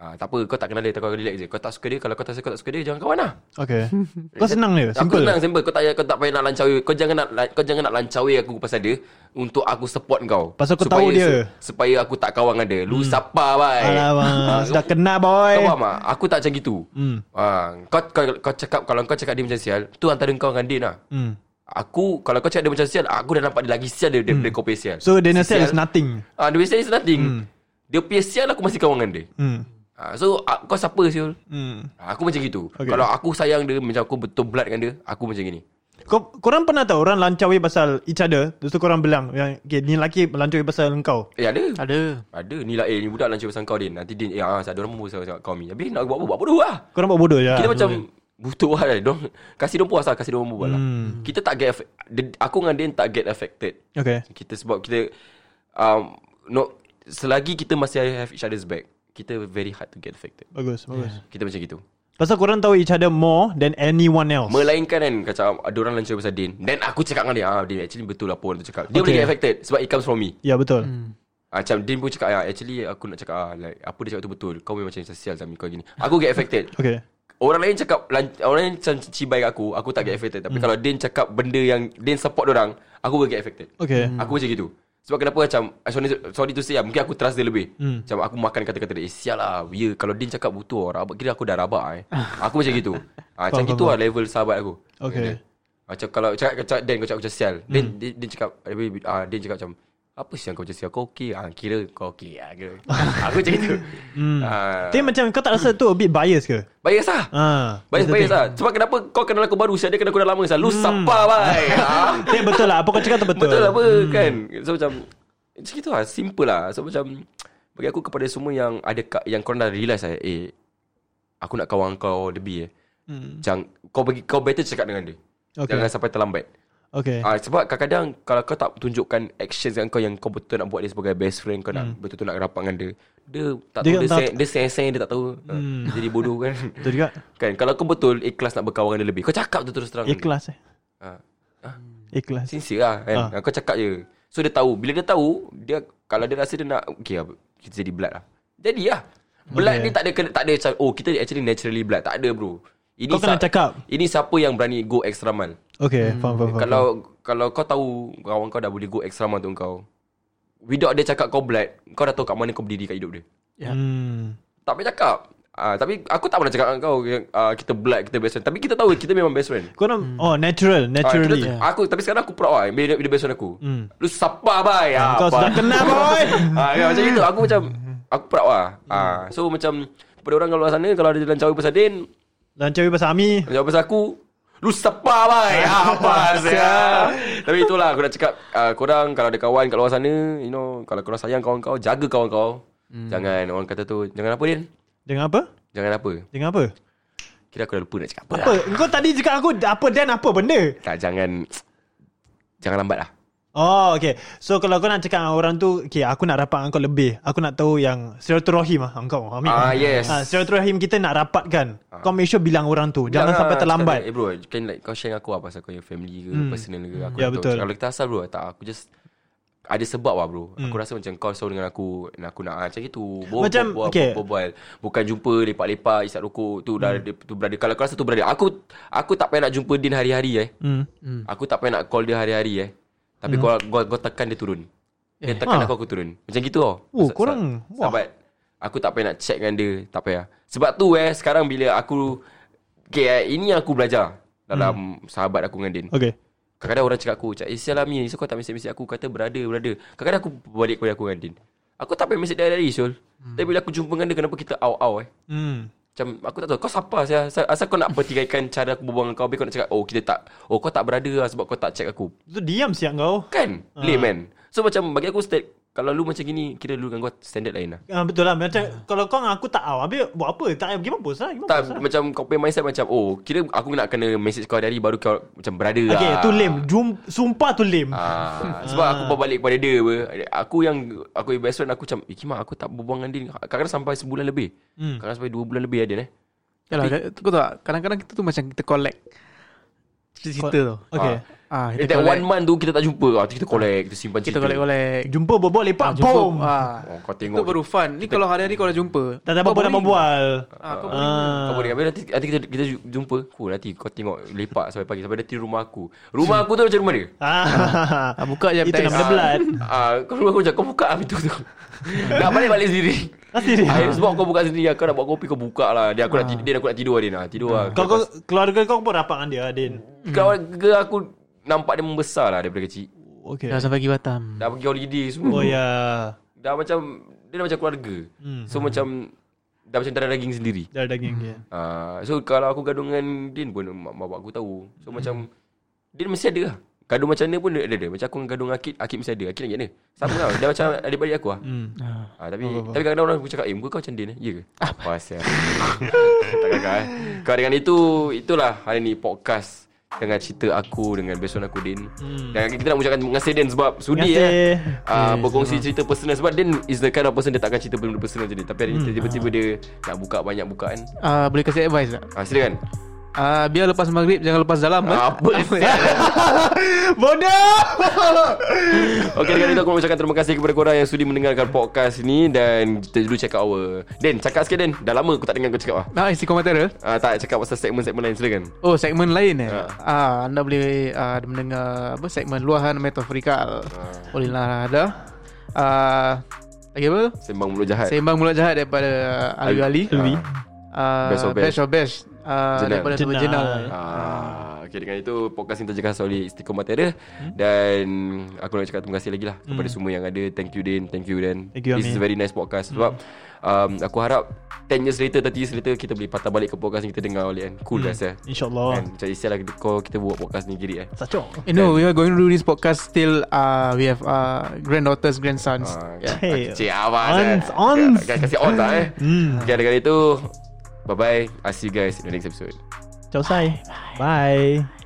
[SPEAKER 5] Ah, tak apa, kau tak kenal dia, tak kau relax je. Kau tak suka dia, kalau kau tak suka, kau tak suka dia, jangan kawan lah.
[SPEAKER 4] Okay Kau senang dia Simple
[SPEAKER 5] Aku senang, simple. Kau tak, payah- kau tak payah nak lancawi. Kau jangan nak, kau jangan nak lancawi aku pasal dia untuk aku support kau.
[SPEAKER 4] Pasal kau tahu dia. Hmm.
[SPEAKER 5] su- supaya aku tak kawan dengan dia. Lu sapa, bye. Ah,
[SPEAKER 4] Alamak Sudah kena boy
[SPEAKER 5] Kau faham tak? Aku tak macam gitu.
[SPEAKER 4] Hmm.
[SPEAKER 5] Ah, kau, kau, kau cakap kalau kau cakap dia macam sial, tu antara kau dengan Din lah.
[SPEAKER 4] Hmm.
[SPEAKER 5] Aku kalau kau cakap dia macam sial, aku dah nampak dia lagi sial daripada hmm. kau punya sial.
[SPEAKER 4] So the
[SPEAKER 5] Si
[SPEAKER 4] nasihat is
[SPEAKER 5] sial-
[SPEAKER 4] nothing
[SPEAKER 5] Ah, dia punya sial is nothing. Dia punya sial aku masih kawan dengan dia.
[SPEAKER 4] Hmm
[SPEAKER 5] Ah, so ah, kau siapa sial?
[SPEAKER 4] Hmm.
[SPEAKER 5] Ah, aku macam gitu.
[SPEAKER 4] Okay.
[SPEAKER 5] Kalau aku sayang dia macam aku betul blood dengan dia, aku macam gini.
[SPEAKER 4] Kau, korang pernah tahu orang lancawi pasal each other Terus tu korang bilang yang, okay, Ni lelaki lancawi pasal engkau
[SPEAKER 5] Eh ada.
[SPEAKER 6] Ada
[SPEAKER 5] Ada ni lah eh ni budak lancar pasal kau Din. Nanti Din eh ah, ada orang pun pasal kau ni. Habis nak buat apa? Buat bodoh lah.
[SPEAKER 4] Korang buat bodoh je
[SPEAKER 5] Kita
[SPEAKER 4] lah.
[SPEAKER 5] macam butuh lah dong. Kasih dia puas lah, kasih dia puas lah. Kita tak get affect- dia- aku dengan Din tak get affected.
[SPEAKER 4] Okay
[SPEAKER 5] Kita sebab kita um, no selagi kita masih have each other's back, kita very hard to get affected.
[SPEAKER 4] Bagus bagus
[SPEAKER 5] Kita macam gitu.
[SPEAKER 4] Pasal korang tahu each other more Than anyone else
[SPEAKER 5] Melainkan kan kata ada orang lancar pasal Din. Then aku cakap dengan dia, ah Din actually betul lah apa orang tu cakap.
[SPEAKER 4] Okay.
[SPEAKER 5] Dia boleh get affected sebab it comes from me.
[SPEAKER 4] Ya betul
[SPEAKER 5] Ah, Macam Din pun cakap ah, Actually aku nak cakap ah, like, Apa dia cakap tu betul Kau memang macam sial Sami kau gini Aku get affected
[SPEAKER 4] Okay
[SPEAKER 5] Orang lain cakap lan- Orang lain macam cibai kat aku Aku tak get affected
[SPEAKER 4] Hmm.
[SPEAKER 5] Tapi kalau Din cakap benda yang Din support orang Aku will get affected Hmm.
[SPEAKER 4] Okay
[SPEAKER 5] Aku macam gitu Sebab kenapa macam ah, Sorry, sorry to say lah Mungkin aku trust dia lebih
[SPEAKER 4] Hmm.
[SPEAKER 5] Macam aku makan kata-kata dia Eh sial lah Ya kalau Din cakap butuh orang Kira aku dah rabak eh. Aku macam gitu ah, Macam
[SPEAKER 4] Faham,
[SPEAKER 5] gitu lah level sahabat aku Ah,
[SPEAKER 4] Okay.
[SPEAKER 5] Macam kalau cakap, cakap Dan kau cakap macam sial Din,
[SPEAKER 4] Hmm.
[SPEAKER 5] Din, Din cakap ah, Din cakap macam apa sih yang kau macam sial Kau okey ah, Kira kau okey ah, kira. Aku macam gitu ah,
[SPEAKER 4] Tapi macam kau tak rasa tu A bit bias ke
[SPEAKER 5] Bias lah
[SPEAKER 4] Hmm. Ah, that's the
[SPEAKER 5] Bias-bias
[SPEAKER 4] thing.
[SPEAKER 5] lah Sebab kenapa kau kenal aku baru Sial dia kenal aku dah lama Sial Lu sapa bye ah.
[SPEAKER 4] Eh betul lah Apa kau Hmm. cakap tu betul Hmm.
[SPEAKER 5] Betul apa kan So macam Macam gitu lah Simple lah So macam Bagi aku kepada semua yang Ada ka- yang korang dah realise lah Eh Aku nak kawan kau lebih eh hmm. Jangan Kau bagi kau better cakap dengan dia
[SPEAKER 4] Okay.
[SPEAKER 5] Okay. Jangan sampai terlambat.
[SPEAKER 4] Okay.
[SPEAKER 5] Ah, sebab kadang-kadang kalau kau tak tunjukkan actions dengan kau yang kau betul nak buat dia sebagai best friend kau nak betul-betul nak rapat dengan dia. Dia tak
[SPEAKER 4] Hmm. Dia
[SPEAKER 5] tahu dia,
[SPEAKER 4] tak-
[SPEAKER 5] sayang, dia sayang-sayang dia tak tahu. Hmm. Jadi bodoh kan.
[SPEAKER 4] Betul juga.
[SPEAKER 5] kan kalau kau betul ikhlas nak berkawan dengan dia lebih. Kau cakap tu terus terang.
[SPEAKER 4] Ikhlas eh.
[SPEAKER 5] Ah.
[SPEAKER 4] Ikhlas.
[SPEAKER 5] Sincere lah
[SPEAKER 4] Ah.
[SPEAKER 5] kan ha. Kau cakap je So dia tahu Bila dia tahu dia Kalau dia rasa dia nak Okay lah Kita jadi blood lah Jadi lah
[SPEAKER 4] Okay.
[SPEAKER 5] Blood okay. ni tak ada kena- Tak ada macam, Oh kita actually naturally blood Tak ada bro ini
[SPEAKER 4] Kau kena cakap.
[SPEAKER 5] Ini siapa yang berani Go extra mile
[SPEAKER 4] Okay, faham, faham, faham.
[SPEAKER 5] Kalau Kalau kau tahu Kawan kau dah boleh Go extra mile untuk kau Without dia cakap kau blood Kau dah tahu kat mana kau berdiri kat hidup dia
[SPEAKER 4] Hmm.
[SPEAKER 5] Tak payah cakap Ah, tapi aku tak pernah cakap dengan kau uh, kita blood, kita best friend. Tapi kita tahu kita memang best friend.
[SPEAKER 4] Kau nak Oh natural Naturally
[SPEAKER 5] Ah, kita, aku tapi sekarang aku proud ah bila bila best friend aku.
[SPEAKER 4] Hmm.
[SPEAKER 5] Lu sapa bai. Ah,
[SPEAKER 4] Kau
[SPEAKER 5] apa?
[SPEAKER 4] sudah kenal boy
[SPEAKER 5] ah, kan, macam itu aku macam aku proud ah. Ah, so macam pada orang kat luar sana kalau ada jalan cawi pasal Din,
[SPEAKER 4] Dan cari pasal Ami
[SPEAKER 5] jalan pasal aku, lu sapa bai. Ah, apa saya. tapi itulah aku nak cakap ah, korang kalau ada kawan kat luar sana, you know, kalau korang sayang kawan kau, jaga kawan kau.
[SPEAKER 4] Hmm.
[SPEAKER 5] Jangan orang kata tu, jangan apa Din?
[SPEAKER 4] Dengan apa?
[SPEAKER 5] Jangan apa.
[SPEAKER 4] Dengan apa?
[SPEAKER 5] Kira aku dah lupa nak cakap apa.
[SPEAKER 4] Apa?
[SPEAKER 5] lah.
[SPEAKER 4] Kau tadi cakap aku Apa dan apa benda?
[SPEAKER 5] Tak jangan jangan lambat lah.
[SPEAKER 4] Oh okay So kalau kau nak cakap dengan orang tu Okay aku nak rapat dengan kau lebih Aku nak tahu yang Silaturahim lah Engkau Amin
[SPEAKER 5] Ah, yes.
[SPEAKER 4] ah,
[SPEAKER 5] Ah.
[SPEAKER 4] Silaturahim kita nak rapatkan Kau make sure bilang orang tu Jangan sampai
[SPEAKER 5] cakap
[SPEAKER 4] terlambat
[SPEAKER 5] dia, Eh bro Can like kau share dengan aku lah Pasal kau yang family ke Personal ke aku
[SPEAKER 4] Ya,
[SPEAKER 5] tak tahu.
[SPEAKER 4] betul.
[SPEAKER 5] Kalau kita asal bro Tak aku just ada sebab lah bro Aku rasa macam kau selalu dengan aku Dan aku nak ah, macam itu Bo,
[SPEAKER 4] Hmm. Macam,
[SPEAKER 5] bo, bo,
[SPEAKER 4] okay. Hmm.
[SPEAKER 5] bo, bo, Bukan jumpa Lepak-lepak Isap rokok Tu dah dia- tu berada Kalau kau rasa tu berada Aku aku tak payah nak jumpa Din hari-hari eh
[SPEAKER 4] hmm.
[SPEAKER 5] Aku tak payah nak call dia hari-hari eh Tapi kau, kau, kau tekan dia turun Dia tekan
[SPEAKER 4] Ha.
[SPEAKER 5] aku aku turun Macam gitu tau
[SPEAKER 4] Oh,
[SPEAKER 5] Sa- sa-
[SPEAKER 4] korang, wah.
[SPEAKER 5] Sahabat Aku tak payah nak check dengan dia Tak payah Sebab tu eh Sekarang bila aku Okay eh, Ini yang aku belajar Dalam sahabat aku dengan Din
[SPEAKER 4] Okay
[SPEAKER 5] Kadang-kadang orang cakap aku Cakap eh sial lah Min Kenapa kau tak mesej-mesej aku Kata berada berada Kadang-kadang aku balik kepada aku dengan Din Aku tak payah mesej dia hari-hari Syul Tapi bila aku jumpa dengan dia Kenapa kita au-au eh
[SPEAKER 4] hmm.
[SPEAKER 5] macam aku tak tahu kau siapa saya asal, asal kau nak pertikaikan cara aku berbual dengan kau habis kau nak cakap oh kita tak oh kau tak berada lah sebab kau tak check aku
[SPEAKER 4] Tu diam siap kau
[SPEAKER 5] kan lame man so macam bagi aku state kalau lu macam gini kira lu dengan kau standard lain lah
[SPEAKER 4] Ah, betul lah Macam Kalau kau dengan aku tak aw Habis buat apa Tak pergi mampus lah pergi
[SPEAKER 5] tak
[SPEAKER 4] mampus lah.
[SPEAKER 5] macam kau punya mindset macam oh kira aku nak kena message kau dari baru kau macam berada lah
[SPEAKER 4] Okay tu lame Jum, Sumpah tu lame
[SPEAKER 5] Ah, sebab aku bawa balik kepada dia apa. Aku yang Aku yang best friend Aku macam Eh Kimak aku tak berbual dengan dia Kadang-kadang sampai sebulan lebih Kadang-kadang sampai dua bulan lebih ada eh
[SPEAKER 6] Yalah, kau tahu tak, kadang-kadang kita tu macam kita collect cerita tu.
[SPEAKER 4] Okay
[SPEAKER 6] Ah,
[SPEAKER 5] Eh,
[SPEAKER 6] kita
[SPEAKER 5] That one
[SPEAKER 6] collect,
[SPEAKER 5] month tu Kita tak jumpa ah, tu Kita collect Kita simpan cerita
[SPEAKER 6] kita collect-collect.
[SPEAKER 4] Jumpa berbual lepak
[SPEAKER 6] jumpa.
[SPEAKER 4] Boom
[SPEAKER 6] Ah.
[SPEAKER 5] Oh, kau tengok
[SPEAKER 6] Itu baru fun. Ni kalau hari-hari kau dah jumpa.
[SPEAKER 4] Tak ada apa-apa nak berbual
[SPEAKER 6] Ah, kau boleh.
[SPEAKER 5] Kau
[SPEAKER 4] Ah.
[SPEAKER 5] boleh ambil nanti, nanti kita, kita jumpa Ku nanti kau tengok lepak sampai pagi Sampai nanti rumah aku Rumah aku tu macam rumah dia
[SPEAKER 4] Ah.
[SPEAKER 6] Ah, buka je
[SPEAKER 4] Itu
[SPEAKER 6] appetizer.
[SPEAKER 4] nama dia blood
[SPEAKER 5] Ah, Kau rumah aku macam Kau buka lah pintu tu Nak balik-balik sendiri
[SPEAKER 4] Ah, serius?
[SPEAKER 5] Ah, Sebab kau buka sendiri Kau nak buat kopi Kau buka lah dia, aku nak, tidur, dia aku nak tidur lah dia nak Tidur lah
[SPEAKER 4] Kau, kau keluarga kau pun rapat dengan dia Adin.
[SPEAKER 5] Kawan ke aku Nampak dia membesar lah Daripada kecil
[SPEAKER 4] Okay.
[SPEAKER 6] Dah sampai pergi Batam.
[SPEAKER 5] Dah pergi holiday
[SPEAKER 4] Oh
[SPEAKER 5] semua
[SPEAKER 4] ya.
[SPEAKER 5] Dah macam Dia dah macam keluarga
[SPEAKER 4] Hmm.
[SPEAKER 5] So macam Dah macam darah daging sendiri
[SPEAKER 4] Dah daging dia.
[SPEAKER 6] Hmm.
[SPEAKER 5] Ah, so kalau aku gaduh dengan Din pun mak bapak aku tahu.
[SPEAKER 4] Hmm.
[SPEAKER 5] So macam Din mesti ada lah. Gaduh macam mana pun dia ada, ada. Macam aku dengan gaduh dengan Akid, Akid mesti ada. Akid lagi ada. Sama lah. Dia macam adik-adik aku lah.
[SPEAKER 4] Hmm.
[SPEAKER 5] Ah, tapi tapi kadang-kadang orang aku cakap, "Eh, muka kau macam Din eh?" Ya ke?
[SPEAKER 4] Ah.
[SPEAKER 5] Apa sial. tak kakak eh. Kau dengan itu itulah hari ni podcast dengan cerita aku dengan best friend aku Din. Dan kita nak ucapkan terima kasih Din sebab sudi
[SPEAKER 4] Hmm. Terima
[SPEAKER 5] eh.
[SPEAKER 4] kasih.
[SPEAKER 5] Uh, berkongsi cerita personal sebab Din is the kind of person dia takkan cerita benda personal jadi tapi hari ni
[SPEAKER 4] Hmm.
[SPEAKER 5] tiba-tiba
[SPEAKER 4] Ah.
[SPEAKER 5] dia nak buka banyak bukaan
[SPEAKER 6] Ah, boleh kasih advice tak?
[SPEAKER 5] ah silakan
[SPEAKER 6] Ah, biar lepas maghrib jangan lepas dalam. eh.
[SPEAKER 5] Apa
[SPEAKER 4] Bodoh.
[SPEAKER 5] Okay dengan itu aku nak ucapkan terima kasih kepada korang Yang sudi mendengarkan podcast ni Dan kita dulu check out our Den cakap sikit Den Dah lama aku tak dengar kau cakap lah
[SPEAKER 6] Ah, isi komentara.
[SPEAKER 5] Ah, tak cakap pasal segmen-segmen lain silakan
[SPEAKER 6] Oh segmen lain eh
[SPEAKER 5] Ah.
[SPEAKER 6] ah, Anda boleh ah, mendengar apa Segmen luahan metaforikal Oleh Lara ada ah, Lagi apa tu?
[SPEAKER 5] Sembang mulut jahat
[SPEAKER 6] Seimbang mulut jahat daripada ah, Alwi Ali
[SPEAKER 4] Alwi.
[SPEAKER 6] ah,
[SPEAKER 5] Best of Best.
[SPEAKER 6] Best of Best ah,
[SPEAKER 5] Jenal.
[SPEAKER 6] Daripada Jenal,
[SPEAKER 4] Jenal. ya.
[SPEAKER 6] Jenal.
[SPEAKER 5] Ah, okay dengan itu podcast ini terjejas oleh Istiqomah Terra
[SPEAKER 4] Hmm.
[SPEAKER 5] Dan aku nak cakap terima kasih lagi lah Kepada semua yang ada Thank you Din Thank you Dan
[SPEAKER 4] Thank you, Hmm.
[SPEAKER 5] This is
[SPEAKER 4] Amir.
[SPEAKER 5] very nice podcast Sebab um, aku harap 10 years later 30 years later Kita boleh patah balik ke podcast ni Kita dengar balik kan Cool
[SPEAKER 4] Hmm. Ya
[SPEAKER 5] rasa
[SPEAKER 4] InsyaAllah.
[SPEAKER 5] Kan macam isi lah Kau kita buat podcast ni giri eh
[SPEAKER 4] Sacok.
[SPEAKER 6] You know we are going to do this podcast Till ah, we have ah, granddaughters, grandsons
[SPEAKER 5] Ah,
[SPEAKER 6] yeah.
[SPEAKER 4] Hey.
[SPEAKER 5] Cik Abang
[SPEAKER 4] Ons, ons.
[SPEAKER 5] Kasih on tak eh Okay dengan itu Bye bye I'll see you guys in the next episode
[SPEAKER 4] Ciao sai. Bye.